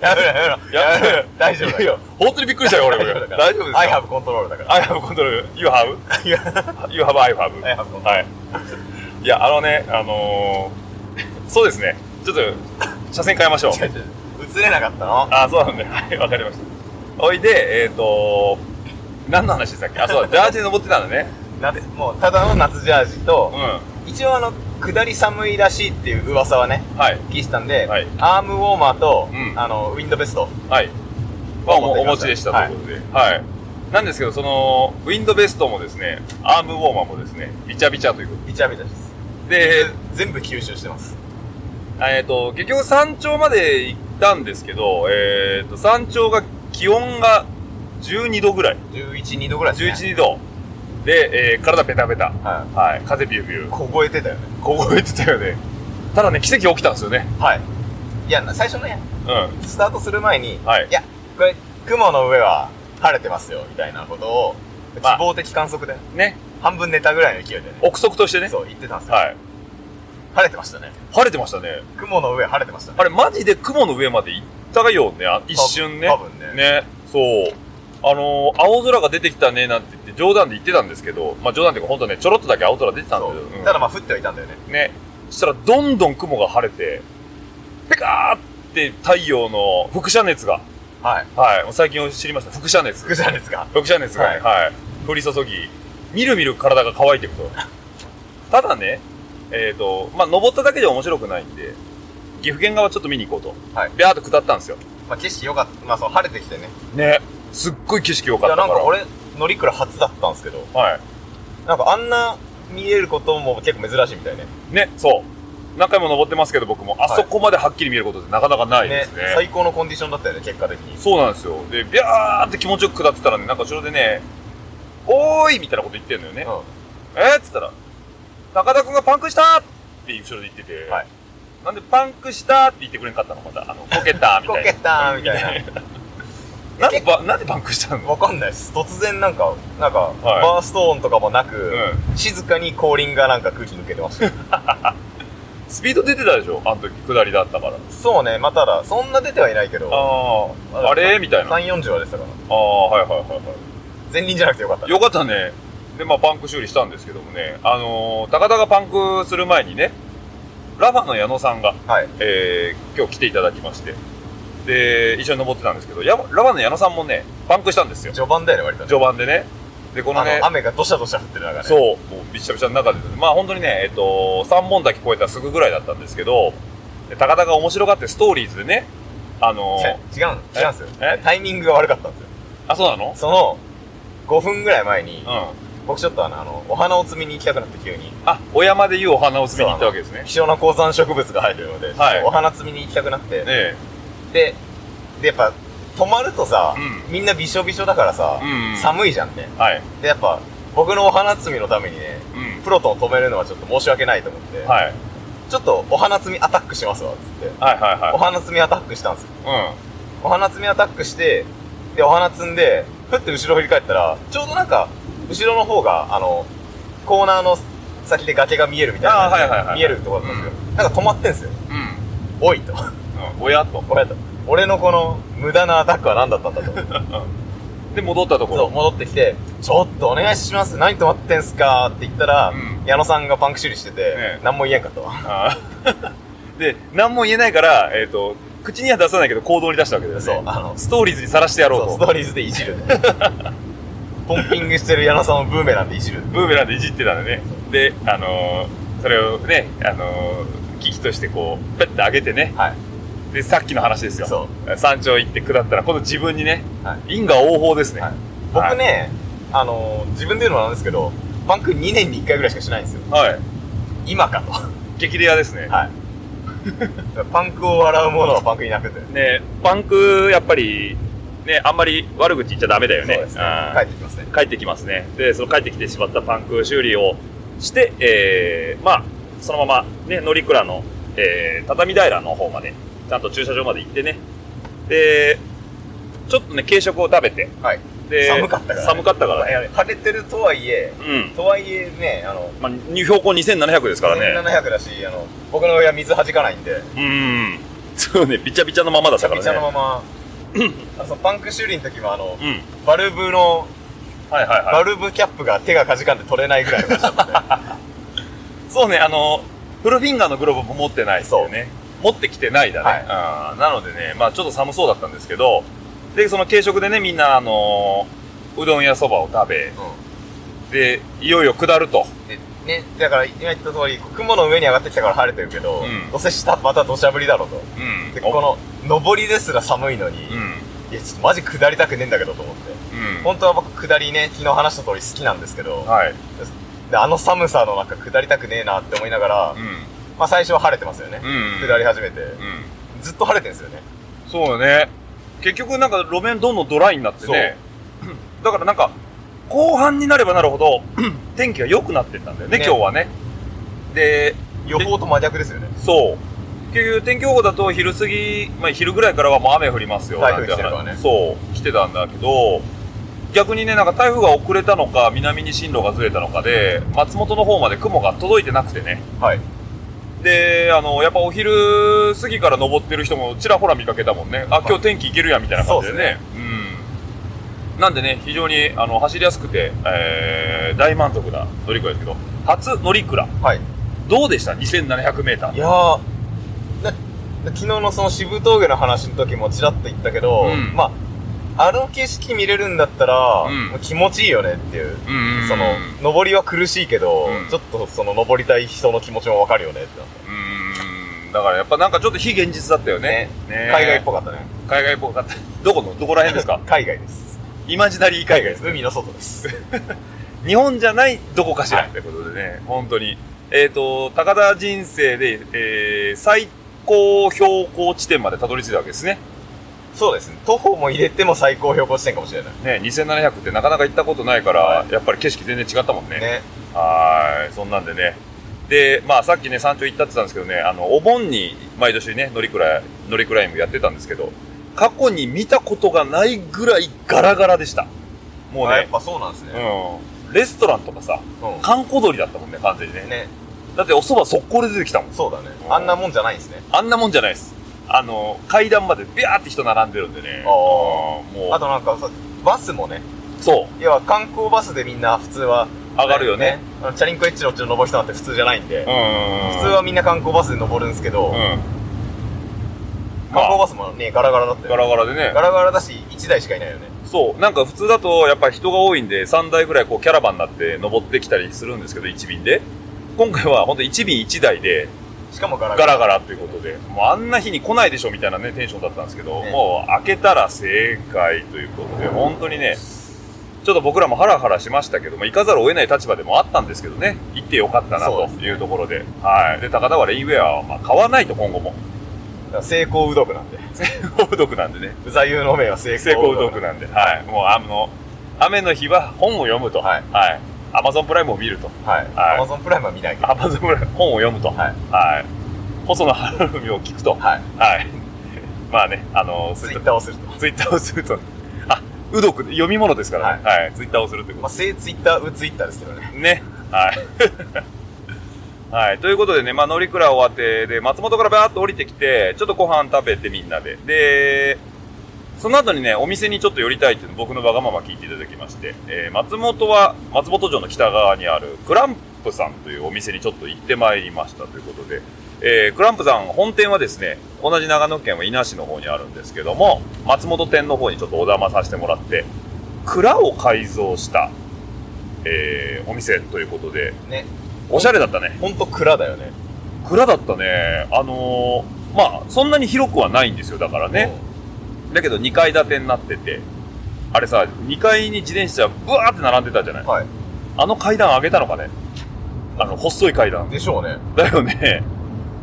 Speaker 6: やめろやめろ。
Speaker 2: や
Speaker 6: やめろ。大丈夫だ
Speaker 2: いやいや
Speaker 6: よ。
Speaker 2: 本当にびっくりしたよ俺俺大丈夫ですか
Speaker 6: I have control だか ら。
Speaker 2: I have control You have? You have I have
Speaker 6: I have control
Speaker 2: はい いやあのねあのー、そうですねちょっと車線変えましょう
Speaker 6: 違う違う映れなかったの
Speaker 2: あそうなんではいわかりましたおいでえっ、ー、と何の話でしたっけあそうだジャージに登ってたんだね
Speaker 6: 夏もうただの夏ジャージと、
Speaker 2: うん
Speaker 6: 一応あの下り寒いらしいっていう噂はね、
Speaker 2: はい。
Speaker 6: 聞いてたんで、
Speaker 2: はい
Speaker 6: アームウォーマーと、
Speaker 2: うん
Speaker 6: あの、ウィンドベスト。
Speaker 2: はい。まあ、おお持ちでした
Speaker 6: はい
Speaker 2: ということで。はい。なんですけど、その、ウィンドベストもですね、アームウォーマーもですね、びちゃびちゃというこ
Speaker 6: びちゃびちゃです。
Speaker 2: とで。で、
Speaker 6: 全部吸収してます。
Speaker 2: えっ、と、結局山頂まで行ったんですけど、えっ、と、山頂が気温が12度ぐらい。
Speaker 6: 11、2度ぐらいです、ね。
Speaker 2: 11、2度。で、えー体ペタペタ。
Speaker 6: は
Speaker 2: はい。風ビュービュー。
Speaker 6: い。凍えてたよね。
Speaker 2: 凍えてたよね。ただね、奇跡起きたんですよね。
Speaker 6: はい。いや、最初ね、
Speaker 2: う
Speaker 6: スタートする前に、
Speaker 2: ん。はい
Speaker 6: い。や、これ、雲の上は晴れてますよ、みたいなことを、希
Speaker 2: まあ
Speaker 6: 望的観測で、
Speaker 2: ね。
Speaker 6: 半分寝たぐらいの勢いでね、
Speaker 2: 憶測としてね。
Speaker 6: そう言ってたんですよ。
Speaker 2: はい。
Speaker 6: 晴れてましたね。
Speaker 2: 晴れてましたね。
Speaker 6: 雲の上晴れてましたね。
Speaker 2: あれ、マジで雲の上まで行ったがよね。あ一瞬ね
Speaker 6: 多。分ね。
Speaker 2: ね。そう。あのー青空が出てきたね、なんて言って、冗談で言ってたんですけど、まあ冗談っていうか、本当ね、ちょろっとだけ青空出てたんだ
Speaker 6: そ
Speaker 2: けど、
Speaker 6: う
Speaker 2: うん
Speaker 6: ただまあ降ってはいたんだよね。
Speaker 2: ね。そしたら、どんどん雲が晴れて、ペカーって太陽の輻射熱が、
Speaker 6: はい。
Speaker 2: はい、もう最近知りました。輻射熱。
Speaker 6: 福じゃないですか。
Speaker 2: 輻射熱が、は、
Speaker 6: はいい
Speaker 2: 降り注ぎ、みるみる体が乾いていく と。ただね、えっ、と、まあ、登っただけでは面白くないんで、岐阜県側ちょっと見に行こうと。
Speaker 6: はい
Speaker 2: ビャーっと下ったんですよ。
Speaker 6: まあ景色良かった。まあそう、晴れてきてね。
Speaker 2: ね。すっごい景色良
Speaker 6: い
Speaker 2: かっ
Speaker 6: や、
Speaker 2: た
Speaker 6: な
Speaker 2: か
Speaker 6: ん
Speaker 2: ら。
Speaker 6: か俺、乗り倉初だったんですけど、
Speaker 2: は
Speaker 6: なんかあんな見えることも結構珍しいみたいね。
Speaker 2: い。ね、そう。何回も登ってますけど、僕も、あそこまではっきり見えることってなかなかないですね。
Speaker 6: 最高のコンディションだったよね、結果的に。
Speaker 2: そうなんですよ。で、ビャーって気持ちよく下ってたらね、なんか後ろでね、おーいみたいなこと言ってんのよね。
Speaker 6: うん。
Speaker 2: えっつったら、高田くんがパンクしたって後ろで言ってて、
Speaker 6: はい
Speaker 2: なんでパンクしたって言ってくれんかったのまた、あの、こけたみ
Speaker 6: こ
Speaker 2: たい
Speaker 6: け
Speaker 2: な。
Speaker 6: たーみたい
Speaker 2: な
Speaker 6: な。
Speaker 2: んでば、なんでパンクしたの
Speaker 6: わかんないです。突然なんか、なんか、
Speaker 2: はい
Speaker 6: バーストーンとかもなく、
Speaker 2: う
Speaker 6: 静かに後輪がなんか空気抜けてました。
Speaker 2: スピード出てたでしょあの時、下りだったから。
Speaker 6: そうね、まあただ、そんな出てはいないけど、
Speaker 2: ああ、あれみたいな。あ
Speaker 6: ?3、40はですから。
Speaker 2: あ、はいはいはいはい。
Speaker 6: 前輪じゃなくてよかったね。
Speaker 2: よかったね。で、まあ、パンク修理したんですけどもね、あのー高田がパンクする前にね、ラファの矢野さんが、
Speaker 6: はい。
Speaker 2: えー今日来ていただきまして、で、一緒に登ってたんですけど、やラバンの矢野さんもね、パンクしたんですよ。
Speaker 6: 序盤だよね、割とね。
Speaker 2: 序盤でね。で、このね
Speaker 6: あの、雨がどしゃどしゃ降ってる中ね。
Speaker 2: そう、もうびっしゃびしゃの中で、まあ本当にね、えっと、3本だけ超えたらすぐぐらいだったんですけど、で高田が面白がってストーリーズでね、あの
Speaker 6: 違う、違うん違うんですよ
Speaker 2: え。
Speaker 6: タイミングが悪かったんですよ。
Speaker 2: あ、そうなの
Speaker 6: その、5分ぐらい前に、
Speaker 2: うん。
Speaker 6: 僕ちょっとあの、あのお花を摘みに行きたくなって急に、
Speaker 2: あ、お山でいうお花を摘みに行ったわけですね。
Speaker 6: 希少な高山植物が生えてるので、
Speaker 2: はい
Speaker 6: お花摘みに行きたくなって、
Speaker 2: え
Speaker 6: で、で、やっぱ、止まるとさ、
Speaker 2: う
Speaker 6: みんなびしょびしょだからさ、
Speaker 2: うんうん
Speaker 6: 寒いじゃんね
Speaker 2: え。。はい。
Speaker 6: で、やっぱ、僕のお花摘みのためにね、
Speaker 2: う
Speaker 6: プロトン止めるのはちょっと申し訳ないと思って、
Speaker 2: ん。はい。
Speaker 6: ちょっとお花摘みアタックしますわ、つって。
Speaker 2: はいはいは
Speaker 6: お花摘みアタックしたんですよ。
Speaker 2: い。
Speaker 6: お花摘みアタックして、で、お花摘んで、ふって後ろ振り返ったら、ちょうどなんか、後ろの方が、あの、コーナーの先で崖が見えるみたいな
Speaker 2: あーはいはいはいはい
Speaker 6: 見えるとこだったんですよ。なんか止まってんすよ。
Speaker 2: うん。うん
Speaker 6: おいと。
Speaker 2: うん。おやと。
Speaker 6: おやと。俺のこの無駄なアタックは何だったんだと。
Speaker 2: で、戻ったとこ
Speaker 6: そ
Speaker 2: ろ
Speaker 6: う、。戻ってきて、ちょっとお願いします。何止まってんすかって言ったら、
Speaker 2: うん
Speaker 6: 矢野さんがパンク修理してて、
Speaker 2: ええ
Speaker 6: 何も言えんかったわ。
Speaker 2: あー で、何も言えないから、えっ、と、口には出さないけど行動に出したわけだよね。
Speaker 6: そう、あの、
Speaker 2: ストーリーズにさらしてやろ
Speaker 6: そううス
Speaker 2: と
Speaker 6: ト。ーリーズでい じる。ポンピングしてる矢野さんをブーメランでいじる。
Speaker 2: ブーメランでいじってたんでね。で、あのーそれをね、あのー、機器としてこう、ペッて上げてね。
Speaker 6: はい。
Speaker 2: で、さっきの話ですよ。
Speaker 6: そう。
Speaker 2: 山頂行って下ったら、今度自分にね、
Speaker 6: は
Speaker 2: 因果応報ですね。
Speaker 6: はい
Speaker 2: はい
Speaker 6: 僕ね、あのー自分で言うのもなんですけど、パンク2年に1回ぐらいしかしないんですよ。
Speaker 2: はい。
Speaker 6: 今かと。は
Speaker 2: 激レアですね。
Speaker 6: い。パンクを笑うものはパンクいなくて。
Speaker 2: ねパンク、やっぱり、ね、あんまり悪口言っちゃダメだよね。
Speaker 6: そうですね
Speaker 2: あ。ー
Speaker 6: 帰ってきますね。
Speaker 2: 帰ってきますね。で、その帰ってきてしまったパンク修理をして、えー、まあ、そのまま、ね、乗倉の、えー、畳平の方まで、ちゃんと駐車場まで行ってね。で、ちょっとね、軽食を食べて。
Speaker 6: はい。
Speaker 2: で、
Speaker 6: 寒かったからね
Speaker 2: 寒かったからね。
Speaker 6: 晴れてるとはいえ、
Speaker 2: うん。
Speaker 6: とはいえね、あの、
Speaker 2: まあ、入標高2700ですからね。
Speaker 6: 1700だし、あの、僕の親水弾かないんで、
Speaker 2: うん。そうね、びちゃびちゃのままだっ
Speaker 6: ち
Speaker 2: た
Speaker 6: ゃ
Speaker 2: か
Speaker 6: びちゃ
Speaker 2: ら
Speaker 6: の
Speaker 2: ね。
Speaker 6: まま、あのそのパンク修理の時もあの
Speaker 2: う、ん。
Speaker 6: バルブの、
Speaker 2: はいはいは
Speaker 6: バルブキャップが手がかじかんで取れないぐらい の感じだったんで、
Speaker 2: い。そうね、あの、フルフィンガーのグローブも持ってないですよね。持ってきてないだね、うんなのでね、まあちょっと寒そうだったんですけど、で、その軽食でね、みんな、あのうどんやそばを食べ、で、いよいよ下ると。
Speaker 6: でね、だから今言った通り、雲の上に上がってきたから晴れてるけ
Speaker 2: う
Speaker 6: ど、
Speaker 2: ん
Speaker 6: どうせ下また土砂降りだろうと。
Speaker 2: うん
Speaker 6: で、この、上りですら寒いのに、
Speaker 2: う
Speaker 6: い
Speaker 2: ん
Speaker 6: や、ちょっとマジ下りたくねえんだけどと思って。
Speaker 2: う
Speaker 6: 本当は僕下りね、昨日話した通り好きなんですけど、
Speaker 2: んはい
Speaker 6: であの寒さの中下りたくねえなって思いながら、
Speaker 2: う
Speaker 6: まあ最初は晴れてますよね。
Speaker 2: んうん
Speaker 6: 下り始めて、
Speaker 2: うん
Speaker 6: ずっと晴れてるんですよね。
Speaker 2: そうよね。結局なんか路面どんどんドライになってね。 だからなんか、後半になればなるほど、 天気が良くなってったんだよね、
Speaker 6: ね
Speaker 2: 今日はね。で、
Speaker 6: 予報と真逆ですよね。
Speaker 2: そう。結局天気予報だと昼過ぎ、まあ昼ぐらいからはもう雨降りますよ、
Speaker 6: 台
Speaker 2: なん
Speaker 6: 風
Speaker 2: て
Speaker 6: 来てるからね
Speaker 2: 話そう、来てたんだけど、逆にね、なんか台風が遅れたのか、南に進路がずれたのかで、松本の方まで雲が届いてなくてね。
Speaker 6: はい。
Speaker 2: で、あの、やっぱお昼過ぎから登ってる人もちらほら見かけたもんね。あ、今日天気いけるやんみたいな感じでね。うん。なんでね、非常にあの走りやすくて、えー、大満足な乗り倉ですけど、初乗り倉。
Speaker 6: はい。
Speaker 2: どうでした ?2700 メーター。
Speaker 6: いやーな昨日のその渋峠の話の時もちらっと言ったけど、
Speaker 2: うん
Speaker 6: まあ、あの景色見れるんだったら、
Speaker 2: うん
Speaker 6: もう気持ちいいよねっていう。
Speaker 2: うんうんうん
Speaker 6: その
Speaker 2: うん、
Speaker 6: 登りは苦しいけど、
Speaker 2: うん
Speaker 6: ちょっとその登りたい人の気持ちもわかるよねってなった、
Speaker 2: だからやっぱなんかちょっと非現実だったよね。ね
Speaker 6: 海外っぽかったね。
Speaker 2: 海外っぽかった。どこのどこら辺ですか
Speaker 6: 海外です。
Speaker 2: イマジナリー海外ですね。
Speaker 6: 海の外です。
Speaker 2: 日本じゃないどこかしらってことでね、本当に。えっ、と、高田人生で、えー最高標高地点までたどり着いたわけですね。
Speaker 6: そうですね。徒歩も入れても最高標高地点かもしれない。
Speaker 2: ね、2700ってなかなか行ったことないから、
Speaker 6: は
Speaker 2: やっぱり景色全然違ったもんね。
Speaker 6: ね。
Speaker 2: はーい、そんなんでね。で、まあさっきね、山頂行ったって言ったんですけどね、あの、お盆に毎年ね、乗りくらい、乗りクライムやってたんですけど、過去に見たことがないぐらいガラガラでした。もう
Speaker 6: あやっ
Speaker 2: ね、
Speaker 6: ぱそうなんですね。
Speaker 2: うん。レストランとかさ、
Speaker 6: うん
Speaker 2: 観光鳥だったもんね、完全にね。
Speaker 6: ね。
Speaker 2: だってお蕎麦速攻で出てきたもん。
Speaker 6: そうだね。
Speaker 2: うん
Speaker 6: あんなもんじゃないんですね。
Speaker 2: あんなもんじゃないです。あの、階段までビャーって人並んでるんでね。う
Speaker 6: あー
Speaker 2: んもう、
Speaker 6: あとなんかさ、バスもね、
Speaker 2: そう、
Speaker 6: 要は観光バスでみんな普通は、
Speaker 2: 上がるよね。。
Speaker 6: あのチャリンコエッジのうちの登る人なんて普通じゃないんで、
Speaker 2: うん。
Speaker 6: 普通はみんな観光バスで登るんですけど、
Speaker 2: うん。ま
Speaker 6: 観光
Speaker 2: あ、
Speaker 6: バスもね、ガラガラだったよ
Speaker 2: ガラガラでね
Speaker 6: ガ。ラガラだし、1台しかいないよね。
Speaker 2: そう、なんか普通だとやっぱ人が多いんで、3台ぐらいこうキャラバンになって登ってきたりするんですけど、1便で。今回は本当1便1台で、
Speaker 6: しかもガラガ
Speaker 2: ガ
Speaker 6: ラ。
Speaker 2: ラガラということで、もうあんな日に来ないでしょみたいなね、テンションだったんですけど、
Speaker 6: ね
Speaker 2: もう開けたら正解ということで、本当にね、ちょっと僕らもハラハラしましたけども、行かざるを得ない立場でもあったんですけどね、行ってよかったな
Speaker 6: そう
Speaker 2: と
Speaker 6: です
Speaker 2: いうところで、はい。で、高田はレインウェアはまあ買わないと今後も、
Speaker 6: だから成功うどくなんで。
Speaker 2: 不毒なんでね、
Speaker 6: うざゆうの名は成功
Speaker 2: 成功うど
Speaker 6: く
Speaker 2: くなんで、はい。もうあの、雨の日は本を読むと、
Speaker 6: はい
Speaker 2: はい。アマゾンプライムを見ると、
Speaker 6: はい。
Speaker 2: は
Speaker 6: ア
Speaker 2: い
Speaker 6: マゾンプライムは見ないけど。
Speaker 2: アマゾンプライム、本を読むと、
Speaker 6: はい。
Speaker 2: はい。細野晴臣を聞くと、
Speaker 6: はい。
Speaker 2: はい。 まあね、あの、そう
Speaker 6: ツ
Speaker 2: い
Speaker 6: イ
Speaker 2: った
Speaker 6: ッターをすると。
Speaker 2: ツイッターをすると、あ、うどく、読み物ですからね。はい、ツイッターをするってこ
Speaker 6: まあ、
Speaker 2: と
Speaker 6: 正ツイッター、うツイッターですけどね。
Speaker 2: ね。はい。はい。 ということでね、まあ、乗り倉終わって、で、松本からバーッと降りてきて、ちょっとご飯食べてみんなで。で、その後にね、お店にちょっと寄りたいっていうの僕のわがまま聞いていただきまして、えー松本は、松本城の北側にあるクランプさんというお店にちょっと行ってまいりましたということで、えークランプさん本店はですね、同じ長野県は伊那市の方にあるんですけども、松本店の方にちょっとお邪魔させてもらって、蔵を改造した、えーお店ということで、
Speaker 6: ね。
Speaker 2: おしゃれだったね。
Speaker 6: ほんと蔵だよね。
Speaker 2: 蔵だったね。あのーまあ、そんなに広くはないんですよ、だからね。だけど2階建てになってて、あれさ、2階に自転車ブワーって並んでたじゃな
Speaker 6: う
Speaker 2: い
Speaker 6: ん。はい。
Speaker 2: あの階段上げたのかねあの、細い階段。
Speaker 6: でしょうね。
Speaker 2: だよね。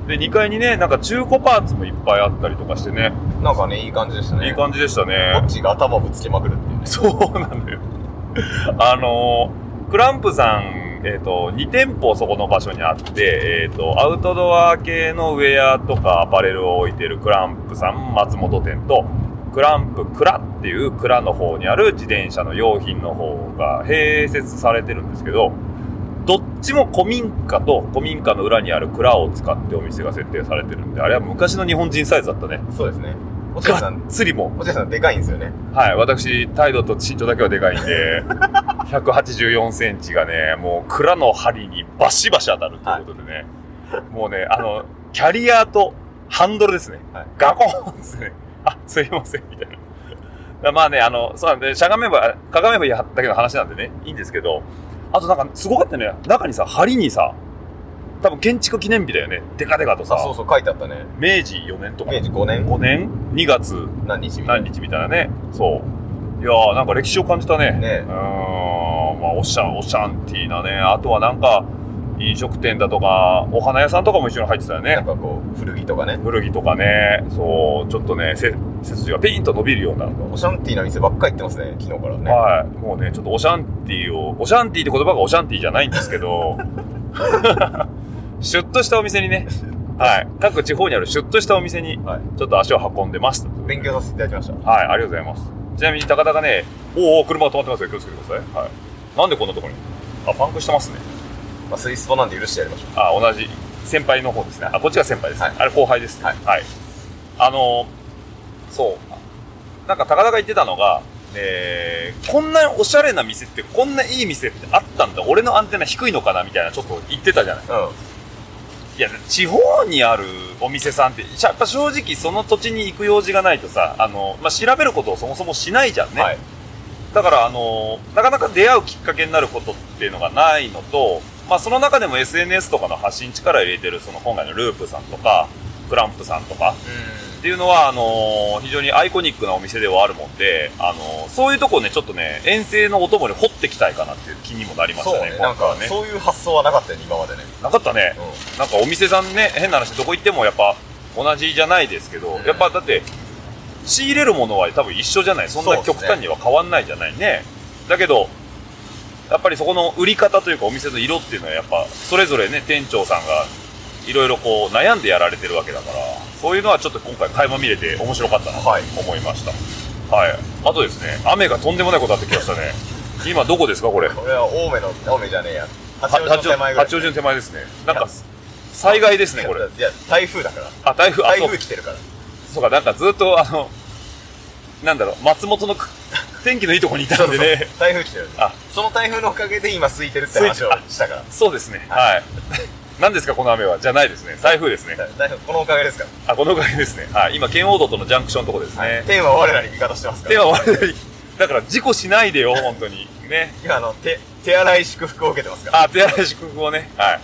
Speaker 2: で、2階にね、なんか中古パーツもいっぱいあったりとかしてね、
Speaker 6: なんかね、いい感じでしたね。
Speaker 2: いい感じでした
Speaker 6: こ
Speaker 2: ね
Speaker 6: っ。ちが頭ぶつけまくるっていうね。
Speaker 2: そうなんだよ。あのークランプさん、えっ、と、2店舗そこの場所にあって、えっ、と、アウトドア系のウェアとかアパレルを置いてるクランプさん松本店と、クランプ蔵っていう蔵の方にある自転車の用品の方が併設されてるんですけど、どっちも古民家と古民家の裏にある蔵を使ってお店が設定されてるんで、あれは昔の日本人サイズだったね。
Speaker 6: そうですね。おちゃさ
Speaker 2: がっ
Speaker 6: ん、
Speaker 2: つりもう
Speaker 6: おちゃさんでかいんですよね。
Speaker 2: はい、私、態度と身長だけはでかいんで、184センチがね、もう蔵の針にバシバシ当たるということでね、もうね、あの、キャリアとハンドルですね、
Speaker 6: はい
Speaker 2: ガコーンですね、あ、すいません、みたいな。だからまあね、あの、そうなんで、しゃがめば、かがめばいいだけの話なんでね、いいんですけど、あとなんか、すごかったね。中にさ、針にさ、多分建築記念日だよね。デカデカとさ
Speaker 6: あ、、そうそう、書いてあったね。
Speaker 2: 明治4年とか。
Speaker 6: 明治5年
Speaker 2: 5年 ?2 月
Speaker 6: 何日みたい
Speaker 2: 何
Speaker 6: な。
Speaker 2: 日みたいなね。そう。いやー、なんか歴史を感じたね。
Speaker 6: ね
Speaker 2: うーん、まあ、オシャン、オシャンティーなね。あとはなんか、飲食店だとか、お花屋さんとかも一緒に入ってたよ
Speaker 6: なん
Speaker 2: ね。
Speaker 6: かこう、古着とかね。
Speaker 2: 古着とかね。そう、ちょっとね、せ背筋がピンと伸びるような。
Speaker 6: オシャンティーな店ばっか行ってますね、昨日からね。
Speaker 2: はい。もうね、ちょっとオシャンティーを、オシャンティーって言葉がオシャンティーじゃないんですけ ど、シュッとしたお店にね、はい。各地方にあるシュッとしたお店に
Speaker 6: はい、
Speaker 2: ちょっと足を運んでます。
Speaker 6: 勉強させていただきまし
Speaker 2: はい、ありがとうございます。ちなみに、高田がね、おうおう、車が止まってますよ。気をつけてください。はい。なんでこんなところにあ、パンクしてますね。
Speaker 6: た。まあ、スイスポなんで許してやりましょ
Speaker 2: あ、同じ。先輩の方ですね。あ、こっちが先輩ですね。
Speaker 6: はい
Speaker 2: あれ後輩ですね。
Speaker 6: はい
Speaker 2: あのーそう。なんか高田が言ってたのが、えー、こんなおしゃれな店って、こんないい店ってあったんだ。俺のアンテナ低いのかなみたいな、ちょっと言ってたじゃない。
Speaker 6: う。うん。
Speaker 2: いや、地方にあるお店さんって、やっぱ正直その土地に行く用事がないとさ、あの、まあ、調べることをそもそもしないじゃんね。
Speaker 6: はい
Speaker 2: だから、あの、なかなか出会うきっかけになることっていうのがないのと、まあ、その中でも SNS とかの発信力入れてる、その今回のループさんとか、クランプさんとか、っていうのは、あの非常にアイコニックなお店ではあるもんで、あのそういうとこをね、ちょっとね、遠征のお供に掘ってきたいかなっていう気にもなりまし
Speaker 6: そう
Speaker 2: たね、
Speaker 6: ね。な
Speaker 2: 今
Speaker 6: ん
Speaker 2: 回は
Speaker 6: か
Speaker 2: ね、。
Speaker 6: そういう発想はなかったよね、今までね。
Speaker 2: なかったね。
Speaker 6: うん。
Speaker 2: なんかお店さんね、変な話、どこ行ってもやっぱ同じじゃないですけど、
Speaker 6: うん
Speaker 2: やっぱだって、仕入れるものは多分一緒じゃない。そんな
Speaker 6: そうです
Speaker 2: 極
Speaker 6: ね
Speaker 2: 端には変わんないじゃないね。だけど、やっぱりそこの売り方というかお店の色っていうのはやっぱ、それぞれね、店長さんがいろいろこう悩んでやられてるわけだから、そういうのはちょっと今回垣間見れて面白かったなと
Speaker 6: はい
Speaker 2: 思いました。はい。あとですね、雨がとんでもないことあってきましたね。今どこですか、これ。
Speaker 6: 俺は青梅の、青梅じゃねえや。八
Speaker 2: 八
Speaker 6: 王子の手前ぐらい。
Speaker 2: 王子の手前ですね。なんか、災害ですね、これ。
Speaker 6: いや、台風だから。
Speaker 2: あ、台風、あ、
Speaker 6: 台
Speaker 2: そう
Speaker 6: 風来てるから。
Speaker 2: そうか、なんかずっと、あの、なんだろう、松本のく 天気のいいとこにいたんでね。
Speaker 6: 台風来てる。
Speaker 2: あ
Speaker 6: その台風のおかげで今空いてるって話をしたから。
Speaker 2: そうですね。はい。何ですか、この雨は。じゃないですね。台風ですね。
Speaker 6: 台風、このおかげですか
Speaker 2: あ、このおかげですね。はい。今、圏央道とのジャンクションのとこです
Speaker 6: ら。
Speaker 2: ね。
Speaker 6: 天は我らに味方してますか
Speaker 2: で
Speaker 6: ら。
Speaker 2: は、我々、 だから事故しないでよ、本当に。ね。
Speaker 6: 今、あの、手、手洗い祝福を受けてますから。
Speaker 2: あ、手荒い祝福をね。はい。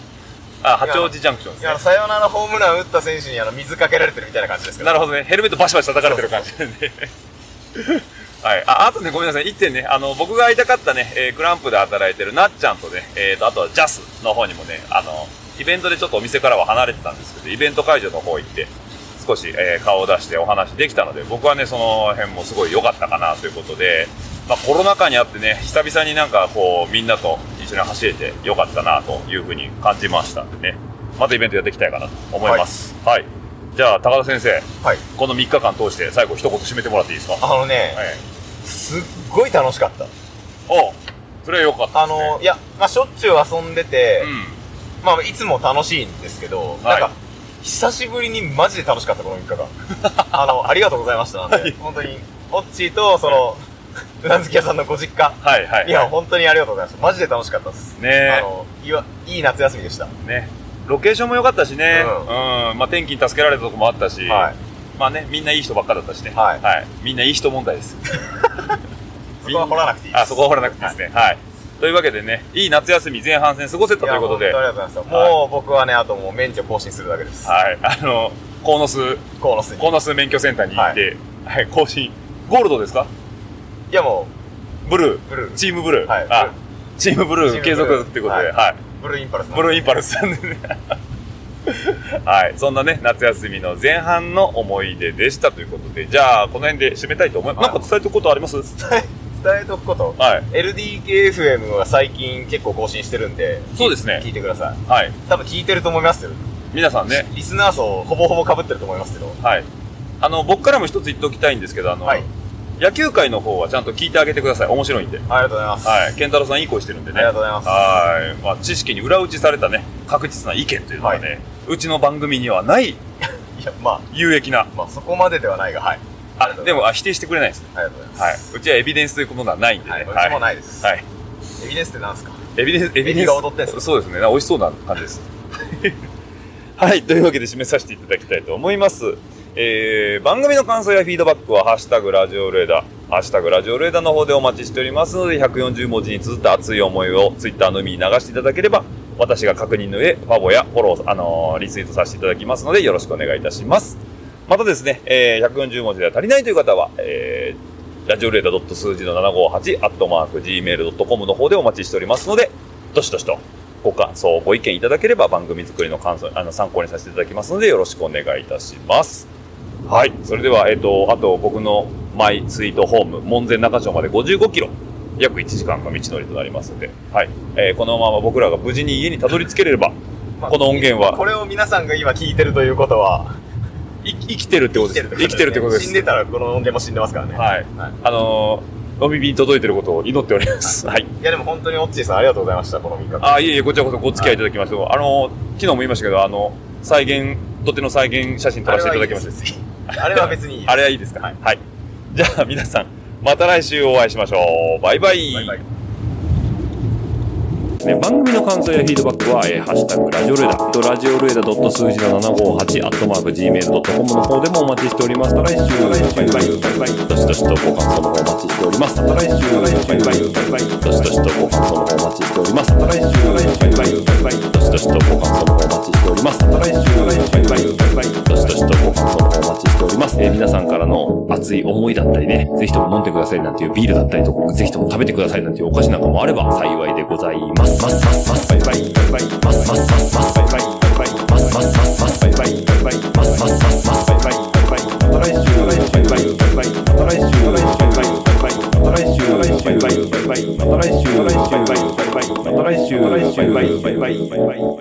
Speaker 2: あ、八王子ジャンクションです
Speaker 6: 今、あ
Speaker 2: ね
Speaker 6: の。サヨナラホームラン打った選手にあの水かけられてるみたいな感じですけど。
Speaker 2: なるほどね。ヘルメットバシバシ叩かれてる感じでね。はい。あ、あとね、ごめんなさい。1点ね、あの、僕が会いたかったね、えークランプで働いてるなっちゃんとね、えーと、あとはジャスの方にもね、あの、イベントでちょっとお店からは離れてたんですけど、イベント会場の方行って、少し、えー顔を出してお話できたので、僕はね、その辺もすごい良かったかなということで、まあ、コロナ禍にあってね、久々になんかこう、みんなと一緒に走れて良かったなというふうに感じましたんでね、またイベントやっていきたいかなと思います。はい、じゃあ、高田先生。
Speaker 6: はい。
Speaker 2: この3日間通して最後一言締めてもらっていいですか
Speaker 6: あ
Speaker 2: は
Speaker 6: のね、
Speaker 2: い。
Speaker 6: すっごい楽しかった。
Speaker 2: おそれは良かった
Speaker 6: あ
Speaker 2: です、ね。
Speaker 6: の、いや、まあ、しょっちゅう遊んでて、
Speaker 2: う
Speaker 6: まあ、いつも楽しいんですけど、
Speaker 2: はい
Speaker 6: なんか、久しぶりにマジで楽しかった、この3日 間。あの、ありがとうございました。なんで、本当に、オッチーと、その、うなずき屋さんのご実家。
Speaker 2: ん。はいはい。
Speaker 6: いや、本当にありがとうございました。マジで楽しかったです。あ
Speaker 2: ね
Speaker 6: の、いわ、いい夏休みでした。
Speaker 2: え。ね。ロケーションも良かったしね。
Speaker 6: うん
Speaker 2: うん。まあ天気に助けられたとこもあったし。
Speaker 6: はい。
Speaker 2: まあね、みんないい人ばっかだったしね。
Speaker 6: はい
Speaker 2: みんないい人問題です。
Speaker 6: そこは掘らなくていいです。
Speaker 2: あ、そこは掘らなくていいですね。はい。というわけでね、いい夏休み前半戦過ごせたということ
Speaker 6: い
Speaker 2: で。
Speaker 6: や
Speaker 2: はい。
Speaker 6: 本当にありがとうございました。もう、僕はね、あともう免許更新するだけです。
Speaker 2: あの、コーノス、
Speaker 6: 河野水
Speaker 2: コーノス免許センターに行って、はい、更新。ゴールドですか
Speaker 6: いや、も
Speaker 2: ブル
Speaker 6: う、ブル
Speaker 2: ー。
Speaker 6: ー、
Speaker 2: チームブルー。
Speaker 6: はい
Speaker 2: あ、チームブル
Speaker 6: チ
Speaker 2: ー
Speaker 6: ームブルー
Speaker 2: 継続っていうことで、
Speaker 6: はい
Speaker 2: はい
Speaker 6: ブルーインパルスなんで
Speaker 2: ブルーインパルスさんでね。はい。そんなね、夏休みの前半の思い出でしたということで、じゃあ、この辺で締めたいと思います。
Speaker 6: はい
Speaker 2: なんか伝えておくことあります
Speaker 6: 伝え、伝えとくこと。
Speaker 2: はい。
Speaker 6: LDKFM は最近結構更新してるんで、
Speaker 2: そうですね
Speaker 6: 聞いてください。
Speaker 2: はい。
Speaker 6: 多分聞いてると思いますよ。
Speaker 2: 皆さんね、
Speaker 6: リスナー層、ほぼほぼ被ってると思いますけど。
Speaker 2: はい。あの、僕からも一つ言っておきたいんですけど、あの、
Speaker 6: はい。
Speaker 2: 野球界の方はちゃんと聞いてあげてください。面白いんで。
Speaker 6: ありがとうございます。
Speaker 2: はい。健太郎さんいい声してるんで
Speaker 6: あ
Speaker 2: ね。
Speaker 6: りがとうございます。
Speaker 2: はい。まあ、知識に裏打ちされたね、確実な意見というのはね、
Speaker 6: は
Speaker 2: うちの番組にはない
Speaker 6: いや、ま
Speaker 2: 有益な
Speaker 6: あ、、まあ、そこまでではないが、はい。あり
Speaker 2: あ
Speaker 6: がと、うございます
Speaker 2: でも、あ否定してくれないです。
Speaker 6: ありがとうございます。
Speaker 2: はい。うちはエビデンスというものはないんでね。
Speaker 6: はい。どっちもないです。
Speaker 2: はい。
Speaker 6: エビデンスってなんですか
Speaker 2: エビデンス、エビデンス。
Speaker 6: エビが踊ってんすか
Speaker 2: そうですね。なんか美味しそうな感じです。 はい。というわけで締めさせていただきたいと思います。えー、番組の感想やフィードバックは、ハッシュタグラジオルエダ、ハッシュタグラジオルエダの方でお待ちしておりますので、140文字に綴った熱い思いをツイッターの海に流していただければ、私が確認の上、ファボやフォロー、あのーリツイートさせていただきますので、よろしくお願いいたします。またですね、えー140文字では足りないという方は、えー、ラジオルエダ数字の758、アットマーク、gmail.com の方でお待ちしておりますので、どしどしとご感想、ご意見いただければ番組作りの感想、あの、参考にさせていただきますので、よろしくお願いいたします。はい。それでは、えっ、と、あと僕のマイツイートホーム、門前仲町まで55キロ、約1時間が道のりとなりますので、はい。えーこのまま僕らが無事に家にたどり着ければ、
Speaker 6: まあ
Speaker 2: この音源は
Speaker 6: これを皆さんが今聞いてるということは、
Speaker 2: い生きてるってことです。生きてるってことです。
Speaker 6: 死んでたらこの音源も死んでますからね。
Speaker 2: はい。
Speaker 6: はい
Speaker 2: あのー、お耳に届いてることを祈っております。はい。
Speaker 6: いやでも本当にオッチーさんありがとうございました、この3日間。
Speaker 2: あ、いえいえ、こちらこそご付き合いいただきまして、あのー、昨日も言いましたけど、あの、再現、土手の再現写真撮らせていただきました。
Speaker 6: あれは別にいいです。
Speaker 2: あれはいいですかはい。じゃあ皆さん、また来週お会いしましょう。バイバイ。
Speaker 6: バイバイ
Speaker 7: ね、番組の感想やフィードバックは、えーハッシュタグラジオルエダ、えっとラジオルエダ数字の758、アットマーク、gmail.com の方でもお待ちしております。また来週、バイバイ、バイバイ、どしどしとご感想の方お待ちしております。また来週、バイバイ、バイバイ、どしどしとご感想の方お待ちしております。また来週、バイバイ、バイバイ、どしどしとご感想の方お待ちしております。また来週、バイバイ、バイバイ、どしどしとご感想の方お待ちしております。えー皆さんからの熱い思いだったりね、ぜひとも飲んでくださいなんていうビールだったりとか、ぜひとも食べてくださいなんていうお菓子なんかもあれば幸いでございます。ますますますバイバイバイバイますますますますバイバイバイバイますますますますバイバイバイバイますますますますバイバイバイバイまた来週バイバイバイバイまた来週バイバイバイバイまた来週バイバイバイバイまた来週バイバイバイバイまた来週バイバイバイバイ